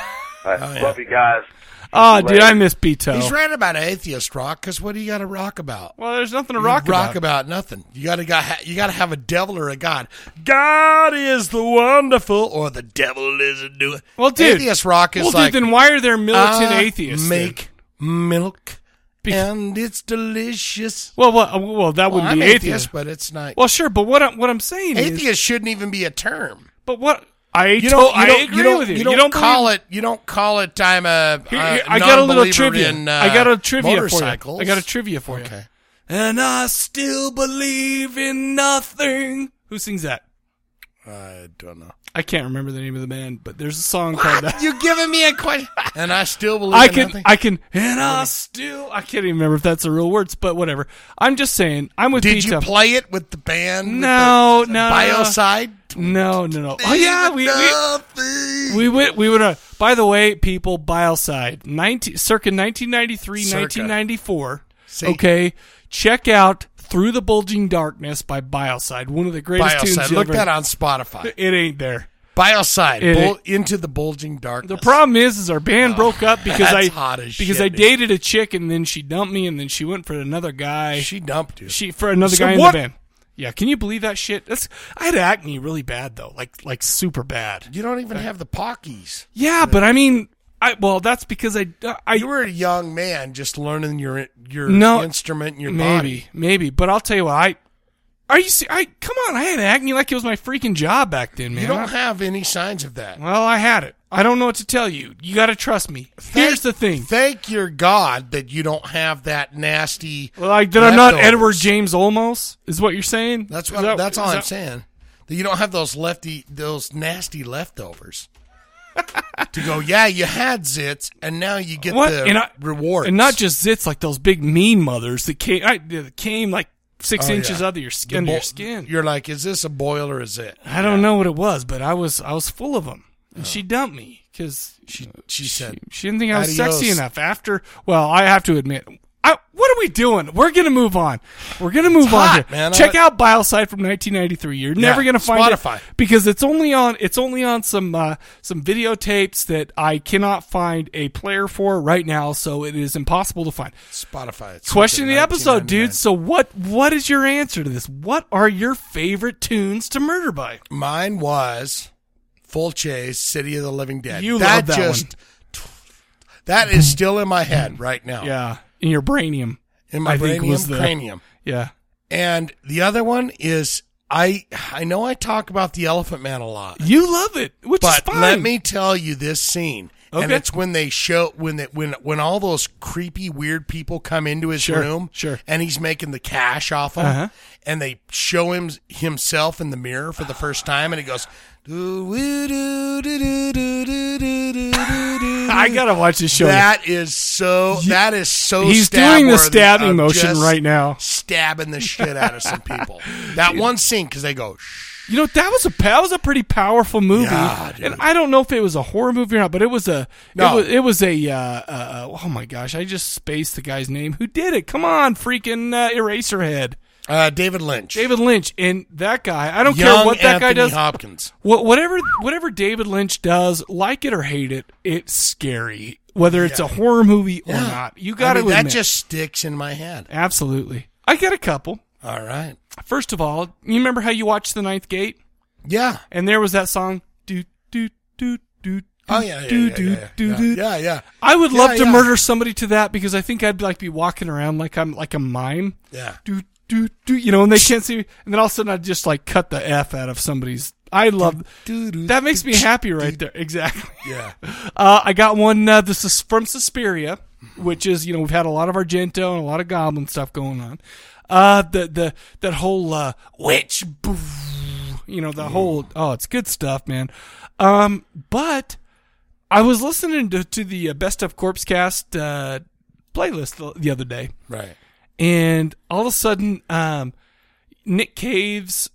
right, Love you guys. Oh, dude, I miss Beto. He's right about atheist rock because what do you got to rock about? Well, there's nothing to rock rock about. about. nothing. You got to got you got to have a devil or a god. God is the wonderful, or the devil isn't doing. Well, dude. atheist rock is well, like dude, then why are there militant I atheists? Make milk, and it's delicious. Well, well, uh, well that Well, would I'm be atheist, atheist, but it's not- Well, sure, but what I'm, what I'm saying Atheist is, shouldn't even be a term. But what I you to- don't, you I don't, agree you don't, with you. You don't, believe- call it. You don't call it. I'm a. Here- uh, here, I got a little non-believer trivia. in, uh, I got a trivia for you. motorcycles. I got a trivia for you. Okay. And I still believe in nothing. Who sings that? I don't know. I can't remember the name of the band, but there's a song called that. You giving me a question, and I still believe. I in can, nothing? I can, and I still, I can't even remember if that's the real words, but whatever. I'm just saying, I'm with Did Pete you Tough. play it with the band? No, with the, no. Biocide. No, no, no. Oh yeah, we we, we went we went. Uh, by the way, people, Bioside, 19, circa 1993, Circa. 1994. See? Okay, check out "Through the Bulging Darkness" by Bioside, one of the greatest tunes. Biocide. you'll Look ever- that on Spotify. It ain't there. Biocide. It- Bull, into the bulging darkness. Oh, The problem is, is our band broke up because I that's hot as because shit, I dude. dated a chick and then she dumped me and then she went for another guy. She dumped you. She for another So guy what- in the band. Yeah, can you believe that shit? That's I had acne really bad though, like like super bad. You don't even have the pockies. Yeah, but I mean, I well, that's because I I you were a young man just learning your your No, instrument and your maybe body. maybe, but I'll tell you what I. Are you? se- I come on! I had acne like it was my freaking job back then, man. You don't have any signs of that. well, I had it. I don't know what to tell you. You got to trust me. Here's the thing. Thank your God that you don't have that nasty. Like that, I'm not leftovers. Edward James Olmos. Is what you're saying? That's Is what. that- that's all is I'm that- saying. That you don't have those lefty, those nasty (laughs) leftovers. to go, yeah, you had zits, and now you get What the and I, rewards. and not just zits like those big mean mothers that came I, that came like six Oh, inches yeah. under your The skin. Under bo- your skin. You're like, is this a boil or a zit? I don't know what it was, but I was I was full of them, and she dumped me because she she said she didn't think I was sexy "Adios." enough. After well, I have to admit, I, what are we doing? We're gonna move on. We're gonna move on. hot, here. man. I Check like- out Bioside from 1993. You're Yeah, never gonna find Spotify. it because it's only on it's only on some uh, some videotapes that I cannot find a player for right now, so it is impossible to find. Spotify. It's (sighs) Question of the episode, dude. So what what is your answer to this? What are your favorite tunes to murder by? Mine was Full Chase, City of the Living Dead. You that love that just that is still in my head right now. Yeah, in your brainium. In my I think brainium, was the- cranium. Yeah. (laughs) And the other one is I I know I talk about the Elephant Man a lot. You love it, which but is fine. let me tell you this scene. And Okay. it's when they show when that when when all those creepy weird people come into his Sure, room, sure. and he's making the cash off them, Uh-huh. and they show him himself in the mirror for the first time, and he goes, I gotta watch this show. That is so. That is so. He's stab doing the worthy stabbing of motion just right now. stabbing the shit out of some (laughs) people. That one scene because they go, "Shh." You know that was a that was a pretty powerful movie, Yeah, and I don't know if it was a horror movie or not, but it was a No. it was it was a uh, uh, uh, oh my gosh, I just spaced the guy's name who did it. Come on, freaking uh, Eraserhead, uh, David Lynch, David Lynch, and that guy. I don't Young care what that Anthony guy does. Hopkins. Wha- whatever whatever David Lynch does, like it or hate it, it's scary. Whether it's Yeah. a horror movie or Yeah. not, you I got to mean, that admit. just sticks in my head. Absolutely. I got a couple. All right. First of all, you remember how you watched The Ninth Gate? Yeah. And there was that song, do, do, do, do, Oh, yeah, yeah, do, yeah, do, yeah, do, yeah. do. Yeah, yeah. I would Yeah, love to yeah. murder somebody to that because I think I'd like be walking around like I'm like a mime. Yeah. Do, do, do, you know, and they can't see me. And then all of a sudden I'd just like cut the F out of somebody's. I love that makes me happy right there. Exactly. (laughs) Yeah. Uh, I got one. Uh, this is from Suspiria, which is you know we've had a lot of Argento and a lot of Goblin stuff going on. Uh, the the that whole uh, witch, boo, you know the whole oh it's good stuff, man. Um, but I was listening to, to the uh, Best of Corpse Cast uh, playlist the, the other day, Right. and all of a sudden, um, Nick Cave's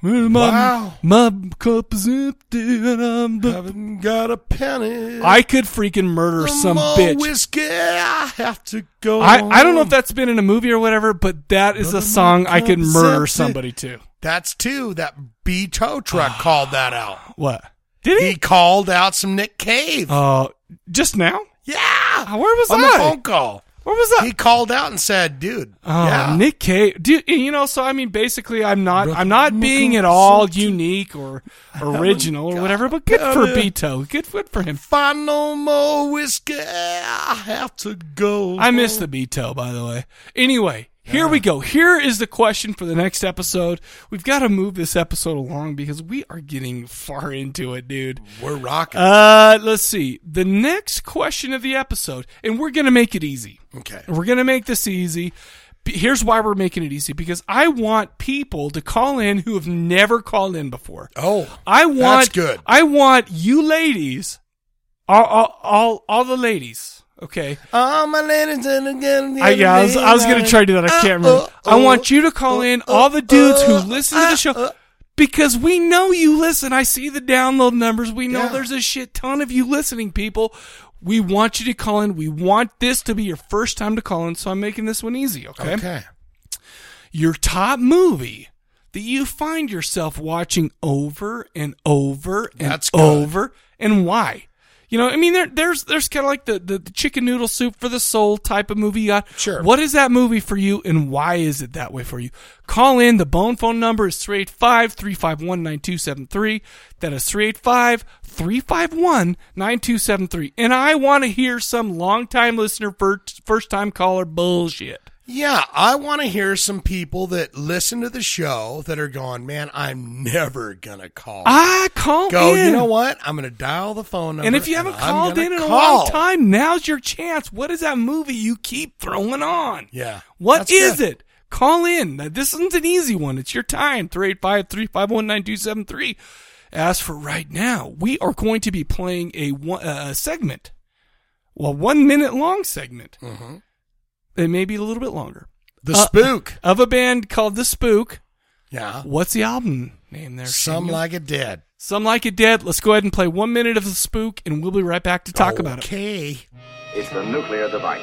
my, Wow. my cup is empty and I'm the- Haven't got a penny. I could freaking murder The some more bitch. whiskey I have to go. I, I don't know on. if that's been in a movie or whatever, but that is a Another song I could man's murder empty. (laughs) somebody to. That's two. That B tow truck (sighs) called that out. What? Did he? He called out some Nick Cave. Uh, just now? Uh, Yeah. Where was on I? the phone call. What was that? He called out and said, "Dude, Oh, yeah, Nick Cave. Dude, you know, so I mean, basically, I'm not, I'm not being at all (laughs) unique or original or whatever. But good for Oh God. Beto. Good, good for him. find no more whiskey. I have to go." I miss the Beto, by the way. Anyway, here we go. Here is the question for the next episode. We've got to move this episode along because we are getting far into it, dude. We're rocking. Uh, let's see. The next question of the episode, and we're going to make it easy. Okay. We're going to make this easy. B- Here's why we're making it easy because I want people to call in who have never called in before. Oh, I want that's good. I want you ladies, all all all, all the ladies. Okay, All my ladies and again. I, yeah, I was, I was gonna try to do that. I can't Uh, remember. I want you to call in all the dudes who listen to the show because we know you listen. I see the download numbers. We know there's a shit ton of you listening, people. We want you to call in. We want this to be your first time to call in, so I'm making this one easy. Okay. Okay. Your top movie that you find yourself watching over and over and That's good. over and why? You know, I mean, there, there's there's kind of like the, the the chicken noodle soup for the soul type of movie you got. Sure. What is that movie for you, and why is it that way for you? Call in. The bone phone number is 385 351 9273. That is 385 351 9273. And I want to hear some longtime listener, first time caller bullshit. Yeah, I want to hear some people that listen to the show that are going, man, I'm never going to call. I call Go, you in. know what? I'm going to dial the phone number. And if you haven't I'm called gonna in in a call." long time, now's your chance. What is that movie you keep throwing on? Yeah. What That's is good. it? Call in. Now, This isn't an easy one. It's your time. 385 351 9273. As for right now, we are going to be playing a, one, uh, a segment, well, one minute long segment. Mm-hmm. It may be a little bit longer. The Uh, Spook. Of a band called The Spook. Yeah. What's the album name there? Some Samuel? Like It Dead. Some Like It Dead. Let's go ahead and play one minute of The Spook, and we'll be right back to talk about it. Okay. It's the nuclear device.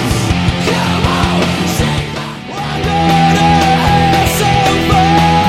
Come on, sing my word so far.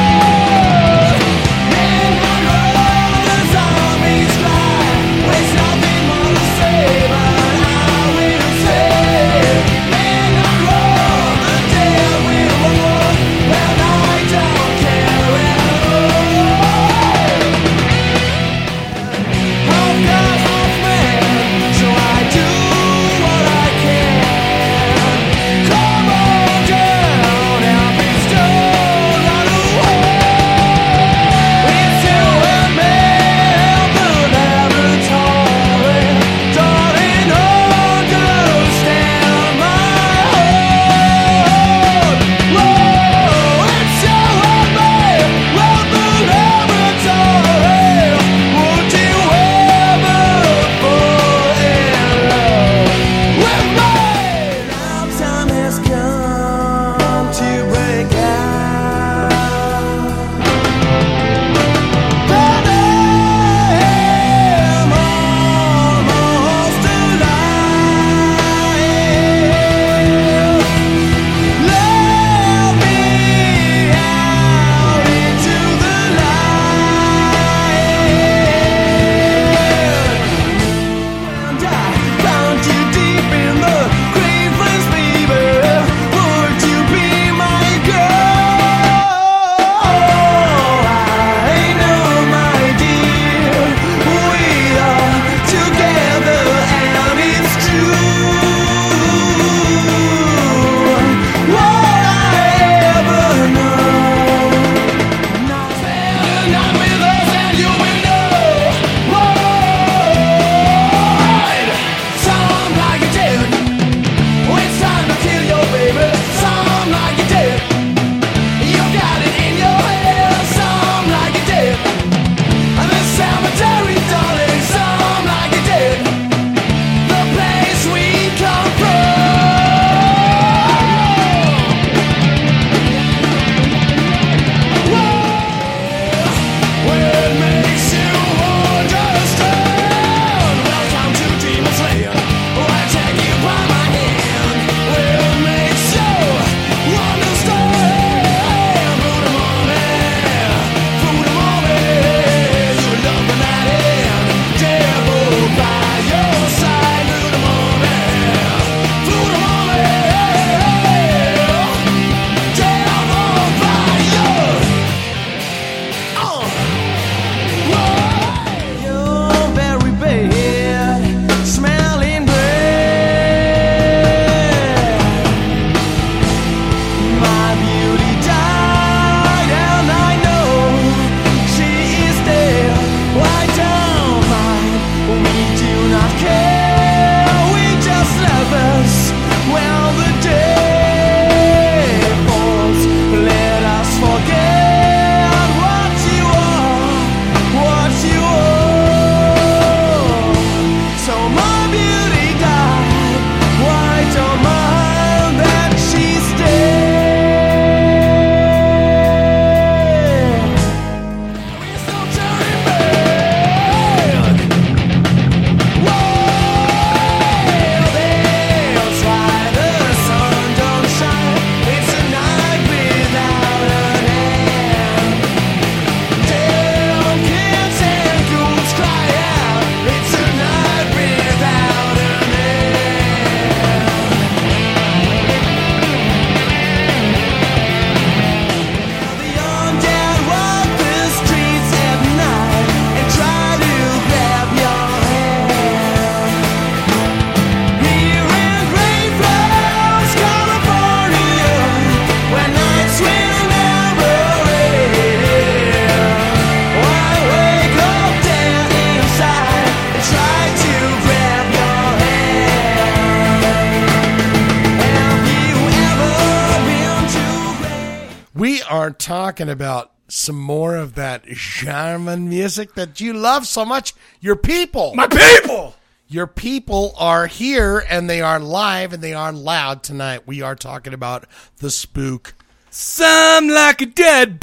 We are talking about some more of that German music that you love so much. Your people. My people! Your people are here and they are live and they are loud tonight. We are talking about the spook. Some like a dead.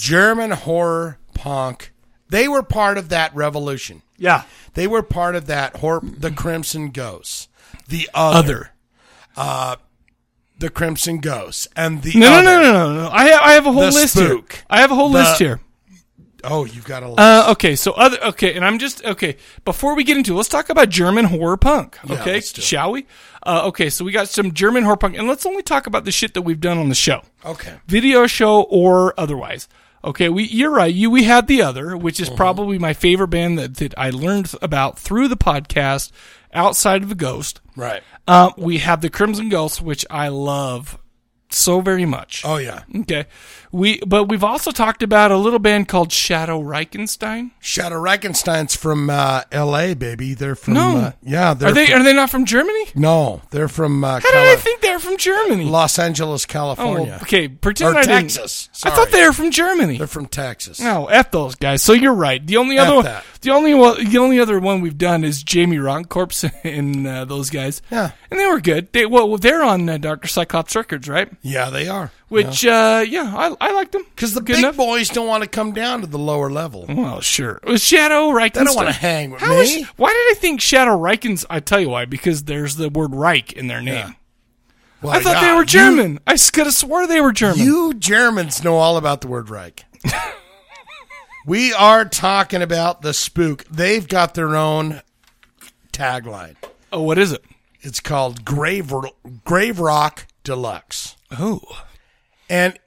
German horror punk. They were part of that revolution. Yeah. They were part of that horror, the Crimson Ghosts. The other. Uh, the Crimson Ghosts and the no, no, other. no, no, no, no. I have I have a whole The list spook. here. I have a whole The- list here. Oh, you've got a list. Uh, okay, so other okay, and I'm just okay. Before we get into, it, let's talk about German horror punk. Yeah, Okay, let's do it. shall we? Uh, okay, so we got some German horror punk, and let's only talk about the shit that we've done on the show, okay. video show or otherwise. Okay, we you're right. You we had the other, which Mm-hmm. is probably my favorite band that that I learned about through the podcast, outside of the Ghost. Right. Uh, we have the Crimson Ghosts, which I love so very much. Oh yeah. Okay. We but we've also talked about a little band called Shadow Reichenstein. Shadow Reichenstein's from uh, L.A., baby. They're from No. uh, yeah. They're Are they from- are they not from Germany? (laughs) No, they're from. Uh, How did I think they're from Germany? Los Angeles, California. Oh, okay. Pretend or I didn't- Texas. I thought they were from Germany. They're from Texas. No, f those guys. So you're right. The only F other one, that. the only one, the only other one we've done is Jamie Roncorps (laughs) and uh, those guys. Yeah, and they were good. They well, they're on uh, Doctor Cyclops Records, right? Yeah, they are. Which uh, yeah, I I liked them because the big boys don't want to come down to the lower level. Well, sure. It was Shadow Reichenstein. They don't want to hang with How me. is- why did I think Shadow Reichens? I tell you why. Because there's the word Reich in their name. Well, I thought yeah, they were you- German. I could have swore they were German. You Germans know all about the word (laughs) Reich. we are talking about the spook. They've got their own tagline. Oh, what is it? It's called Grave Grave Rock Deluxe. Oh. And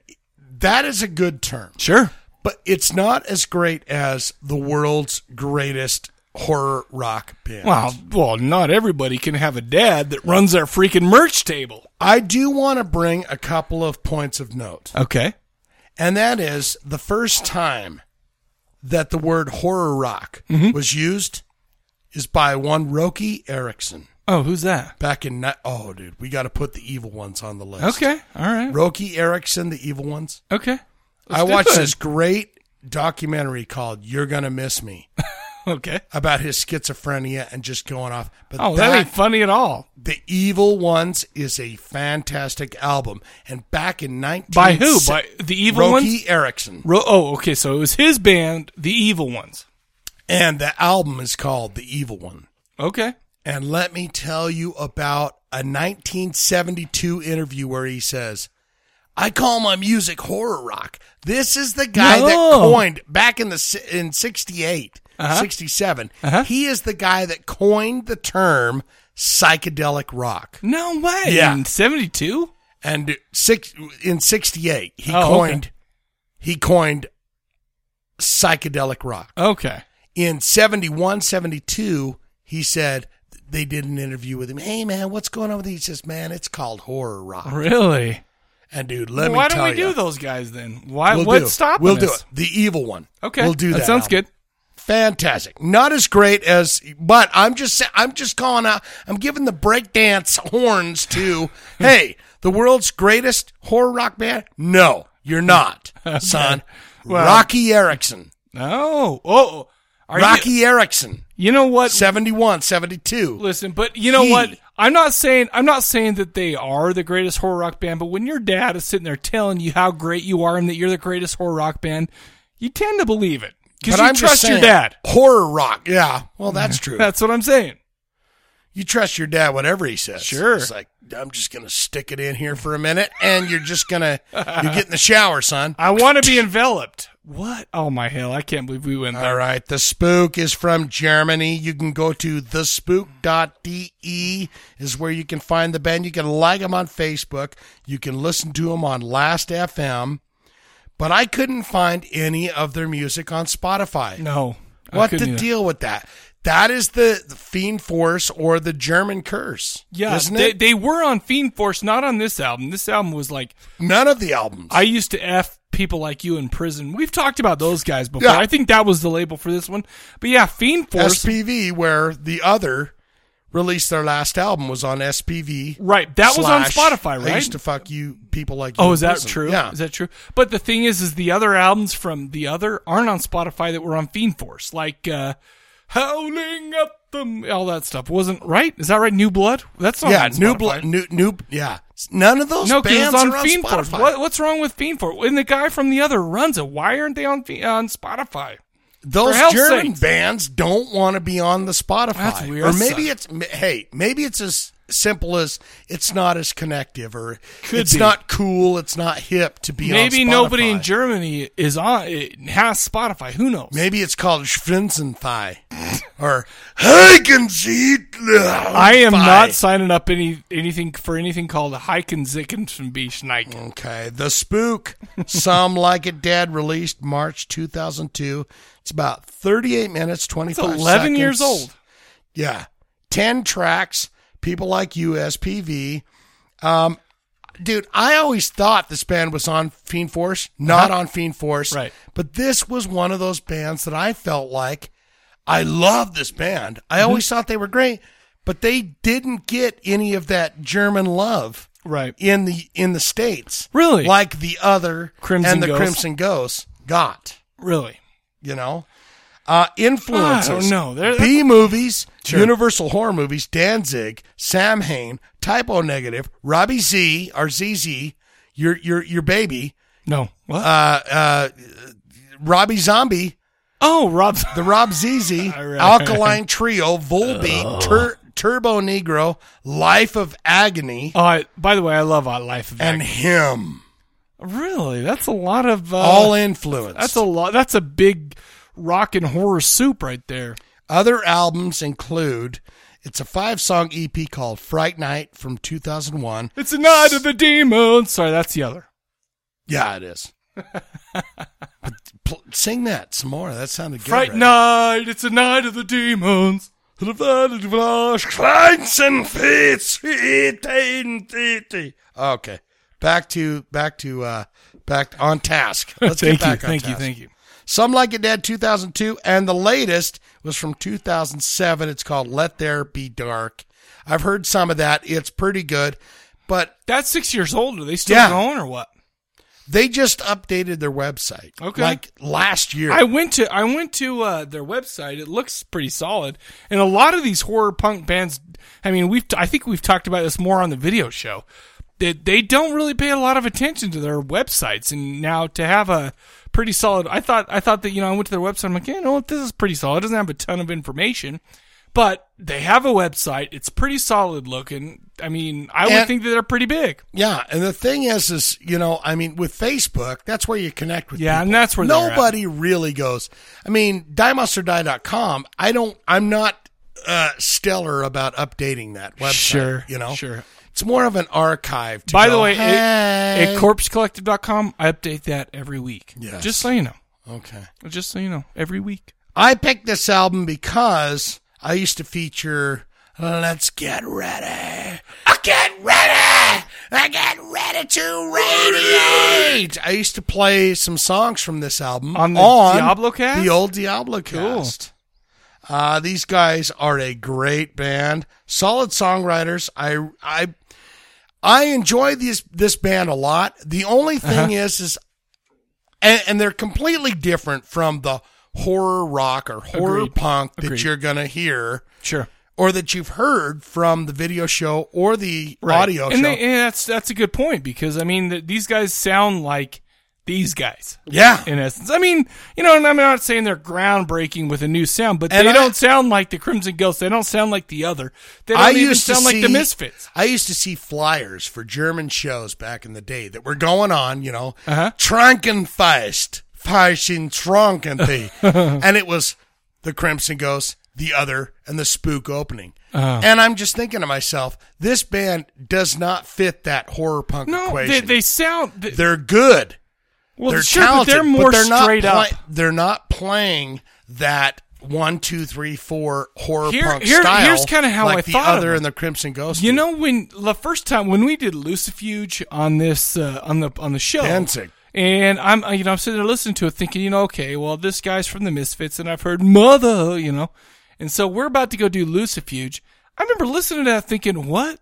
that is a good term. Sure. But it's not as great as the world's greatest horror rock band. Well, well, not everybody can have a dad that runs their freaking merch table. I do want to bring a couple of points of note. Okay. And that is the first time that the word horror rock Mm-hmm. was used is by one Roki Erickson. Oh, who's that? Back in ni- oh, dude, we got to put the evil ones on the list. Okay, all right. Roki Erickson, the evil ones. Okay, I do watched it. this great documentary called "You're Gonna Miss Me." (laughs) okay, about his schizophrenia and just going off. But Oh, that ain't funny at all. The Evil Ones is a fantastic album, and back in nineteen By who? By the evil Roki ones. Erickson. Ro- oh, okay. So it was his band, the Evil Ones. And the album is called The Evil One. Okay. And let me tell you about a 1972 interview where he says, I call my music horror rock. This is the guy that No. Uh-huh. coined back in the si- in 68, 67. He is the guy that coined the term psychedelic rock. No way. Yeah. In 72 and six in 68 he Oh, okay. coined he coined psychedelic rock. Okay. In 71, 72, he said they did an interview with him. Hey man, what's going on with you? He says, "Man, it's called horror rock." Really? And dude, let Well, me why tell don't we ya, do those guys then? Why? we'll what's do, stopping We'll do us? it. The evil one. Okay, We'll do that that. sounds album. Fantastic. Not as great as, but I'm just sa- I'm just calling out. I'm giving the breakdance horns (laughs) to. hey, the world's greatest horror rock band? No, you're (laughs) not, son. Well- Rocky Erickson. No. Oh, are you- Rocky Erickson. You know what? 71, 72. Listen, but you know He- what? I'm not saying I'm not saying that they are the greatest horror rock band, but when your dad is sitting there telling you how great you are and that you're the greatest horror rock band, you tend to believe it because But you I'm just trust your saying, dad. Horror rock. Yeah. Well, that's true. (laughs) that's what I'm saying. You trust your dad, whatever he says. Sure. It's like I'm just gonna stick it in here for a minute, and you're just gonna you get in the shower, son. (laughs) I want to be enveloped. What? Oh my hell! I can't believe we went there. All right. The Spook is from Germany. You can go to thespook.de E is where you can find the band. You can like them on Facebook. You can listen to them on Last FM. But I couldn't find any of their music on Spotify. No. I What couldn't the either. deal with that? That is the, the Fiend Force or the German Curse. Yeah, Isn't they, it? they were on Fiend Force, not on this album. This album was like none of the albums. I used to f people like you in prison. We've talked about those guys before. Yeah. I think that was the label for this one. But yeah, Fiend Force. SPV, where the other released their last album was on SPV. Right, that was on slash Spotify, I right? used to fuck you people like you. Oh, in is that prison. true? Yeah. Is that true? But the thing is, is the other albums from the other aren't on Spotify that were on Fiend Force, like uh, Howling at the M- all that stuff wasn't right. Is that right? New Blood. That's not yeah, on new Spotify. blood, new new yeah. None of those No, 'cause bands it's on are on Fiend Force. Spotify. What, what's wrong with Fiend Force? And the guy from the other runs it. Why aren't they on Fi- on Spotify? Those For hell's German sakes. bands don't want to be on the Spotify. That's weird. Or That maybe sucks. it's m- hey, maybe it's as simple as it's not as connective or Could it's be. not cool, it's not hip to be Maybe on Spotify. nobody in Germany is on. It has Spotify. Who knows? Maybe it's called Schwinzenthai (laughs) or Heikensiedler. I am not signing up any anything for anything called Heiken Zicken from Schneik. Okay, The Spook, (laughs) Some Like It Dead, released March 2002. It's about 38 minutes, 25 It's 11 years seconds. old. Yeah. 10 tracks, people like you, SPV. Um, dude, I always thought this band was on Fiend Force, not Uh-huh. on Fiend Force. Right. But this was one of those bands that I felt like I love this band. Mm-hmm. I always thought they were great, but they didn't get any of that German love. Right. In the in the States. Really? Like the other Crimson and the Ghost? Crimson Ghost got. Really? You know? Uh, influences. I don't know. They're- B movies, Sure. Universal horror movies, Danzig, Sam Hain, Typo Negative, Robbie Z, or ZZ, your your your baby. No. What? Uh, uh, Robbie Zombie. Oh, Rob. The Rob (laughs) ZZ, Alkaline Trio, Oh. Volbeat, Tur- Turbo Negro, Life of Agony. Oh, I, by the way, I love uh, Life of and Agony. him. Really? That's a lot of uh, All influenced. That's a lot. That's a big rock and horror soup right there. Other albums include it's a five song EP called Fright Night from 2001. It's a night of the demons. Sorry, that's the other. Yeah, it is. Pl- Sing that some more. That sounded good. Fright right? night. It's a night of the demons. Okay. Back to back to uh back on (laughs) task. Let's Thank get back you, on thank you, task. thank you. Some Like It Dead 2002 and the latest was from 2007. It's called Let There Be Dark. I've heard some of that. It's pretty good. But that's 6 years old. Are they still going or what? They just updated their website. Okay. Like last year. I went to I went to uh, their website. It looks pretty solid, and a lot of these horror punk bands. I mean, we've I think we've talked about this more on the video show. That they don't really pay a lot of attention to their websites, and now to have a pretty solid. I thought I thought that you know I went to their website. I'm like, yeah, you know what, this is pretty solid. It doesn't have a ton of information, but they have a website. It's pretty solid looking. I mean, I would And- think that they're pretty big. Yeah, and the thing is, is you know, I mean, with Facebook, that's where you connect with. Yeah, people. and that's where they're at. nobody really goes. I mean, diemusterdie.com, I don't. I'm not uh, stellar about updating that website. Sure, you know, sure. It's more of an archive. To By go, the way, at, hey. at corpsecollective.com, I update that every week. Yes. Just so you know. Okay. Just so you know, every week. I picked this album because I used to feature. Let's get ready. I get ready. I get ready to radiate. I used to play some songs from this album On the Diablo cast? The old Diablo cast. Uh, these guys are a great band, solid songwriters. I I I enjoy these this band a lot. The only thing Uh-huh. is is and, and they're completely different from the horror rock or horror Agreed. punk that Agreed. you're gonna hear, sure, or that you've heard from the video show or the audio and show. They, and that's that's a good point because I mean th these guys sound like these guys. Yeah. in essence. I mean, you know, and I'm not saying they're groundbreaking with a new sound, but And they I- don't sound like the Crimson Ghost. They don't sound like the other. They don't I even used sound to like see, the Misfits. I used to see flyers for German shows back in the day that were going on, you know, uh-huh. Trankenfest, Feischen (laughs) Trankenfee. and it was the Crimson Ghost, the other, and the spook opening. Uh-huh. And I'm just thinking to myself, this band does not fit that horror punk No, they, equation. they sound. They, are good. Well, they're sure, talented, but they're more they're not straight play- up. They're not playing that one, two, three, four horror Here- punk here- style. here's kinda how like I the thought of other them. and the Crimson Ghost. You know when the first time when we did Lucifuge on this uh, on the on the show, Danzig. and I'm uh, you know I'm sitting there listening to it, thinking you know okay, well this guy's from the Misfits, and I've heard Mother, you know, and so we're about to go do Lucifuge. I remember listening to that thinking, what?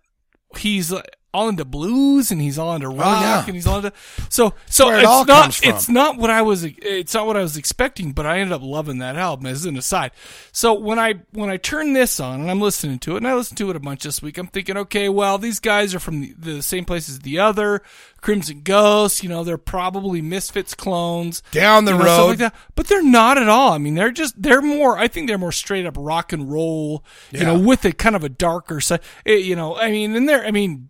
He's uh, all into blues and he's all into rock Ah. and he's all into so so Where it it's all not comes from. it's not what I was it's not what I was expecting, but I ended up loving that album as an aside. So when I when I turn this on and I'm listening to it and I listened to it a bunch this week, I'm thinking, okay, well these guys are from the, the same place as the other Crimson Ghost, you know, they're probably Misfits clones Down the you know, stuff road. like that. But they're not at all. I mean, they're just they're more. I think they're more straight up rock and roll. You know, Yeah. with a kind of a darker side. eh, You know, I mean, and they're. I mean,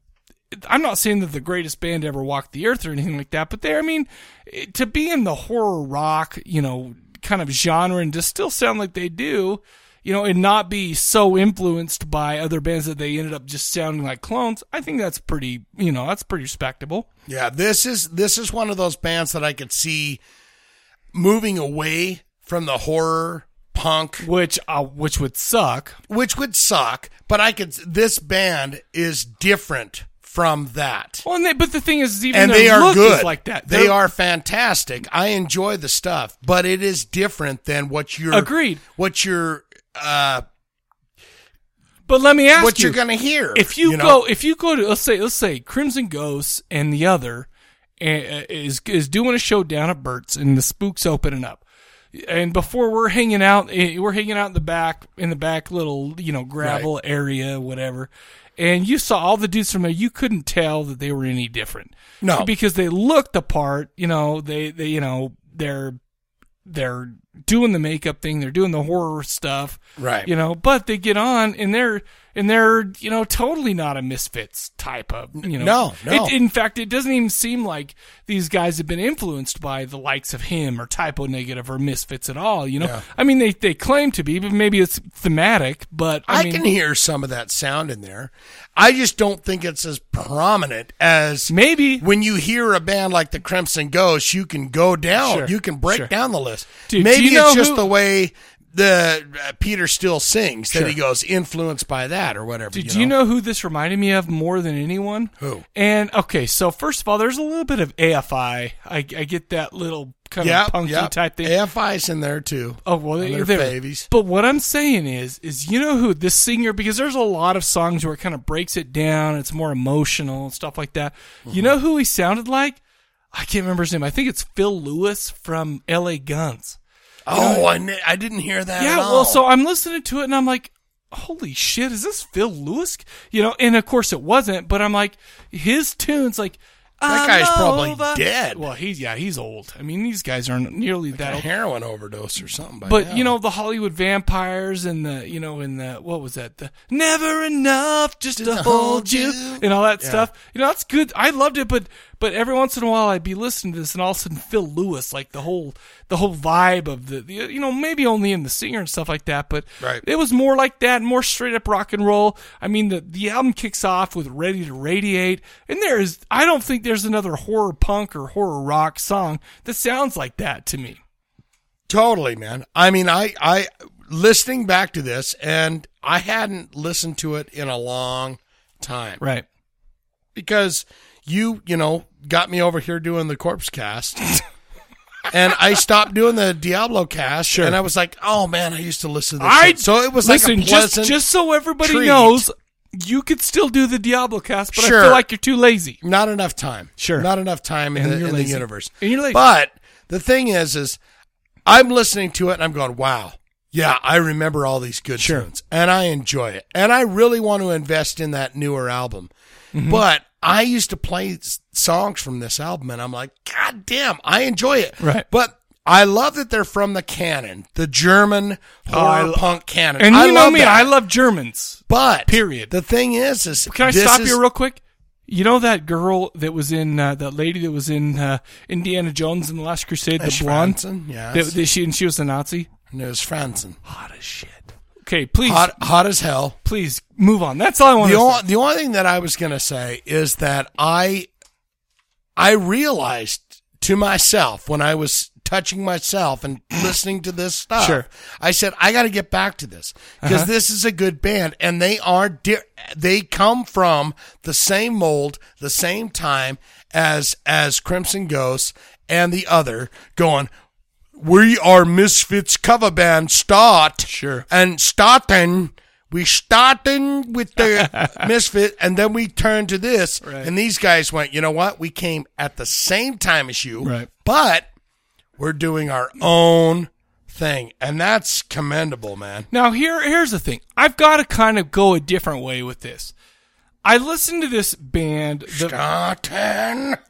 I'm not saying that the greatest band ever walked the earth or anything like that, but they're. I mean, eh, to be in the horror rock, you know, kind of genre and to still sound like they do. You know, and not be so influenced by other bands that they ended up just sounding like clones. I think that's pretty, you know, that's pretty respectable. Yeah, this is this is one of those bands that I could see moving away from the horror punk, which uh, which would suck, which would suck. But I could. This band is different from that, Well, and they, but the thing is, even and their they are look is good like that. They They're- are fantastic. I enjoy the stuff, but it is different than what you're Agreed. What you're. Uh, But let me ask what you, you're gonna hear If you, you know? go, if you go to let's say let's say Crimson Ghosts and the other uh, is is doing a show down at Burt's and the Spooks opening up. And before we're hanging out, eh, we're hanging out in the back, in the back little, you know, gravel area, whatever. And you saw all the dudes from there. You couldn't tell that they were any different. No. because they looked the part. You know, they, they, you know, they're they're doing the makeup thing, they're doing the horror stuff, Right. You know, but they get on and they're and they're you know totally not a misfits type of you know. No, no. It, in fact, it doesn't even seem like these guys have been influenced by the likes of him or typo negative or misfits at all. You know, Yeah. I mean they they claim to be, but maybe it's thematic. But I, I, mean, can hear some of that sound in there. I just don't think it's as prominent as maybe when you hear a band like the Crimson Ghost, you can go down, Sure, you can break sure. down the list. Dude, do maybe you know it's just who- the way the uh, Peter still sings that he Sure. goes influenced by that or whatever. Did you you know? know? who this reminded me of more than anyone? Who? And okay, so first of all, there's a little bit of AFI. I, I get that little kind Yep, of punky yep. type thing. AFI's in there too. Oh well, On they're their babies. But what I'm saying is, is you know who this singer? Because there's a lot of songs where it kind of breaks it down. It's more emotional and stuff like that. Mm-hmm. You know who he sounded like? I can't remember his name. I think it's Phil Lewis from L.A. Guns. Oh, I, kn- I didn't hear that. Yeah, at all. well, so I'm listening to it and I'm like, holy shit, is this Phil Lewis? You know, and of course it wasn't, but I'm like, his tunes, like, That I'm guy's probably over. dead. Well, he's, yeah, he's old. I mean, these guys aren't nearly that a old. heroin overdose or something. By But now. you know the Hollywood vampires and the you know and the what was that the never enough just, to hold you and all that Yeah. stuff you know that's good I loved it but but every once in a while I'd be listening to this and all of a sudden Phil Lewis like the whole the whole vibe of the, the you know maybe only in the singer and stuff like that but Right. it was more like that more straight up rock and roll I mean the the album kicks off with Ready to Radiate and there is I don't think there's another horror punk or horror rock song that sounds like that to me. Totally, man. I mean, I, I, listening back to this, and I hadn't listened to it in a long time. Right. Because you, you know, got me over here doing the corpse cast. (laughs) and I stopped doing the Diablo cast. Sure. And I was like, oh, man, I used to listen to this. I shit. So it was like listen, a pleasant. just, just so everybody treat. knows, you could still do the Diablo cast, but Sure. I feel like you're too lazy. Not enough time. Sure. Not enough time in, And the, you're in the lazy. universe. And you're lazy. But the thing is, is I'm listening to it and I'm going, wow, yeah, I remember all these good tunes and I enjoy it. And I really want to invest in that newer album. Mhm. But I used to play s- songs from this album and I'm like, God damn, I enjoy it. Right. But I love that they're from the canon, the German Oh, I horror lo- punk canon. And I you know love me, that. I love Germans. But period. The thing is, is Can I this stop is- you real quick? You know that girl that was in uh, that lady that was in uh, Indiana Jones and the Last Crusade, the Ash blonde. Franson, yes. That- that she and she was a Nazi. And it was Franson. Hot as shit. Okay, please. Hot, hot as hell. Please move on. That's all I want The to only, say. the only thing that I was going to say is that I, I realized to myself when I was touching myself and (clears throat) listening to this stuff, Sure. I said I got to get back to this because Uh-huh. this is a good band and they are di- they come from the same mold, the same time as as Crimson Ghosts and the other going. We are Misfits cover band start. Sure. And starting We starting with (laughs) the misfit, and then we turn to this, and these guys went. You know what? We came at the same time as you, Right. But we're doing our own thing, and that's commendable, man. Now here here's the thing. I've got to kind of go a different way with this. I listened to this band the,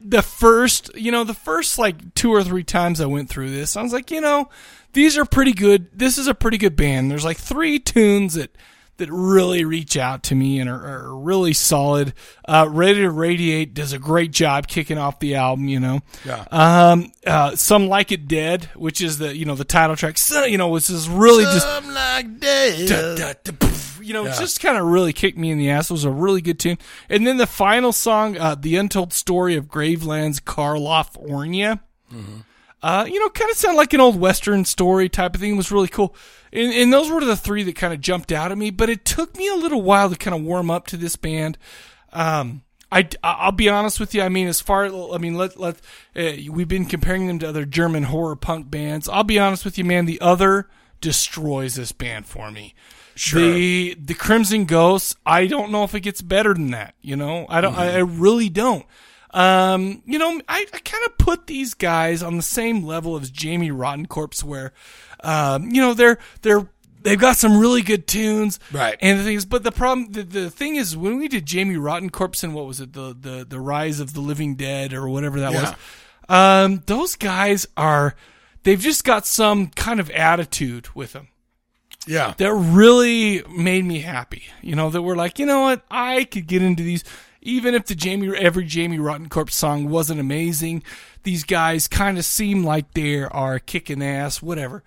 the first you know, the first like two or three times I went through this, I was like, you know, these are pretty good this is a pretty good band. There's like three tunes that that really reach out to me and are, are really solid. Uh, Ready to Radiate does a great job kicking off the album, you know. Yeah. Um, uh, Some Like It Dead, which is the, you know, the title track, so, you know, which is really just Some like this. Da, da, da, poof. you know, Yeah. just kind of really kicked me in the ass. It was a really good tune. And then the final song, uh, The Untold Story of Graveland's Karloff Ornia. Uh, you know, kind of sound like an old Western story type of thing. It was really cool. And, and those were the three that kind of jumped out at me, but it took me a little while to kind of warm up to this band. Um, I, I'll be honest with you. I mean, as far, I mean, let, let, uh, we've been comparing them to other German horror punk bands. I'll be honest with you, man. The other destroys this band for me. Sure. The, the Crimson Ghosts, I don't know if it gets better than that. You know, I don't, I, I really don't. Um, you know, I, I kind of put these guys on the same level as Jamie Rotten Corpse, where, um, you know, they're they're they've got some really good tunes, Right. And the things, but the problem, the, the thing is, when we did Jamie Rotten Corpse and what was it, the the the Rise of the Living Dead or whatever that Yeah. was, um, those guys are, they've just got some kind of attitude with them Yeah. that really made me happy. You know, that we're like, you know what, I could get into these, even if the Jamie every Jamie Rotten Corpse song wasn't amazing. These guys kind of seem like they are kicking ass, whatever.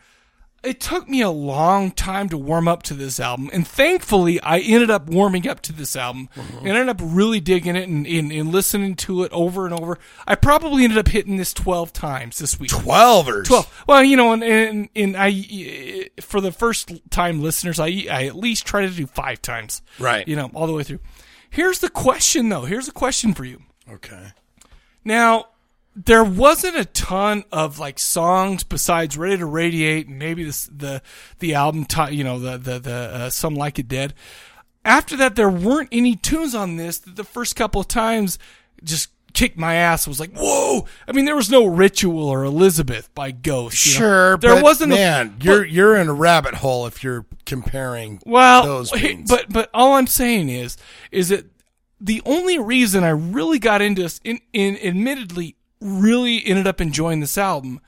It took me a long time to warm up to this album, and thankfully, I ended up warming up to this album and ended up really digging it and, and, and listening to it over and over. I probably ended up hitting this 12 times this week. 12ers? 12. Well, you know, and, and, and I, for the first time listeners, I, I at least try to do five times. Right. You know, all the way through. Here's the question, though. Here's a question for you. Okay. Now, there wasn't a ton of like songs besides "Ready to Radiate" and maybe this, the the album, ti- you know, the the the uh, "Some Like It Dead." After that, there weren't any tunes on this. That the first couple of times just kicked my ass. It was like, whoa! I mean, there was no "Ritual" or "Elizabeth" by Ghost. you know? Sure, there but, wasn't. a- Man, but- you're you're in a rabbit hole if you're comparing. well, those (laughs) he- beans. but but all I'm saying is is that the only reason I really got into this in, in admittedly really ended up enjoying this album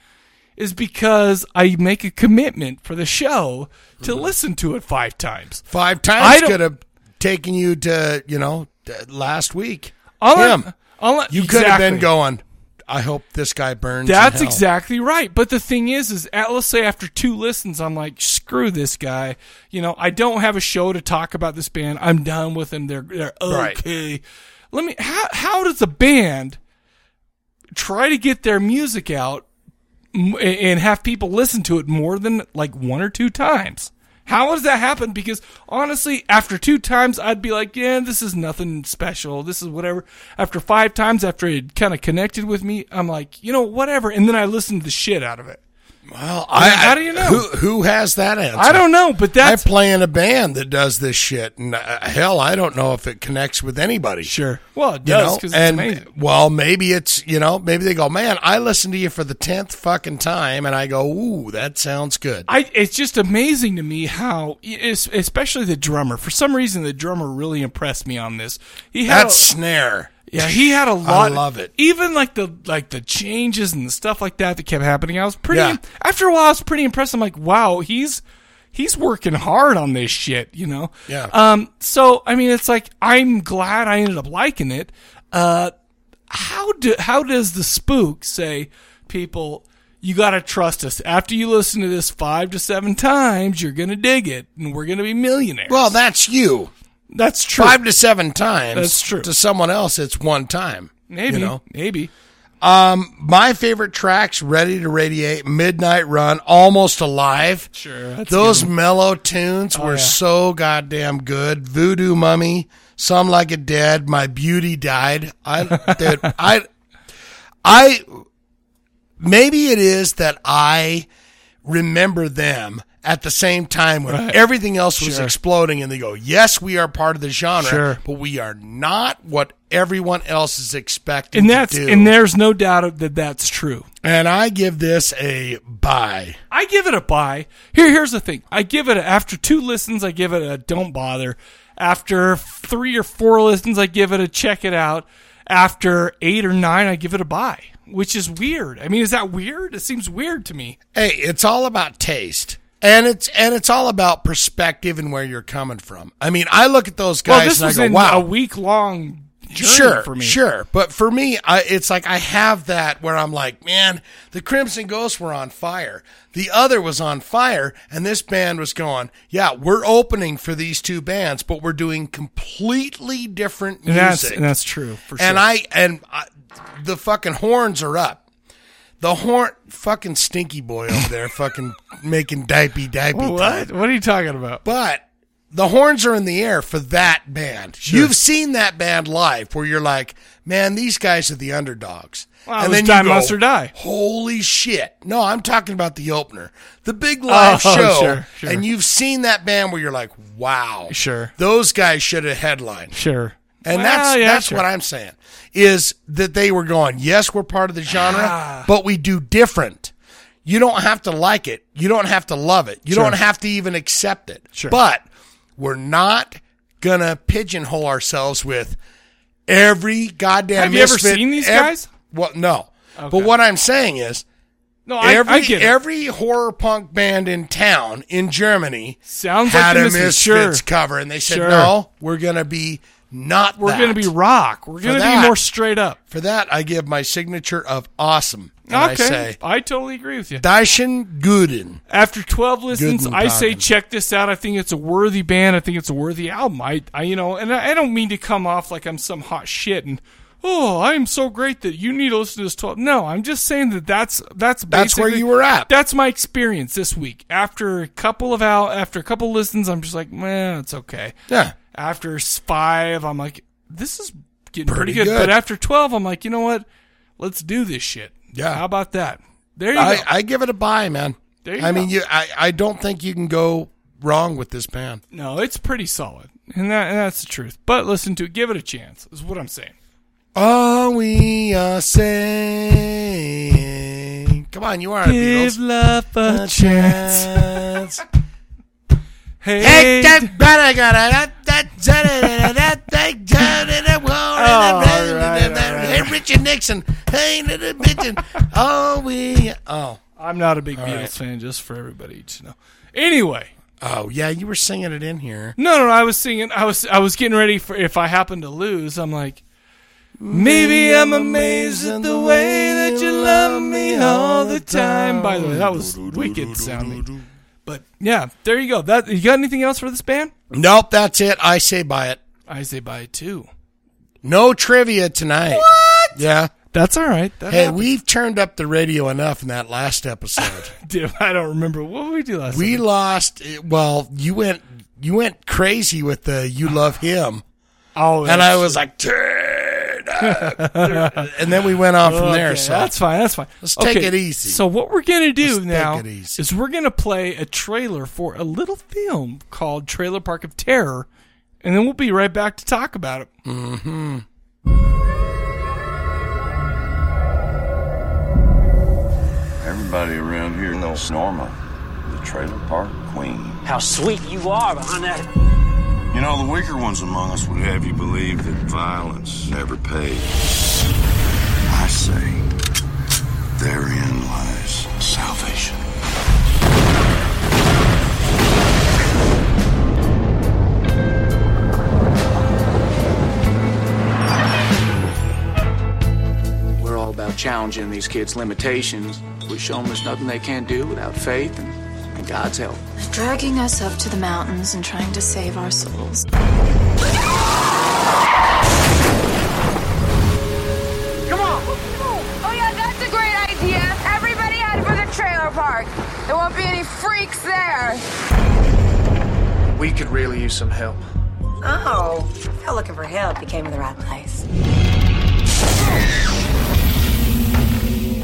is because I make a commitment for the show to listen to it five times. Mm-hmm. five I times don't- could have taken you to you know t- last week. All I- Him. all I- you could have been Exactly. going. I hope this guy burns. in That's hell." exactly right. But the thing is, is at, let's say after two listens, I'm like, screw this guy. You know, I don't have a show to talk about this band. I'm done with them. They're they're Right. okay. Let me. How how does a band try to get their music out m- and have people listen to it more than like one or two times? How does that happen? Because honestly, after two times, I'd be like, yeah, this is nothing special. This is whatever. After five times, after it kind of connected with me, I'm like, you know, whatever. And then I listened to the shit out of it. Well, I I, mean, how do you know? who who has that answer? I don't know, but that's- I play in a band that does this shit, and uh, hell, I don't know if it connects with anybody. Sure, well, it You does know, 'cause it's and amazing. well, maybe it's you know, maybe they go, man, I listened to you for the tenth fucking time, and I go, ooh, that sounds good. I, it's just amazing to me how, es- especially the drummer. For some reason, the drummer really impressed me on this. He had that snare. Yeah, he had a lot. I love it. Even like the like the changes and the stuff like that that kept happening. I was pretty. Yeah. After a while, I was pretty impressed. I'm like, wow, he's he's working hard on this shit. You know. Yeah. Um. So I mean, it's like I'm glad I ended up liking it. Uh, how do how does the spook say, people? You gotta trust us. After you listen to this five to seven times, you're gonna dig it, and we're gonna be millionaires. Well, that's you. That's true. Five to seven times. That's true. To someone else, it's one time. Maybe, You know? Maybe. Um, my favorite tracks: "Ready to Radiate," "Midnight Run," "Almost Alive." Sure. that's a Those good one. mellow tunes Oh, were yeah. so goddamn good. "Voodoo Mummy," "Some Like It Dead," "My Beauty Died." I, (laughs) dude, I, I, maybe it is that I remember them at the same time when Right. everything else was Sure. exploding, and they go, "Yes, we are part of the genre, Sure. but we are not what everyone else is expecting." and that's to do. and there's no doubt that that's true. And I give this a buy. I give it a buy. Here, here's the thing. I give it a, after two listens, I give it a don't bother. After three or four listens, I give it a check it out. After eight or nine, I give it a buy, which is weird. I mean, is that weird? It seems weird to me. Hey, it's all about taste. And it's and it's all about perspective and where you're coming from. I mean, I look at those guys well, this and was I go, in "Wow, a week long journey sure, for me. Sure, but for me, I, it's like I have that where I'm like, man, the Crimson Ghosts were on fire. The other was on fire, and this band was going, yeah, we're opening for these two bands, but we're doing completely different music. And that's, and that's true. For and sure. I and I, the fucking horns are up. The horn, fucking stinky boy over (laughs) there, fucking making dipey dipey. What? What are you talking about? But the horns are in the air for that band. You've seen that band live, where you're like, man, these guys are the underdogs. Well, it was Die Monster Die. Holy shit! No, I'm talking about the opener, the big live Oh, show, (laughs) sure, sure. and you've seen that band where you're like, wow, Sure. those guys should have headlined. Sure. And Well, that's yeah, that's sure. what I'm saying is that they were going, yes, we're part of the Ah. genre, but we do different. You don't have to like it. You don't have to love it. You Sure. don't have to even accept it. Sure. But we're not gonna pigeonhole ourselves with every goddamn. Have you ever misfit, seen these ev- guys? Well, no. Okay. But what I'm saying is, No, Oh, I- I every get it. every horror punk band in town in Germany Sounds like had the a Misfits, Misfits sure. cover, and they said, Sure. "No, we're gonna be not. We're that. gonna be rock. We're For gonna be that- more straight up." For that, I give my signature of awesome, and I okay. say, I totally agree with you. Dyson Gooden. After 12 listens, Gooden I say Goggin. check this out. I think it's a worthy band. I think it's a worthy album. I, I you know, and I, I don't mean to come off like I'm some hot shit and oh, I am so great that you need to listen to this 12. No, I'm just saying that that's that's That's where basically- you were at. That's my experience this week. After a couple of out, after a couple listens, I'm just like, man, it's okay. Yeah. After s- five, I'm like, this is getting Pretty pretty, good. good. But after 12, I'm like, you know what? Let's do this shit. Yeah. How about that? There you I, go. I give it a buy, man. There you I go. mean, you, I, I don't think you can go wrong with this band. No, it's pretty solid, and that and that's the truth. But listen to it, give it a chance. Is what I'm saying. All we are saying. Come on, you are Give the Beatles. love a chance. chance. (laughs) Hey, Hey, that better gotta- that- that- that- that- that- that- that- Oh, Hey, Richard Nixon. Hey, little bitchin'. Oh, we. Oh, I'm not a big All Beatles right. fan, just for everybody to know. Anyway, Oh yeah, you were singing it in here. no, no, I was singing. I was I was getting ready for if I happen to lose. I'm like, maybe I'm amazed at the way that you love me all the time. By the way, that was wicked sounding. But yeah, there you go. That you got anything else for this band? Nope, that's it. I say buy it. I say buy it too. No trivia tonight. What? Yeah, that's all right. That hey, happens. we've turned up the radio enough in that last (laughs) episode. Dude, I don't remember what did we do last. we time? lost. Well, you went you went crazy with the "You Love Him." Oh, and that's- I (laughs) was like, "Turn up." and then we went on from there. Okay, So that's fine. That's fine. Let's Okay, take it easy. So what we're gonna do Let's now take it easy. is we're gonna play a trailer for a little film called Trailer Park of Terror, and then we'll be right back to talk about it. Mm-hmm. Everybody around here knows Norma, the trailer park queen. How sweet you are behind that. You know, the weaker ones among us would have you believe that violence never paid. I say, therein lies salvation. We're all about challenging these kids' limitations. We show them there's nothing they can't do without faith and, and God's help. Dragging us up to the mountains and trying to save our souls. Come on. Oh yeah, that's a great idea. Everybody head for the trailer park. There won't be any freaks there. We could really use some help. Oh, if you're looking for help, you came to the right place.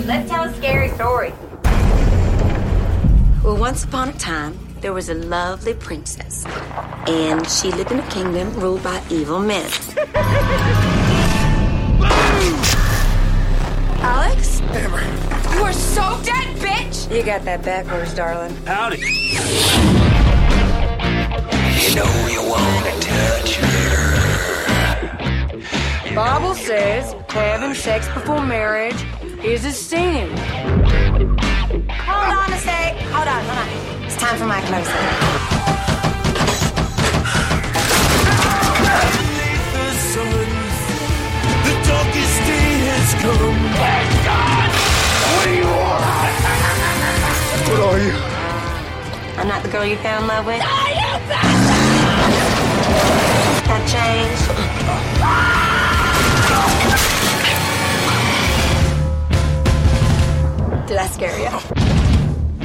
Let's tell a scary story. Well, once upon a time, there was a lovely princess, and she lived in a kingdom ruled by evil men. Alex? Amber. You are so dead, bitch! You got that backwards, darling. Howdy. You know you wanna touch her. Bible says having sex before marriage is a sin. Hold on a sec. Hold on, hold on. It's time for my close-up. The sun, the darkest day has come. Thank God! What do you want? What are you? I'm not the girl you fell in love with. Are you That changed. Did I scare you?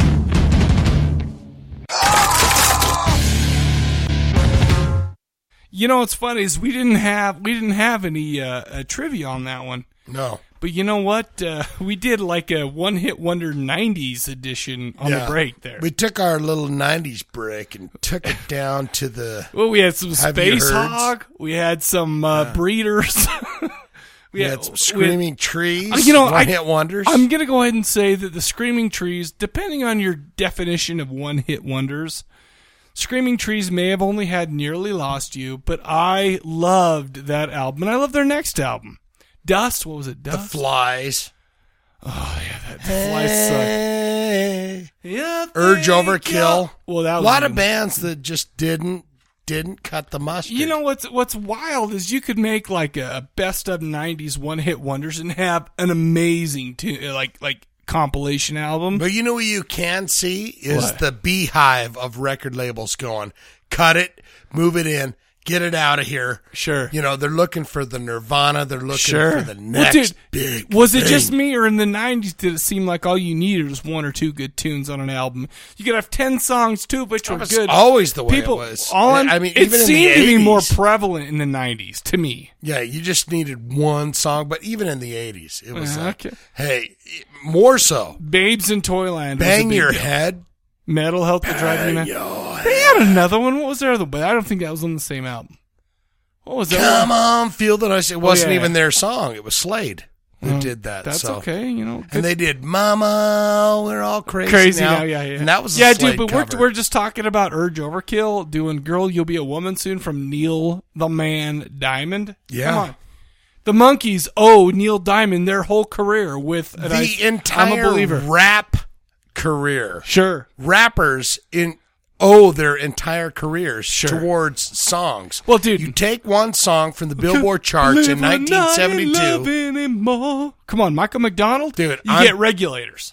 You know what's funny is we didn't have we didn't have any uh, uh, trivia on that one. No. But you know what? Uh, (laughs) we did like a one hit wonder '90s edition on Yeah. the break there. We took our little 90s break and took it down to the. Well, we had some Have you space heard? hog. We had some uh, breeders. (laughs) We had some Screaming Trees, I- Uh, You know, I, one-hit wonders. I'm going to go ahead and say that the screaming trees, depending on your definition of one-hit wonders, screaming trees may have only had nearly lost you, but I loved that album, and I love their next album, Dust. What was it? Dust. The flies. Oh yeah, that the flies Hey. sucked. Yeah, Urge Overkill. Well, that was a lot even- of bands that just didn't didn't cut the mustard. You know what's what's wild is you could make like a best of '90s one-hit wonders and have an amazing tune, like like compilation album. But you know what you can see is Um, What? the beehive of record labels going cut it, move it in, get it out of here. Sure. You know they're looking for the Nirvana. They're looking sure. for the Well, next dude, big. Was it thing. just me, or in the '90s did it seem like all you needed was one or two good tunes on an album? You could have ten songs, two of which were was good. always the way it People, was. All I- I'm- I mean, it even in the seemed to be 80s. more prevalent in the '90s to me. Yeah, you just needed one song, but even in the '80s, it was Uh, like, okay. hey, more so. Babes in Toyland. was a Bang big your deal. head. Metal Health the Driving Man. They had another one. What was their other? But I don't think that was on the same album. What was that? Come one? on, feel the noise. It Oh, wasn't yeah. even their song. It was Slade who Well, did that. That's so. okay. You know, And they did "Mama, We're All Crazy, crazy now. now. yeah, yeah. And that was a yeah, Slade dude. But cover. we're we're just talking about Urge Overkill doing "Girl, You'll Be a Woman Soon" from Neil the Man Diamond. Yeah. Come on. The monkeys owe Neil Diamond their whole career with and the I, entire I'm a believer. rap career. Sure, rappers in owe their entire careers towards songs. Well, dude, you take one song from the Billboard charts in Live or not in 1972. love anymore. Come on, Michael McDonald, dude. You I'm- get regulators.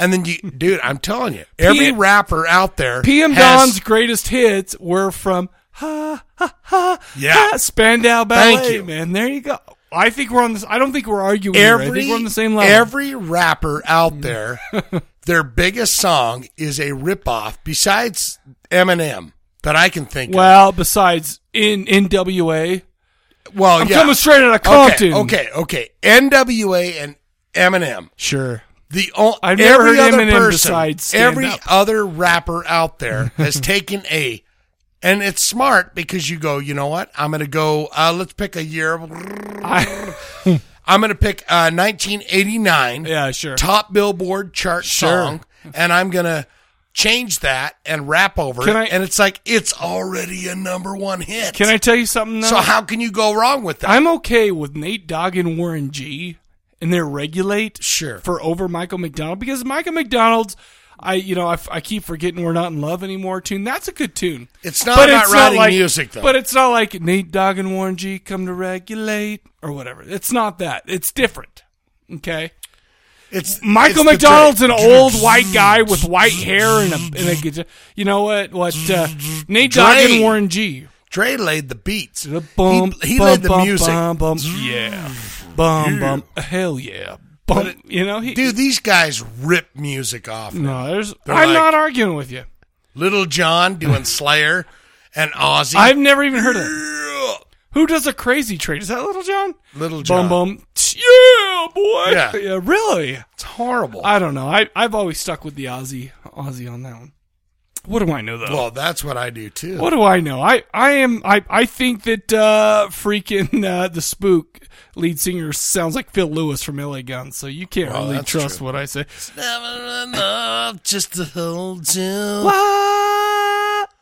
And then you, dude, I'm telling you, every P- rapper out there, PM has- Don's greatest hits were from Ha Ha Ha Yeah. ha, Spandau Ballet. Thank you. man. There you go. I think we're on this. I don't think we're arguing. here. I every think we're on the same level. every rapper out there, (laughs) their biggest song is a ripoff. Besides Eminem, that I can think of. well, besides in NWA. Well, I'm yeah. coming straight out of Compton. Okay, okay, okay. NWA and Eminem. Sure. The o- I've never every heard other Eminem person, besides stand every up. other rapper out there has (laughs) taken a, and it's smart because you go, you know what? I'm going to go. Uh, let's pick a year. (laughs) I'm going to pick uh, 1989. Yeah, sure. Top Billboard chart Sure. song, and I'm going to change that and rap over Can it. I- and it's like it's already a number one hit. Can I tell you something? Though? So how can you go wrong with that? I'm okay with Nate Dogg and Warren G and their regulate sure for over Michael McDonald because Michael McDonald's I you know I, f- I keep forgetting we're not in love anymore tune that's a good tune It's not about writing music, though. but it's not like Nate Dogg and Warren G come to regulate or whatever it's not that it's different okay it's Michael it's the McDonald's an dra- old white guy with white hair and a and a guitar. you know what what uh, Nate Dogg Dre. and Warren G Dre laid the beats. bum, he he bum, laid the bum, music. bum, bum. yeah bum bum hell yeah bum. you know, he, dude, these guys rip music off. No, there's. They're I'm like not arguing with you. Little John (laughs) doing Slayer and Ozzy. I've never even heard of it. Who does a crazy trade? Is that Little John? Little John. Bum bum. Yeah, oh boy. Yeah. really. It's horrible. I don't know. I I've always stuck with the Aussie Aussie on that one. What do I know though? Well, that's what I do too. What do I know? I I am I I think that uh freaking uh the spook lead singer sounds like Phil Lewis from LA Guns, so you can't Well, Oh, really that's trust what I say. Never enough just to hold you.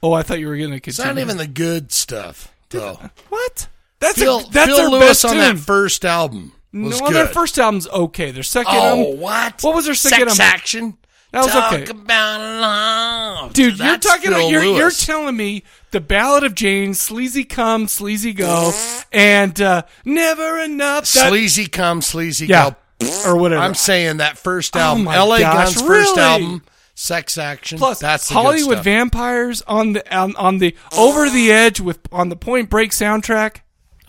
Oh, I thought you were gonna continue. It's not even the good stuff, though. (laughs) What? That's a- Phil, that's Phil their Lewis best on that tune. first album. No, Was well, good. their first album's okay. Their second Oh, album, what? What was their second Sex album? Action. That was Talk okay. about love. Dude, you're That's talking Phil about you're, you're Lewis. telling me the Ballad of Jane, sleazy come, sleazy go, and uh, never enough. That, sleazy come, sleazy Yeah, go, or whatever. I'm saying that first Oh album, my L.A. gosh, Guns' first really? album, Sex Action. Plus, that's the good Hollywood stuff. vampires on the on, on the over the edge with on the Point Break soundtrack.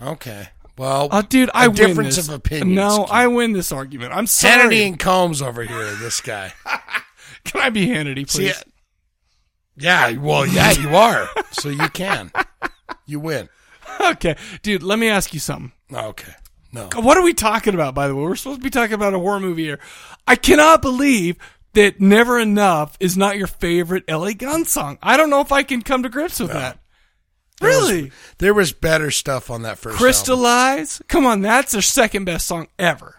Okay, well, Uh, dude, a I win difference this. of opinions. No, I win this argument. I'm sorry. Hannity and Combs over here. This guy. (laughs) Can I be Hannity, See, uh, please? yeah, well, yeah, you are. So you can. You win. (laughs) Okay, dude. Let me ask you something. Oh, Okay. No. What are we talking about, by the way? We're supposed to be talking about a horror movie here. I cannot believe that Never Enough is not your favorite LA Gun song. I don't know if I can come to grips with that. Really? There was better stuff on that first album. Crystallize? Come on, that's their second best song ever.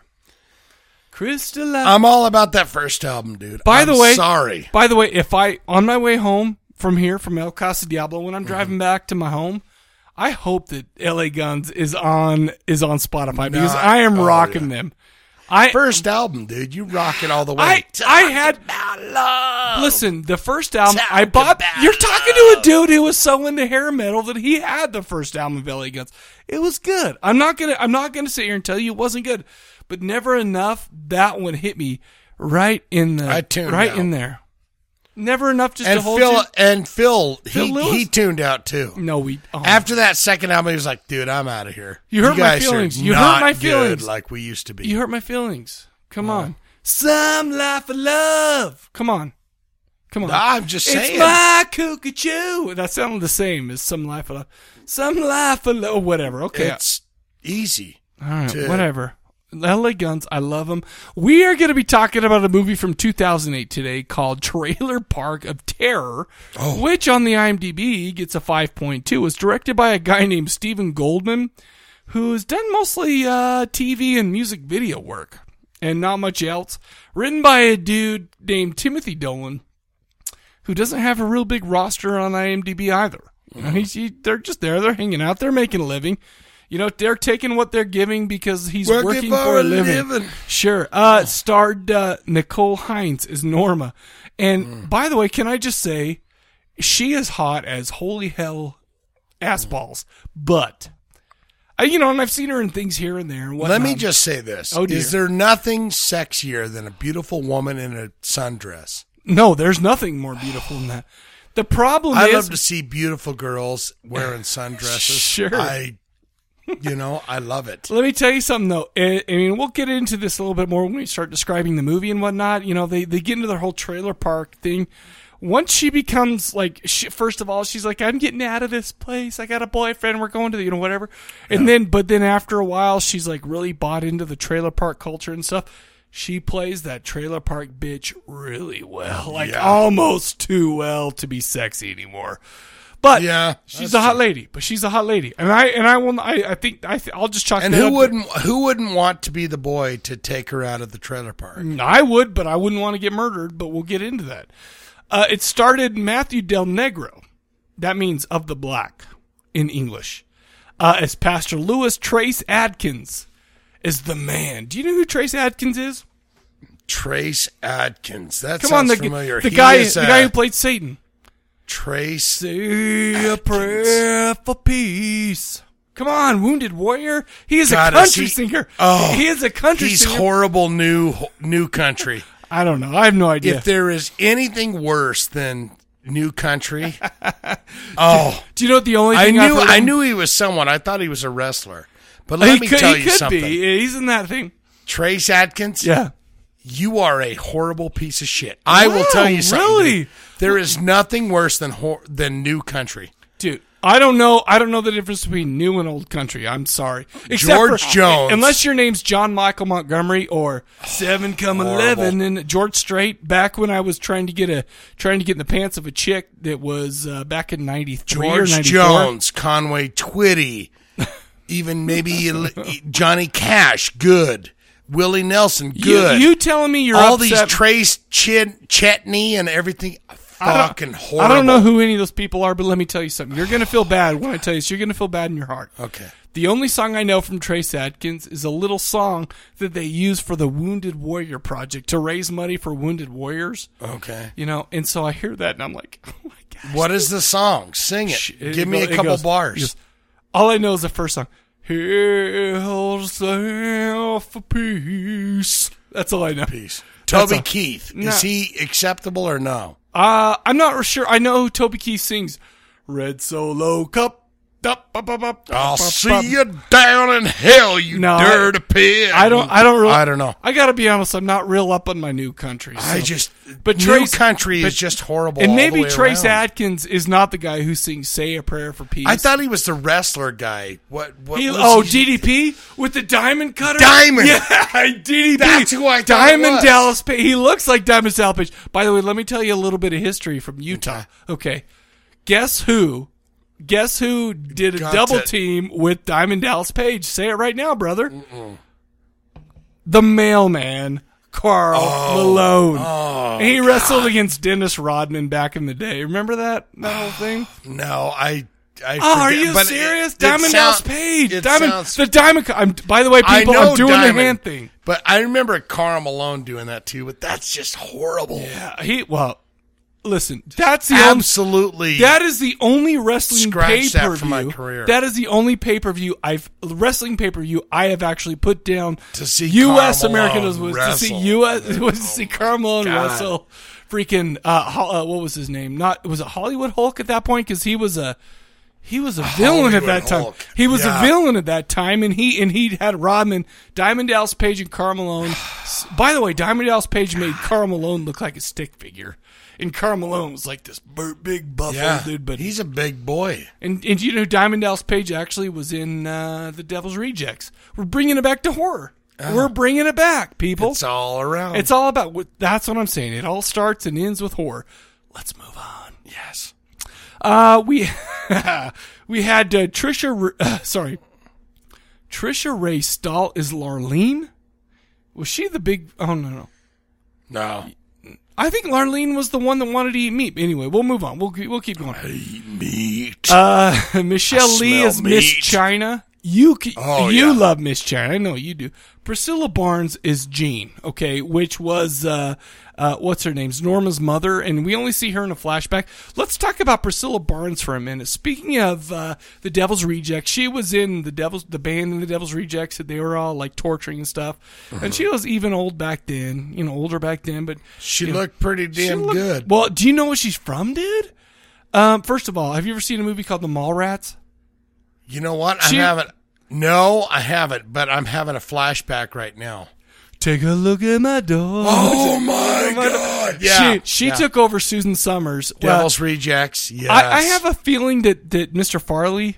Crystallize. I'm all about that first album, dude. By the I'm way, sorry. By the way, if I on my way home from here from El Casa Diablo, when I'm Mm-hmm. driving back to my home, I hope that LA Guns is on is on Spotify because Nah, I am oh, rocking them. I first album, dude. You rock it all the way. I I had listen the first album I bought. You're talking to a dude who was so into hair metal that he had the first album of LA Guns. It was good. I'm not gonna I'm not gonna sit here and tell you it wasn't good, but never enough. That one hit me right in the I tuned right out. in there. Never enough just and to hold Phil you. and Phil, Phil he, Lewis? he tuned out too. No, we oh. after that second album, he was like, "Dude, I'm out of here." You hurt my guys are feelings. You not hurt my good feelings. like we used to be. You hurt my feelings. Come on. Some life of love. Come on. Come on. I'm just saying. It's my cuckoo. That sounded the same as some life of love. Some life of love. Whatever. Okay. It's easy. All right. to- Whatever. LA Guns. I love them. We are going to be talking about a movie from 2008 today called Trailer Park of Terror, which on the IMDb gets a 5.2. It was directed by a guy named Steven Goldman, who's done mostly uh, TV and music video work and not much else. Written by a dude named Timothy Dolan, who doesn't have a real big roster on IMDb either. You know, he's, he, they're just there. They're hanging out. They're making a living. You know, they're taking what they're giving because he's Working working, for for, a a living. living. Sure. Uh, starred uh, Nicole Hines as Norma. And Mm. by the way, can I just say, she is hot as holy hell ass Mm. balls. But, I, you know, and I've seen her in things here and there. And Let me whatnot. just say this: Oh, dear. Is there nothing sexier than a beautiful woman in a sundress? No, Oh, there's nothing more beautiful than that. The problem I is. love to see beautiful girls (laughs) wearing sundresses. Sure. I, you know, I love it. Let me tell you something though. I I mean, we'll get into this a little bit more when we start describing the movie and whatnot. You know, they they get into their whole trailer park thing. Once she becomes like, she, first of all, she's like, "I'm getting out of this place. I got a boyfriend. We're going to the, you know whatever." And then, but then after a while, she's like really bought into the trailer park culture and stuff. She plays that trailer park bitch really well, like Yeah. almost too well to be sexy anymore. But yeah, she's a hot lady. But she's a hot lady, and I and I will. I, I think I th- I'll just chalk. And that up who to- wouldn't who wouldn't want to be the boy to take her out of the trailer park? I would, but I wouldn't want to get murdered. But we'll get into that. Uh, it started Matthew Del Negro, that means of the black in English, uh, as Pastor Lewis Trace Adkins is the man. Do you know who Trace Adkins is? Trace Adkins. That Come on, sounds the, familiar. the He guy, is, the uh, guy who played Satan. Trace. Say a prayer for peace. Come on, Wounded Warrior. He is God, a country he- singer. Oh, he is a country He's singer. horrible new new (laughs) country. I don't know. I have no idea. If there is anything worse than new country, (laughs) oh, do you know what the only thing I I've knew? heard I him- knew he was someone. I thought he was a wrestler, but let He me could- tell he you could something. be. He's in that thing. Trace Adkins. Yeah. You are a horrible piece of shit. I will tell Wow, you something. really? dude. There is nothing worse than hor- than new country. Dude, I don't know. I don't know the difference between new and old country. I'm sorry. George Jones. Unless your name's John Michael (sighs) Montgomery or Seven Come Horrible. Eleven and George Strait. Back when I was trying to get a trying to get in the pants of a chick that was uh, back in '93 or George '94. Jones, Conway Twitty, (laughs) even maybe Johnny Cash, good. Willie Nelson, You- good. you telling me you're all upset- these Trace Chin, Chetney and everything? I don't- Fucking horrible. I don't know who any of those people are, but let me tell you something. You're going to feel bad when I tell you this. You're going to feel bad in your heart. Okay. The only song I know from Trace Adkins is a little song that they use for the Wounded Warrior Project to raise money for wounded warriors. Okay. You know, and so I hear that and I'm like, (laughs) oh my gosh. What is the song? Sing it. Give me a go- it couple goes- bars. it goes- all I know is the first song. Here, hold yourself a peace. That's all I know. Peace. That's Toby all. Keith, No. is he acceptable or no? Uh, I'm not sure. I know who Toby Keith sings. Red Solo Cup. I'll see you down in hell, you dirty pig. I don't. I don't. Really, I don't know. I gotta be honest. I'm not real up on my new country. I so- just- new country is just horrible And all the maybe way Trace around. Adkins is not the guy who sings "Say a Prayer for Peace." I thought he was the wrestler guy. What? what He- was oh, he? DDP with the diamond cutter. Diamond. (laughs) Yeah, DDP. That's who I thought it Diamond was. Dallas. Pa- He looks like Diamond Dallas Page. By the way, let me tell you a little bit of history from Utah. (sighs) Okay, guess who? Guess who did a Got double it. team with Diamond Dallas Page? Say it right now, brother. The mailman. Carl Oh. Malone. Oh, and he wrestled against Dennis Rodman back in the day. Remember that that whole thing? No, I. I Oh, are forget- you but it- serious? it Diamond Dallas sound- Page. it Diamond, sounds- the Diamond. Co- I'm, by the way, I people, know I'm doing Diamond, the hand thing. But I remember Carl Malone doing that too. But that's just horrible. Yeah, he well, listen, that's the only- absolutely. that is the only wrestling pay Scratch per that from my view. career. That is the only pay per view I've wrestling pay per view I have actually put down to see U.S. Karl American was Malone to see wrestle. Oh, U.S. (laughs) was to see Carmelo and God. wrestle. Freaking uh, Ho- uh, what was his name? Not was it Hollywood Hulk at that point because he was a he was a villain Hollywood at that time. Hulk. He was Yeah. a villain at that time, and he and he had Rodman, Diamond Dallas Page, and Carmelone. By the way, Diamond Dallas Page made Carmelone look like a stick figure, and Carmelone was like this bur- big buff Yeah. old dude. But he's a big boy. And and you know Diamond Dallas Page actually was in uh, the Devil's Rejects. We're bringing it back to horror. We're bringing it back, people. It's Ah. all around. It's all about. what- That's what I'm saying. It all starts and ends with horror. Let's move on. Yes. Uh, we (laughs) we had uh, Trisha. R- Uh, (laughs) sorry, Trisha Ray Stahl is Larlene. Was she the big? Oh no no. No. I think Larlene was the one that wanted to eat meat. Anyway, we'll move on. We'll we'll keep going. meat. Uh, (laughs) Michelle I Lee smell is Miss meat. China. You c- Oh, you yeah. love Miss China. I know you do. Priscilla Barnes is Jean. Okay, which was uh, uh, what's her name's Norma's mother, and we only see her in a flashback. Let's talk about Priscilla Barnes for a minute. Speaking of uh, the Devil's Rejects, she was in the Devil's the band in the Devil's Rejects that they were all like torturing and stuff, Uh-huh. and she was even old back then. You know, older back then, but She you know, looked pretty she damn looked- good. Well, do you know where she's from, dude? Um, first of all, have you ever seen a movie called The Mallrats? You know what? She- I haven't. No, I haven't. But I'm having a flashback right now. Take a look at my dog. (laughs) Oh my God! Yeah, she she yeah. took over Susan Summers. Devil's Rejects. Yes, I, I have a feeling that that Mr. Farley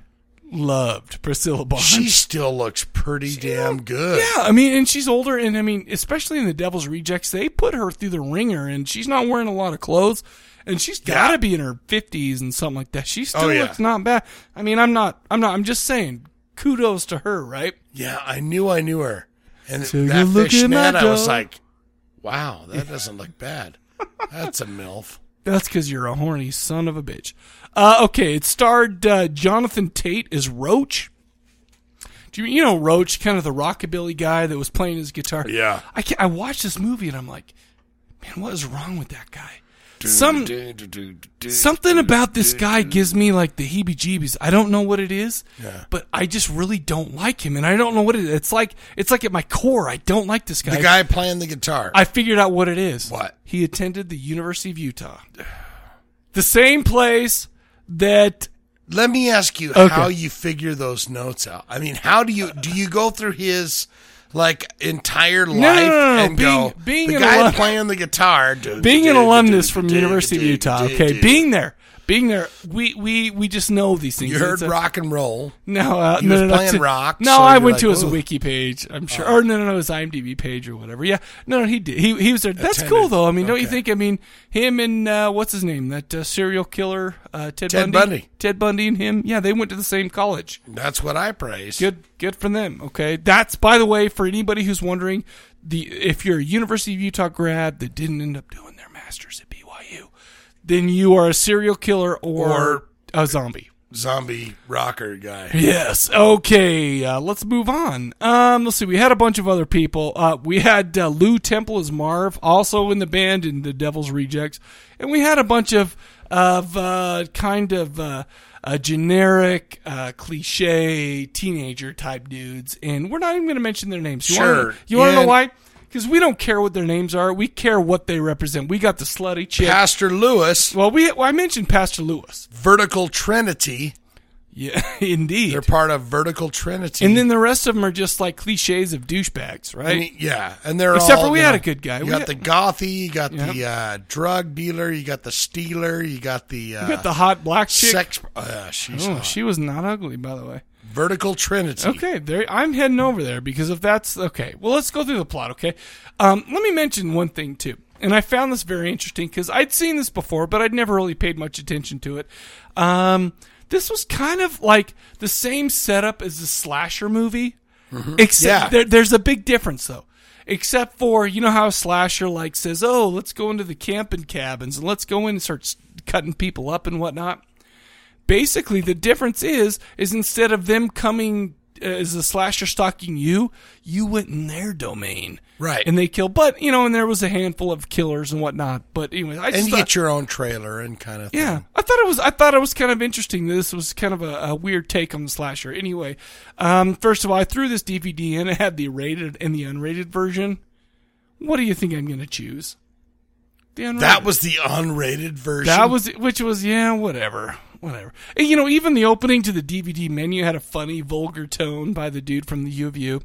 loved Priscilla Barnes. She still looks pretty damn good. yeah, I mean, and she's older, and I mean, especially in the Devil's Rejects, they put her through the ringer, and she's not wearing a lot of clothes, and she's got to be in her fifties and something like that. She still Oh, yeah. looks not bad. I mean, I'm not, I'm not, I'm just saying, kudos to her, right? Yeah, I knew I knew her. And So you that look at my fishnet, I was dog. like, wow, that doesn't look bad. That's a MILF. That's because you're a horny son of a bitch. Uh, okay, it starred uh, Jonathan Tate as Roach. Do you, you know Roach, kind of the rockabilly guy that was playing his guitar? Yeah. I can't, I watched this movie and I'm like, man, what is wrong with that guy? Some something about this guy gives me like the heebie-jeebies. I don't know what it is, Yeah. but I just really don't like him, and I don't know what it is. It's like it's like at my core, I don't like this guy. The guy playing the guitar. I figured out what it is. What? He attended the University of Utah. The same place that Let me ask you Okay. how you figure those notes out. I mean, how do you do you go through his like entire life no, no, no. and Being- go being the an guy (laughs) alum- playing the guitar? dude, being an dude, alumnus from University of Utah, okay, being there, being there, we we we just know these things. You heard It's a- rock and roll. No, uh, He no, was no, no, playing to- rock. No, so I you're went like, to his "Ooh." Oh. wiki page. I'm sure. or no, no, no, his IMDb page or whatever. Yeah, no, no, he did. He he was there. That's Attended. cool though. I mean, don't you Okay. think? I mean, him and uh, what's his name? That uh, serial killer, uh, Ted, Ted Bundy. Bundy. Ted Bundy and him. Yeah, they went to the same college. That's what I praise. Good, good for them. Okay, that's by the way for anybody who's wondering. The if you're a University of Utah grad that didn't end up doing their masters at BYU, then you are a serial killer or, Or- a zombie. Zombie rocker guy. Yes. Okay. Uh, let's move on. Um, let's see. We had a bunch of other people. Uh, we had uh, Lou Temple as Marv, also in the band in the Devil's Rejects, and we had a bunch of of uh, kind of uh, uh, generic, uh, cliche teenager type dudes, and we're not even going to mention their names. You Sure. Wanna, you want to know And- why? Because we don't care what their names are. We care what they represent. We got the slutty chick, Pastor Lewis. Well, we well, I mentioned Pastor Lewis. Vertical Trinity. Yeah, (laughs) indeed. They're part of Vertical Trinity. And then the rest of them are just like cliches of douchebags, right? And he- yeah, and they're except all, for we you had know, a good guy. You We got had- the gothy, you got the Yeah. uh, drug dealer, you got the stealer, you got the uh, we got the hot black chick. sex. Uh, she's Oh, hot. she was not ugly, by the way. Vertical Trinity. Okay, there. I'm heading over there because if that's okay, well, let's go through the plot. Okay, um, let me mention one thing too, and I found this very interesting because I'd seen this before, but I'd never really paid much attention to it. Um, this was kind of like the same setup as the slasher movie, except Mm-hmm. Yeah. there, there's a big difference though. Except for you know how a slasher like says, "Oh, let's go into the camping cabins and let's go in and start s- cutting people up and whatnot." basically the difference is is instead of them coming uh, as a slasher stalking you you went in their domain Right. and they killed but you know and there was a handful of killers and whatnot but anyway i and just you thought, get your own trailer and kind of yeah i thought it was i thought it was kind of interesting that this was kind of a, a weird take on the slasher anyway um first of all i threw this dvd in it had the rated and the unrated version what do you think i'm gonna choose the unrated. That was the unrated version. That was which was yeah, whatever, whatever. And, you know, even the opening to the DVD menu had a funny, vulgar tone by the dude from the U of U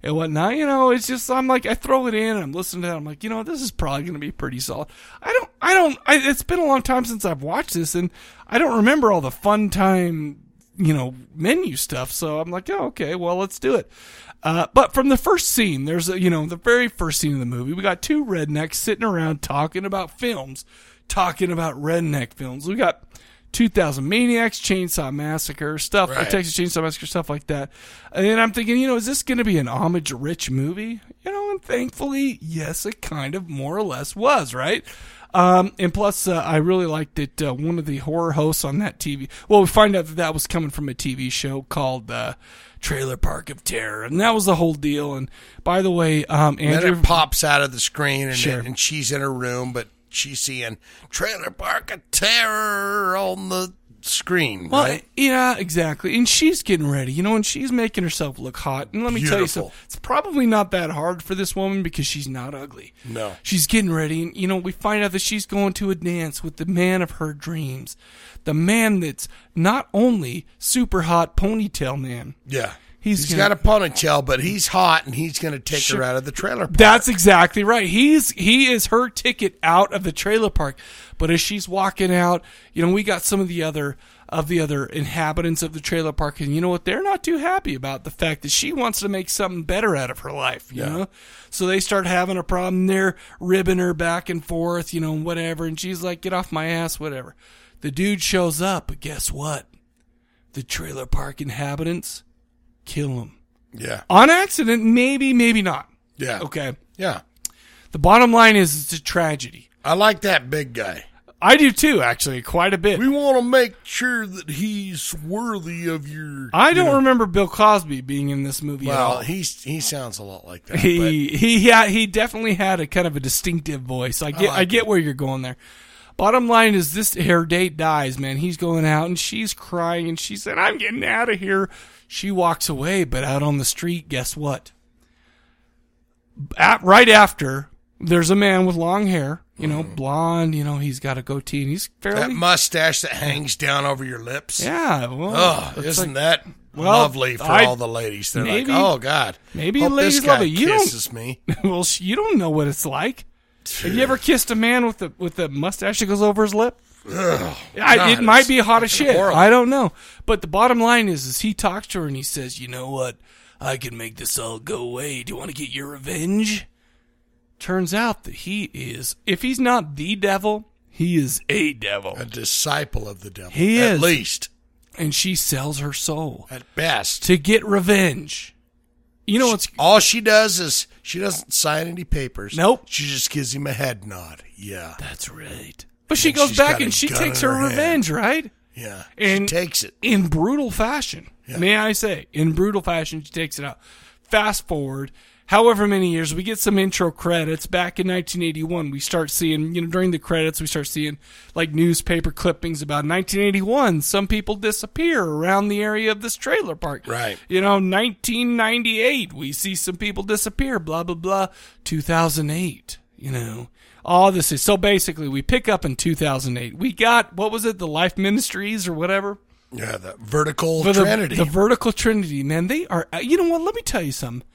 and whatnot. You know, it's just I'm like I throw it in and I'm listening to that. I'm like, you know, this is probably going to be pretty solid. I don't, I don't. I, it's been a long time since I've watched this, and I don't remember all the fun time you know menu stuff so i'm like oh, okay well let's do it uh, but from the first scene there's a you know the very first scene of the movie we got two rednecks sitting around talking about films talking about redneck films we got 2000 maniacs chainsaw massacre stuff Right. texas chainsaw massacre stuff like that and then i'm thinking you know is this going to be an homage rich movie you know and thankfully yes it kind of more or less was right um, and plus, uh, I really liked that uh, one of the horror hosts on that TV. Well, we find out that that was coming from a TV show called uh, Trailer Park of Terror, and that was the whole deal. And by the way, um, And then Andrew it pops out of the screen, and, Sure. and she's in her room, but she's seeing Trailer Park of Terror on the screen, Well, right? yeah, exactly. And she's getting ready, you know, and she's making herself look hot. And let me tell you Beautiful. something. It's probably not that hard for this woman because she's not ugly. No. She's getting ready, and you know, we find out that she's going to a dance with the man of her dreams. The man that's not only super hot ponytail man. Yeah. He's he's gonna- got a ponytail, but he's hot, and he's going to take her out of the trailer park. That's exactly right. He's he is her ticket out of the trailer park. But as she's walking out, you know, we got some of the other of the other inhabitants of the trailer park, and you know what? They're not too happy about the fact that she wants to make something better out of her life. You Yeah. know, so they start having a problem. They're ribbing her back and forth, you know, and whatever. And she's like, "Get off my ass," whatever. The dude shows up, but guess what? The trailer park inhabitants kill him. Yeah. On accident, maybe, maybe not. Yeah. Okay. Yeah. The bottom line is it's a tragedy. I like that big guy. I do too, actually, quite a bit. We want to make sure that he's worthy of your. I don't you know- remember Bill Cosby being in this movie at Well, all. he's he sounds a lot like that. he he yeah, he definitely had a kind of a distinctive voice. I get I, like get where you're going there. Bottom line is this her date dies, man. He's going out and she's crying and she said, "I'm getting out of here." She walks away, but out on the street, guess what? At, right after, there's a man with long hair, you know, blonde. You know, he's got a goatee and he's but fairly Mm. that mustache that hangs down over your lips. Yeah, well, oh, it's isn't like- that Well, lovely for I- all the ladies? They're maybe- like, oh god, maybe Hope ladies this guy love it. You don't- kisses me. (laughs) well, sh- you don't know what it's like. Have you ever kissed a man with a with a mustache that goes over his lip? Ugh. I, it God, might it's be hot as fucking shit. horrible. I don't know. But the bottom line is, is he talks to her and he says, "You know what? I can make this all go away. Do you want to get your revenge?" Turns out that he is, if he's not the devil, he is a devil, a disciple of the devil. He at is least. and she sells her soul at best to get revenge. You know, it's all she does is she doesn't sign any papers. Nope. She just gives him a head nod. Yeah, that's right. But she goes back and she takes her, revenge, right? Yeah, and she takes it in brutal fashion. May I say, in brutal fashion, she takes it out. Fast forward, however many years, we get some intro credits. Back in 1981, we start seeing, you know, during the credits, we start seeing like newspaper clippings about 1981. Some people disappear around the area of this trailer park. Right. You know, 1998, we see some people disappear, blah, blah, blah. 2008, you know, all this is. So basically, we pick up in 2008. We got, what was it, the Life Ministries or whatever? Yeah, the vertical For the, trinity. The vertical trinity, man. They are, uh, you know what? Let me tell you something.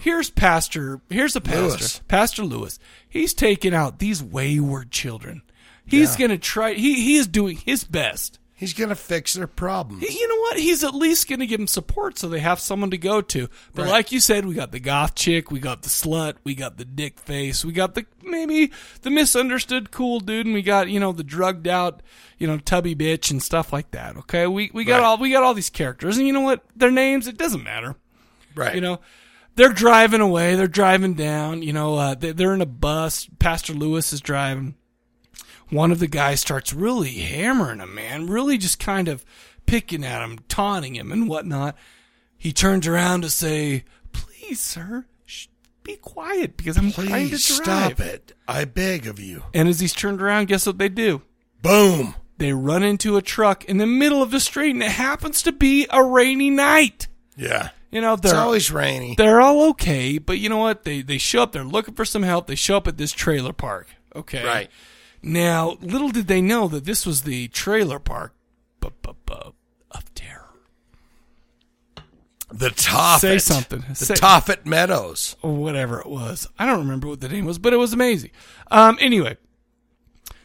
Here's Pastor, here's a pastor, Hmm. Lewis. Pastor Lewis. He's taking out these wayward children. He's Yeah. going to try, he, he is doing his best. He's going to fix their problems. He- you know what? He's at least going to give them support so they have someone to go to. But Right. like you said, we got the goth chick, we got the slut, we got the dick face, we got the maybe the misunderstood cool dude, and we got you know the drugged out you know tubby bitch and stuff like that. Okay, we we got all we got all these characters, and you know what? Their names it doesn't matter. Right. You know, they're driving away. They're driving down. You know, uh, they, they're in a bus. Pastor Lewis is driving. One of the guys starts really hammering him, man, really just kind of picking at him, taunting him, and whatnot. He turns around to say, Please, sir, sh- be quiet because I'm trying to Please drive. stop it. I beg of you. And as he's turned around, guess what they do? Boom! They run into a truck in the middle of the street, and it happens to be a rainy night. Yeah. You know, they're It's always rainy. They're all okay, but you know what? They they show up. They're looking for some help. They show up at this trailer park. Okay, right. Now, little did they know that this was the trailer park bu- bu- bu- of terror. The Toffet. Say something. The Say- Toffet Meadows. or whatever it was. I don't remember what the name was, but it was amazing. Um, anyway,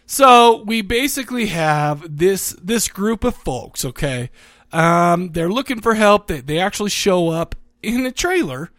so we basically have this this group of folks. Okay, um, they're looking for help. They they actually show up in a trailer,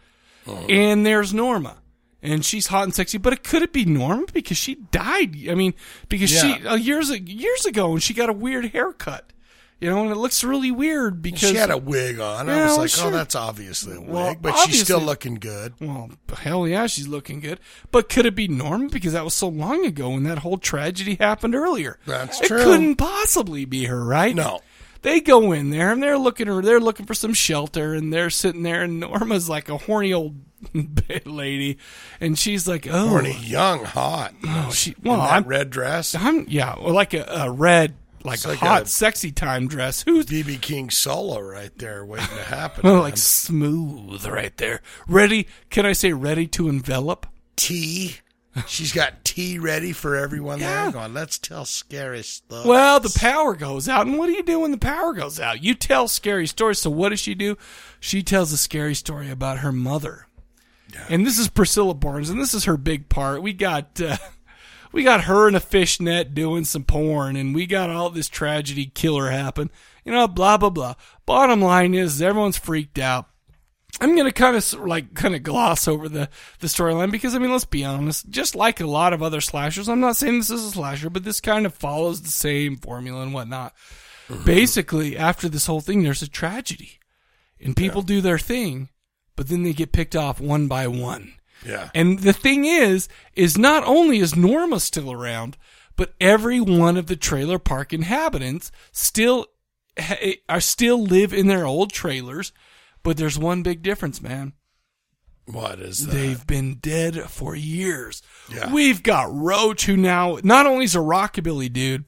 Uh-huh. and there's Norma. And she's hot and sexy, but it could it be Norma because she died? I mean, because she uh, years years ago, and she got a weird haircut, you know, and it looks really weird because she had a wig on. Yeah, I was well, like, sure. oh, that's obviously a wig, Well, but she's still obviously- looking good. Well, hell yeah, she's looking good. But could it be Norma? Because that was so long ago when that whole tragedy happened earlier. That's it true. couldn't possibly be her, right? No. They go in there and they're looking her. They're looking for some shelter, and they're sitting there, and Norma's like a horny old (laughs) lady, and she's like, "Oh, Horny, young, hot. Oh, she. In Well, that I'm red dress. I'm yeah, well, like a, a red, like, It's like hot, a- sexy time dress. Who's BB King solo right there waiting to happen. Well, (laughs) like man. smooth right there. Ready? Can I say ready to envelop? tea. She's got tea ready for everyone there. Going, let's tell scary stuff. Well, the power goes out, and what do you do when the power goes out? You tell scary stories. So what does she do? She tells a scary story about her mother, and this is Priscilla Barnes, and this is her big part. We got. Uh, we got her in a fishnet doing some porn, and we got all this tragedy killer happen. You know, blah blah blah. Bottom line is, everyone's freaked out. I'm gonna kind of like kind of gloss over the the storyline because I mean let's be honest, just like a lot of other slashers, I'm not saying this is a slasher, but this kind of follows the same formula and whatnot. Mm-hmm. Basically, after this whole thing, there's a tragedy, and people do their thing, but then they get picked off one by one. Yeah. And the thing is, is not only is Norma still around, but every one of the trailer park inhabitants still ha- eh, are still live in their old trailers. But there's one big difference, man. What is that? They've been dead for years. Yeah. We've got Roach, who now not only is a rockabilly dude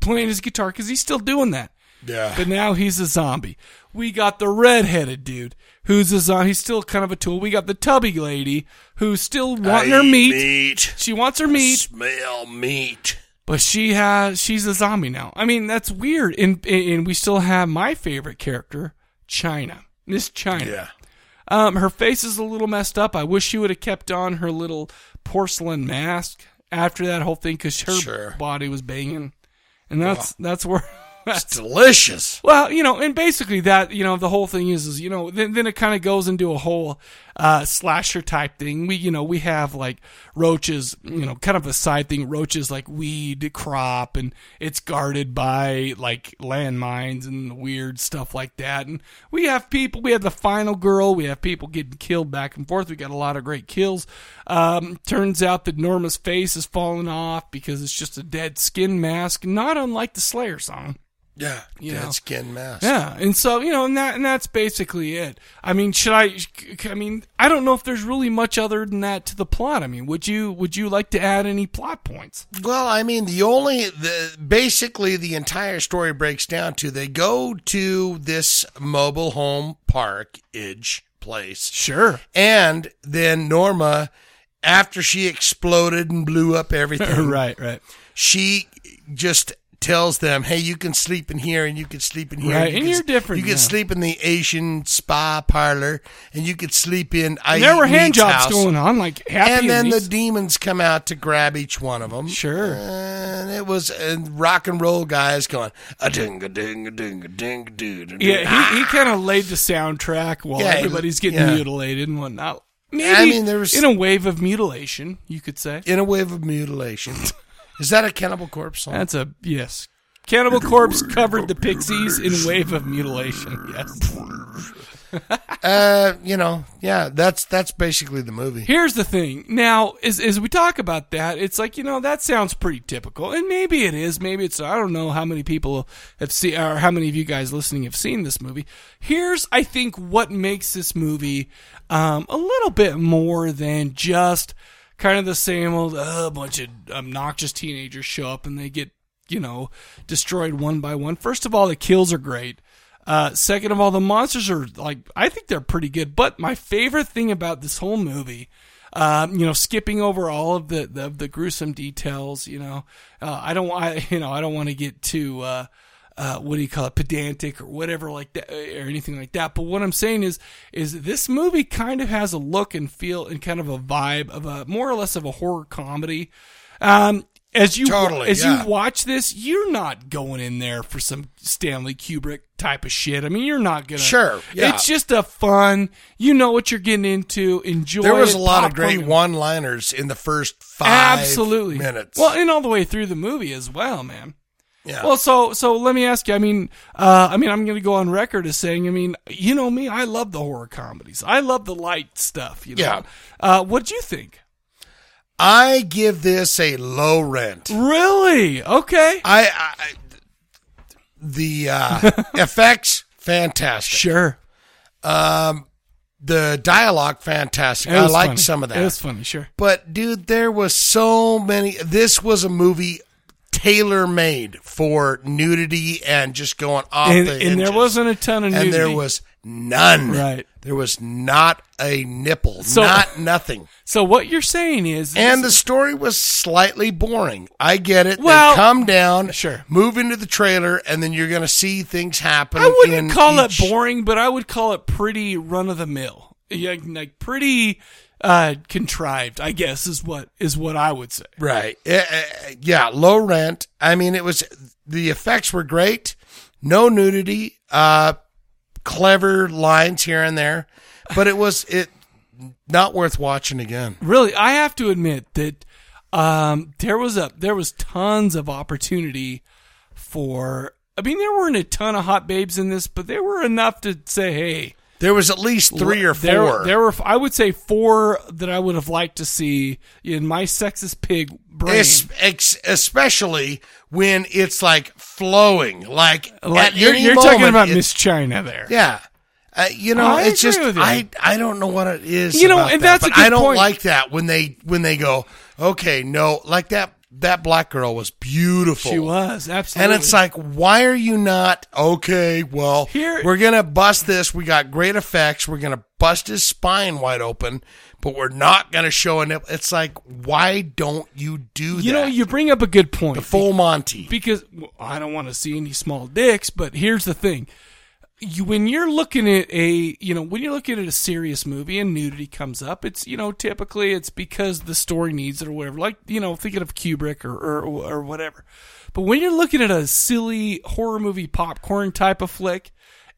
playing his guitar because he's still doing that. Yeah. But now he's a zombie. We got the redheaded dude who's a zombie. He's still kind of a tool. We got the tubby lady who's still wanting I her eat meat. meat. She wants her meat, Smell meat. but she has she's a zombie now. I mean, that's weird. And and we still have my favorite character, China. Miss China. Yeah. Um, her face is a little messed up. I wish she would have kept on her little porcelain mask after that whole thing because her body was banging. and that's that's where that's delicious. Well, you know, and basically that you know the whole thing is is you know then then it kind of goes into a whole uh, slasher type thing. We you know we have like roaches, you know, kind of a side thing. Roaches like weed crop, and it's guarded by like landmines and weird stuff like that. And we have people. We have the final girl. We have people getting killed back and forth. We got a lot of great kills. Um, turns out that Norma's face is falling off because it's just a dead skin mask, not unlike the Slayer song. Yeah, You dead know. skin mask. Yeah, and so you know, and that and that's basically it. I mean, should I? I mean, I don't know if there's really much other than that to the plot. I mean, would you would you like to add any plot points? Well, I mean, the only the basically the entire story breaks down to they go to this mobile home park idge place. Sure. And then Norma after she exploded and blew up everything. (laughs) Right, right. She just tells them, "Hey, you can sleep in here and you can sleep in here. Right, you and can- you're different You can now. sleep in the Asian spa parlor and you could sleep in I And there were Eat Meat's hand jobs house." going on, like happy And then and the Meat's- demons come out to grab each one of them. Sure. And it was and rock and roll guys going a ding a ding a ding a ding a ding. Yeah, he, he kind of laid the soundtrack while Ah. Yeah, everybody's getting yeah. mutilated and whatnot. Maybe I mean, there was- in a wave of mutilation, you could say. In a wave of mutilation. Is that a Cannibal Corpse song? That's a yes. Cannibal Corpse covered the pixies in wave of mutilation. Yes. uh, you know, yeah, that's that's basically the movie. Here's the thing. Now, as, as we talk about that, it's like, you know, that sounds pretty typical. And maybe it is. Maybe it's, I don't know how many people have seen, or how many of you guys listening have seen this movie. Here's, I think, what makes this movie um, a little bit more than just kind of the same old, uh, bunch of obnoxious teenagers show up and they get, you know, destroyed one by one. First of all, the kills are great. Uh, second of all, the monsters are like I think they're pretty good. But my favorite thing about this whole movie, um, you know, skipping over all of the the, the gruesome details, you know, uh, I don't I you know I don't want to get too uh, uh, what do you call it pedantic or whatever like that or anything like that. But what I'm saying is is this movie kind of has a look and feel and kind of a vibe of a more or less of a horror comedy. Um, as you Totally, as yeah. you watch this, you're not going in there for some Stanley Kubrick type of shit. I mean, you're not gonna. Sure, yeah. It's just a fun. You know what you're getting into. Enjoy. There was it, a lot of popcorn great and- one-liners in the first five Absolutely. minutes. Well, and all the way through the movie as well, man. Yeah. Well, so so let me ask you. I mean, uh, I mean, I'm going to go on record as saying, I mean, you know me, I love the horror comedies. I love the light stuff. You know? Yeah. Uh, what do you think? I give this a low rent. Really? Okay. I, I the (laughs) uh, effects fantastic. Sure. Um, the dialogue fantastic. It I was liked funny. some of that. It was funny, sure. But dude, there was so many. This was a movie tailor made for nudity and just going off and, the and hinges. there wasn't a ton of and there nudity. was none. Right. There was not a nipple. So- not nothing. So what you're saying is, and the story was slightly boring. I get it. Well- they come down, sure. Move into the trailer, and then you're going to see things happen. I wouldn't in call each- it boring, but I would call it pretty run of the mill. Yeah, like pretty uh, contrived, I guess is what is what I would say. Right. Eh, eh, eh, Yeah. Low rent. I mean, it was the effects were great. No nudity. Uh, clever lines here and there, but it was it not worth watching again. Really, I have to admit that um, there was a there was tons of opportunity for. I mean, there weren't a ton of hot babes in this, but there were enough to say, "Hey." There was at least three or There- four. There were, I would say, four that I would have liked to see in my sexist pig brain. Es- ex- especially when it's like flowing, like, Like, at you're any you're talking moment, about it- Miss China there. Yeah. Uh, you know, I it's agree just with you. I I don't know what it is. You know, about and that, that's a but good I don't point. like that when they when they go, okay, no, like that that black girl was beautiful. She was, absolutely. And it's like, why are you not okay? Well, Here, we're gonna bust this. We got great effects. We're gonna bust his spine wide open, but we're not gonna show a nipple. It's like, why don't you do that? You know, you bring up a good point. The full Monty. Because well, I don't want to see any small dicks, but here's the thing. you when you're looking at a you know when you're looking at a serious movie and nudity comes up it's you know typically it's because the story needs it or whatever like you know thinking of kubrick or or, or whatever but when you're looking at a silly horror movie popcorn type of flick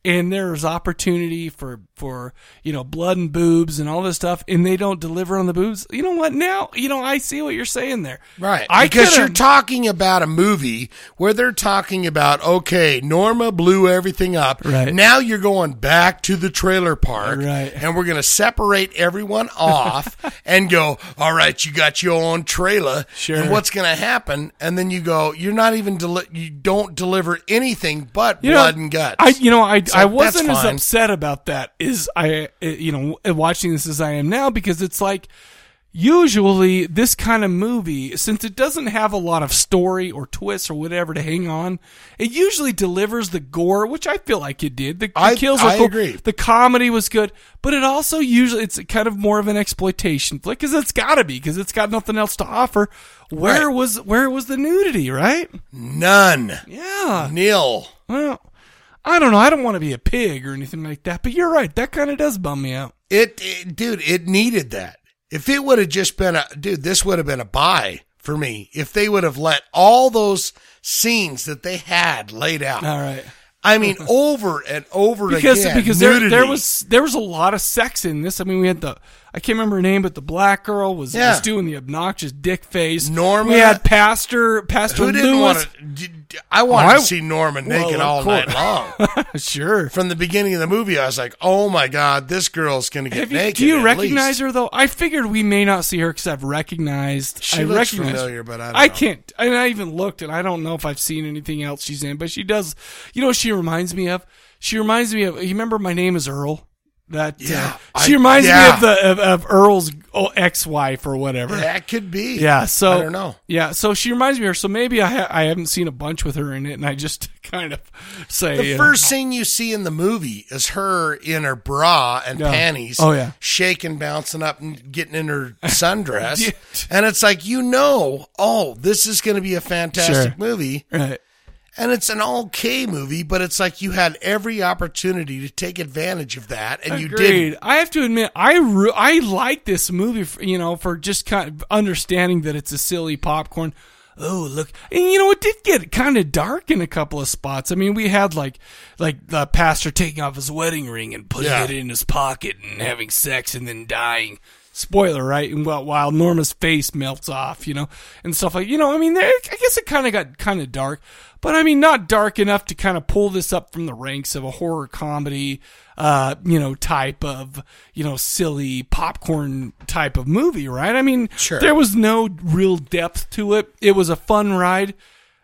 and there's opportunity for for you know blood and boobs and all this stuff and they don't deliver on the boobs you know what now you know i see what you're saying there Right. I because coulda- you're talking about a movie where they're talking about, okay, Norma blew everything up. Right. Now you're going back to the trailer park. Right. And we're going to separate everyone (laughs) off and go, all right, you got your own trailer. Sure. And what's going to happen? And then you go, you're not even, deli- you don't deliver anything but You know, blood and guts. I you know I It's I like, wasn't that's as fine. upset about that as I uh, you know watching this as I am now because it's like usually this kind of movie since it doesn't have a lot of story or twists or whatever to hang on it usually delivers the gore which I feel like it did the, the I- kills were I cool. agree. the comedy was good but it also usually it's kind of more of an exploitation flick because it's got to be because it's got nothing else to offer where was where was the nudity right none yeah nil well I don't know. I don't want to be a pig or anything like that, but you're right. That kind of does bum me out. It, it dude, it needed that. If it would have just been a dude, this would have been a buy for me. If they would have let all those scenes that they had laid out. All right. I (laughs) mean, over and over Because again. because there, there nudity. was there was a lot of sex in this. I mean, we had the I can't remember her name, but the black girl was, Yeah. was doing the obnoxious dick face. Norma- We had Pastor Pastor Who Lewis. Oh, didn't want to? I wanted I- to see Norman Well, naked of all course. night long. (laughs) sure. From the beginning of the movie, I was like, "Oh my god, this girl's gonna get Have you- naked." do you at recognize least. her though? I figured we may not see her because I've recognized. She I looks recognize familiar, but I don't know. can't. And I even looked, and I don't know if I've seen anything else she's in. But she does. You know, what she reminds me of. She reminds me of. You remember my name is Earl. That yeah, she I- reminds yeah. me of the of, of Earl's oh, ex-wife or whatever. That could be. Yeah, so I don't know. Yeah, so she reminds me of her. So maybe I ha- I haven't seen a bunch with her in it, and I just (laughs) kind of say uh, The you know, first scene you see in the movie is her in her bra and Yeah. panties, Oh, yeah. shaking, bouncing up, and getting in (laughs) her sundress. And it's like you know, oh, this is going to be a fantastic Sure. movie, right. and it's an okay movie, but it's like you had every opportunity to take advantage of that, and you didn't. I have to admit, I re- I like this movie. For, you know, for just kind of understanding that it's a silly popcorn. Oh look, and you know it did get kind of dark in a couple of spots. I mean, we had like like the pastor taking off his wedding ring and putting Yeah. it in his pocket and having sex and then dying. Spoiler, right? And while, while Norma's face melts off, you know, and stuff like you know. I mean, there, I guess it kind of got kind of dark, but I mean, not dark enough to kind of pull this up from the ranks of a horror comedy, uh, you know, type of you know silly popcorn type of movie, right? I mean, Sure. there was no real depth to it. It was a fun ride.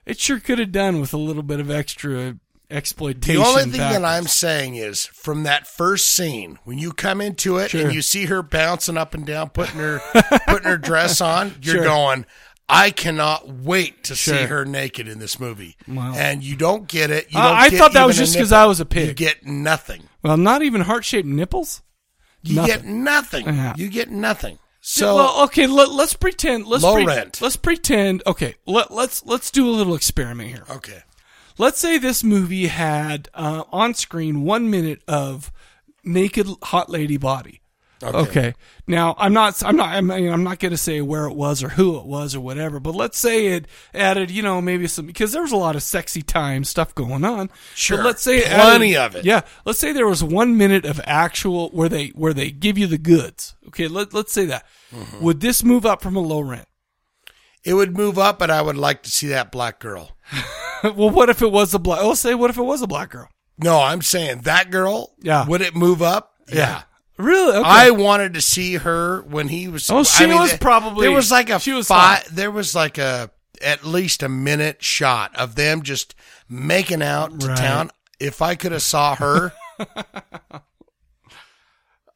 It sure could have done with a little bit of extra The exploitation. only thing factor. that I'm saying is from that first scene, when you come into it Sure. and you see her bouncing up and down, putting (laughs) her putting her dress on, you're Sure. going, I cannot wait to see Sure. her naked in this movie. Wow. And you don't get it. You Uh, don't I get thought that even was a just 'cause nipple. I was a pig. You get nothing. well, not even heart shaped nipples. You Nothing. get nothing. Yeah. You get nothing. So well, okay, let, let's pretend. Let's Low pre- rent. Let's pretend. Okay, let, let's let's do a little experiment here. Okay. Let's say this movie had uh, on screen one minute of naked hot lady body. Okay. Okay. Now I'm not. I'm not. I mean, I'm not going to say where it was or who it was or whatever. But let's say it added, you know, maybe some because there was a lot of sexy time stuff going on. Sure. But let's say it Plenty added- of it. Yeah. Let's say there was one minute of actual where they where they give you the goods. Okay. Let Let's say that. Mhm. Would this move up from a low rent? it would move up, but I would like to see that black girl. (laughs) well, what if it was a black? Let's say what if it was a black girl? No, I'm saying that girl. Yeah. Would it move up? Yeah. Really? Okay. I wanted to see her when he was. Oh, she I mean, was th- probably- There was like a she was fi- hot. There was like a at least a minute shot of them just making out to Right. town. If I could have saw her, (laughs)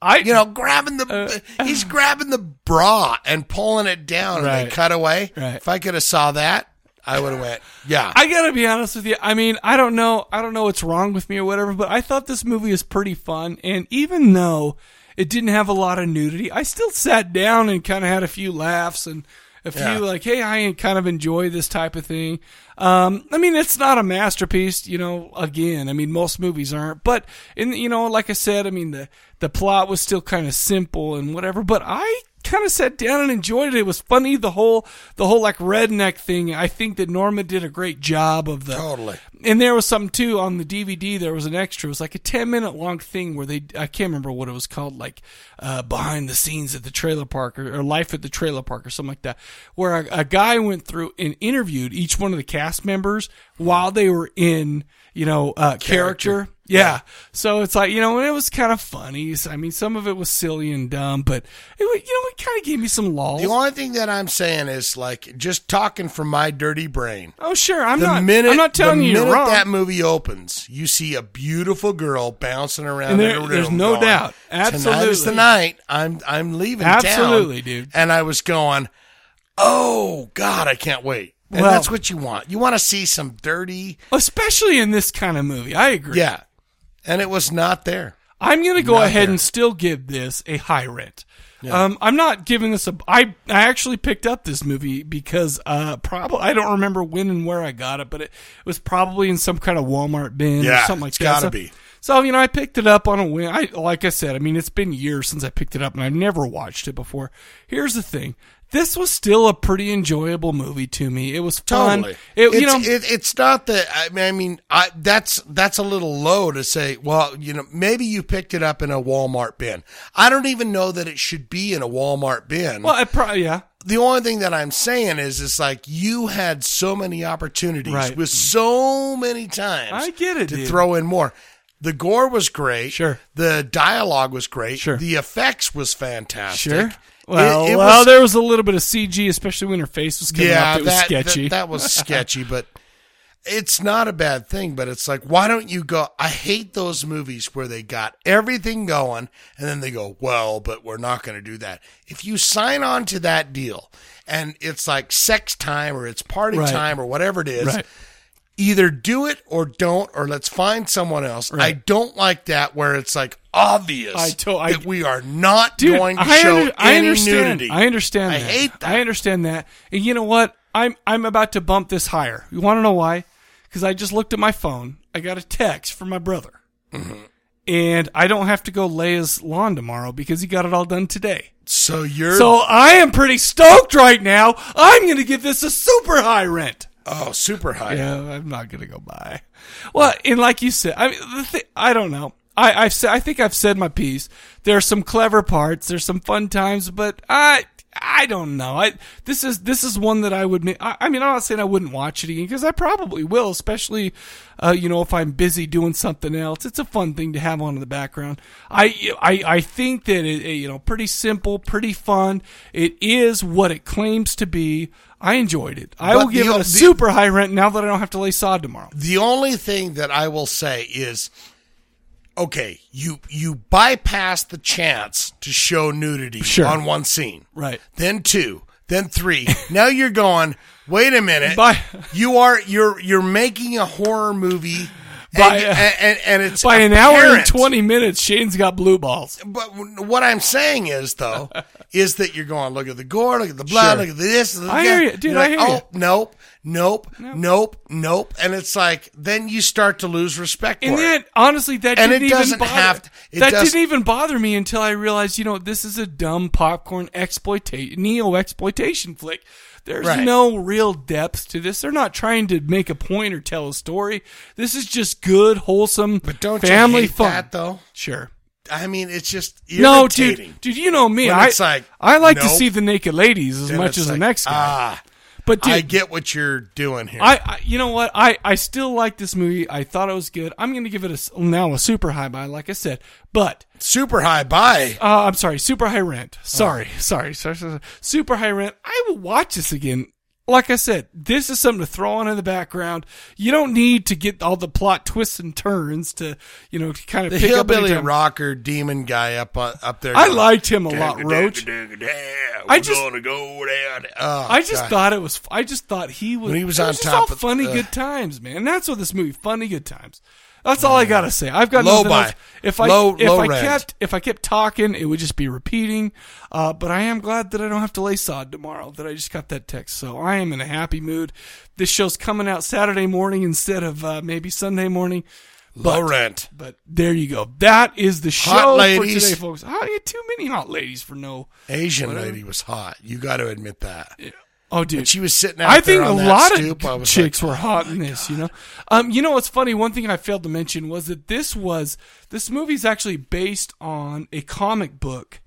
I Uh, you know grabbing the he's grabbing the bra and pulling it down and Right. they cut away. Right. If I could have saw that, I would have went. Yeah, I gotta be honest with you. I mean, I don't know. I don't know what's wrong with me or whatever, but I thought this movie was pretty fun. And even though it didn't have a lot of nudity, I still sat down and kind of had a few laughs and If Yeah. you like, hey, I kind of enjoy this type of thing. Um, I mean, it's not a masterpiece, you know. Again, I mean, most movies aren't, but in you know, like I said, I mean the the plot was still kind of simple and whatever. But I kind of sat down and enjoyed it. It was funny the whole the whole like redneck thing. I think that Norma did a great job of the Totally. and there was something too on the DVD. There was an extra. It was like a ten minute long thing where they I can't remember what it was called, like uh, behind the scenes at the trailer park or, or life at the trailer park or something like that, where a, a guy went through and interviewed each one of the cast members while they were in you know uh, character. Yeah, so it's like you know, and it was kind of funny. So, I mean, some of it was silly and dumb, Um, but it wa- you know, it kind of gave me some lulls. The only thing that I'm saying is like just talking from my dirty brain. Oh sure, I'm the not. Minute, I'm not telling the you you're minute wrong. That movie opens, you see a beautiful girl bouncing around. And in there- a room there's no going, doubt. Tonight is the Absolutely. night. I'm I'm leaving. town." Absolutely, dude. And I was going, oh God, I can't wait. And Well- that's what you want. You want to see some dirty, especially in this kind of movie. I agree. Yeah, and it was not there. I'm going to go Not ahead there. and still give this a high rent. Yeah. Um, I'm not giving this a. I I actually picked up this movie because uh, probably I don't remember when and where I got it, but it was probably in some kind of Walmart bin or Yeah, something like it's that. gotta So- be. So you know, I picked it up on a whim. I like I said, I mean, it's been years since I picked it up, and I've never watched it before. Here's the thing: this was still a pretty enjoyable movie to me. It was fun. Totally. It, it's, you know, it, it's not that. I mean, I mean, I that's that's a little low to say. Well, you know, maybe you picked it up in a Walmart bin. I don't even know that it should be in a Walmart bin. well, it probably yeah. the only thing that I'm saying is, it's like you had so many opportunities Right. with so many times. I get it, to dude. throw in more. The gore was great. Sure. The dialogue was great. Sure. The effects was fantastic. Sure. It- Well, it well, was- there was a little bit of CG, especially when her face was coming yeah, off. It was that- sketchy. That, that was (laughs) sketchy, but it's not a bad thing. But it's like, why don't you go? I hate those movies where they got everything going and then they go, well, but we're not going to do that. If you sign on to that deal and it's like sex time or it's party Right. time or whatever it is. Right. Either do it or don't, or let's find someone else. I don't like that where it's like obvious I to- I- that we are not Dude, going to I, show under- I any understand. nudity. I understand. that. hate I understand that. And you know what? I'm I'm about to bump this higher. You want to know why? Because I just looked at my phone. I got a text from my brother, Mm-hmm. and I don't have to go lay his lawn tomorrow because he got it all done today. So you're So I am pretty stoked right now. I'm going to give this a super high rent. Oh, super high. Yeah, I'm not going to go buy. Well, and like you said, I mean, the th- I don't know. I I've said I think I've said my piece. There's some clever parts. There's some fun times, but I I don't know. I this is this is one that I would. ma- I, I mean, I'm not saying I wouldn't watch it again because I probably will, especially uh, you know if I'm busy doing something else. It's a fun thing to have on in the background. I I I think that it, it, you know pretty simple, pretty fun. It is what it claims to be. I enjoyed it. I But will give the- it a the- super high rent now that I don't have to lay sod tomorrow. The only thing that I will say is, okay, you you bypass the chance to show nudity Sure. on one scene, Right. then two, then three. (laughs) now you're going. Wait a minute. By- (laughs) you are you're you're making a horror movie. By, and, uh, and, and, and it's By an hour and apparent. 20 minutes, Shane's got blue balls. But what I'm saying is, (laughs) though, is that you're going, look at the gore, look at the blood, Sure. look at this. look at I hear that. you. Dude, You're I like, hear you. oh, Nope, nope, nope, nope. And it's like, then you start to lose respect And for then, it. honestly, that And didn't it even doesn't bother. have to- it that doesn't- didn't even bother me until I realized, you know, this is a dumb popcorn exploitation, neo exploitation flick. There's Right. no real depth to this. They're not trying to make a point or tell a story. This is just good, wholesome, but don't you family hate fun. that, though? Sure. I mean, it's just irritating. No, dude, dude, you know Oh, me. When I it's like, I like to nope. see the naked ladies as Then much it's as the like, next guy. Ah, but dude, I get what you're doing here. I, I you know what I I still like this movie. I thought it was good. I'm going to give it a s- now a super high buy, like I said. But super high buy. Oh. Uh, I'm sorry, super high rent. Sorry, sorry, sorry, sorry, sorry. super high rent. I will watch this again. Like I said, this is something to throw on in the background. You don't need to get all the plot twists and turns to you know to kind of the pick up hillbilly anytime. rocker demon guy up on, up there. I going, liked him a lot, "Digga, Roach. digga, digga, digga, I we're just- gonna go down." Oh, I just God. thought it was. I just thought he was. When he was it on just top all of- uh, funny ugh. good times, man. And that's what this movie, funny good times. That's all I gotta say. I've got Mm. Low nothing buy. else. If I Low- if low I rent. kept if I kept talking, it would just be repeating. Uh, but I am glad that I don't have to lay sod tomorrow. That I just got that text, so I am in a happy mood. This show's coming out Saturday morning instead of uh, maybe Sunday morning. Low But- rent. But there you go. That is the show Hot for ladies. today, folks. How you too many hot ladies for no Asian whatever. lady was hot. You got to admit that. Oh, dude, When she was sitting. Out I think there on a that lot stoop, I of was chicks like, were hot in this. You know, um, you know what's funny? One thing I failed to mention was that this was this movie's actually based on a comic book,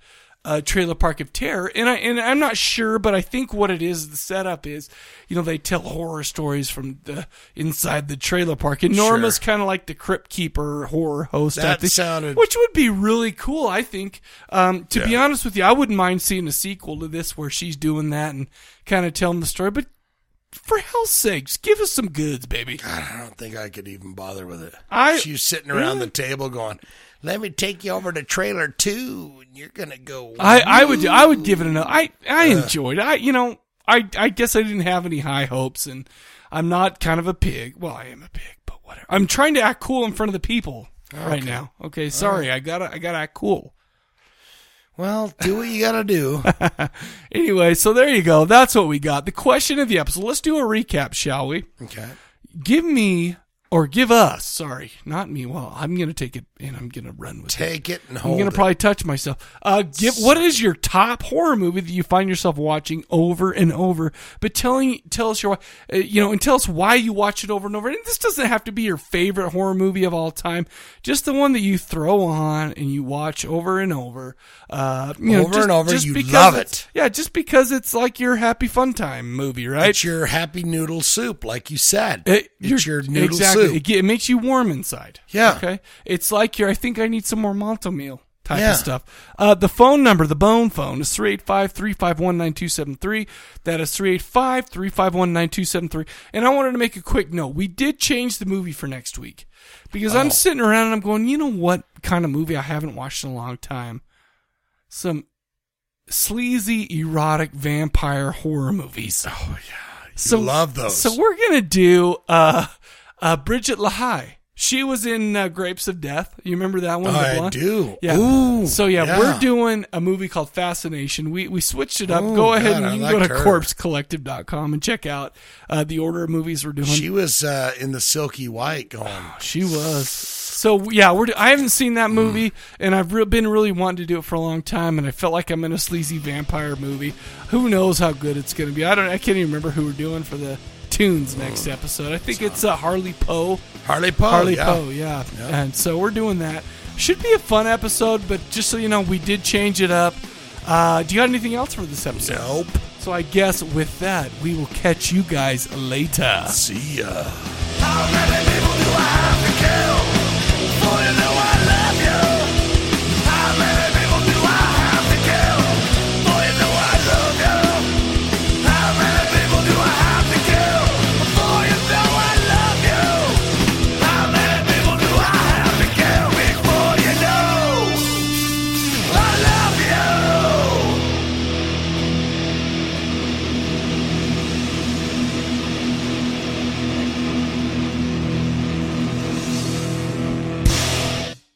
uh, Trailer Park of Terror, and I and I'm not sure, but I think what it is the setup is, you know, they tell horror stories from the, inside the trailer park, and Norma's kind of like the crypt keeper horror host. I That think, sounded- which would be really cool. I think. Um, to be Yeah. honest with you, I wouldn't mind seeing a sequel to this where she's doing that and kind of telling the story, but for hell's sakes, give us some goods, baby. I don't think I could even bother with it. I- she was sitting around Really? the table going, "Let me take you over to trailer two, and you're gonna go." I, I would I would give it another. I I Uh. enjoyed. I you know I I guess I didn't have any high hopes, and I'm not kind of a pig. Well, I am a pig, but whatever. I'm trying to act cool in front of the people right Okay. now. Okay, sorry, I gotta I gotta act cool. Well, do what you gotta do. (laughs) anyway, so there you go. That's what we got. The question of the episode. Let's do a recap, shall we? Okay. Give me or give us. Sorry, not me. Well, I'm gonna take it and I'm gonna run with it. Take it and I'm hold gonna it. probably touch myself. Uh, give what is your top horror movie that you find yourself watching over and over? But telling tell us your uh, you know and tell us why you watch it over and over. And this doesn't have to be your favorite horror movie of all time. Just the one that you throw on and you watch over and over. Uh, you know, Over just- and over, just you because love it's- it. Yeah, just because it's like your happy fun time movie, right? It's your happy noodle soup, like you said. It- it's your you're- noodle soup. exactly. It, ge- it makes you warm inside. Yeah. Okay. It's like your. I think I need some more Monto meal type Yeah. of stuff. Uh, the phone number, the bone phone, is 385-351-9273. That is 385-351-9273. And I wanted to make a quick note. We did change the movie for next week because Oh. I'm sitting around and I'm going, you know what kind of movie I haven't watched in a long time? Some sleazy, erotic vampire horror movies. Oh yeah, so love those. So we're gonna do uh, uh, Bridget LaHaye. She was in uh, Grapes of Death. You remember that one? the I blonde? do. Yeah. Ooh, so yeah, yeah. we're doing a movie called Fascination. We we switched it up. Oh, go ahead God, and I you can go liked to her. corpsecollective.com and check out uh, the order of movies we're doing. She was uh, in the silky white going. Oh, she was. So yeah, we're. I haven't seen that movie, and I've re- been really wanting to do it for a long time, and I felt like I'm in a sleazy vampire movie. Who knows how good it's going to be? I don't. I can't even remember who we're doing for the tunes next episode. I think it's uh, Harley Poe. Harley Poe, Harley Oh. yeah. Poe. Yeah. Yeah. And so we're doing that. Should be a fun episode, but just so you know, we did change it up. Uh, do you got anything else for this episode? Nope. So I guess with that, we will catch you guys later. See ya. How many people do I have to kill?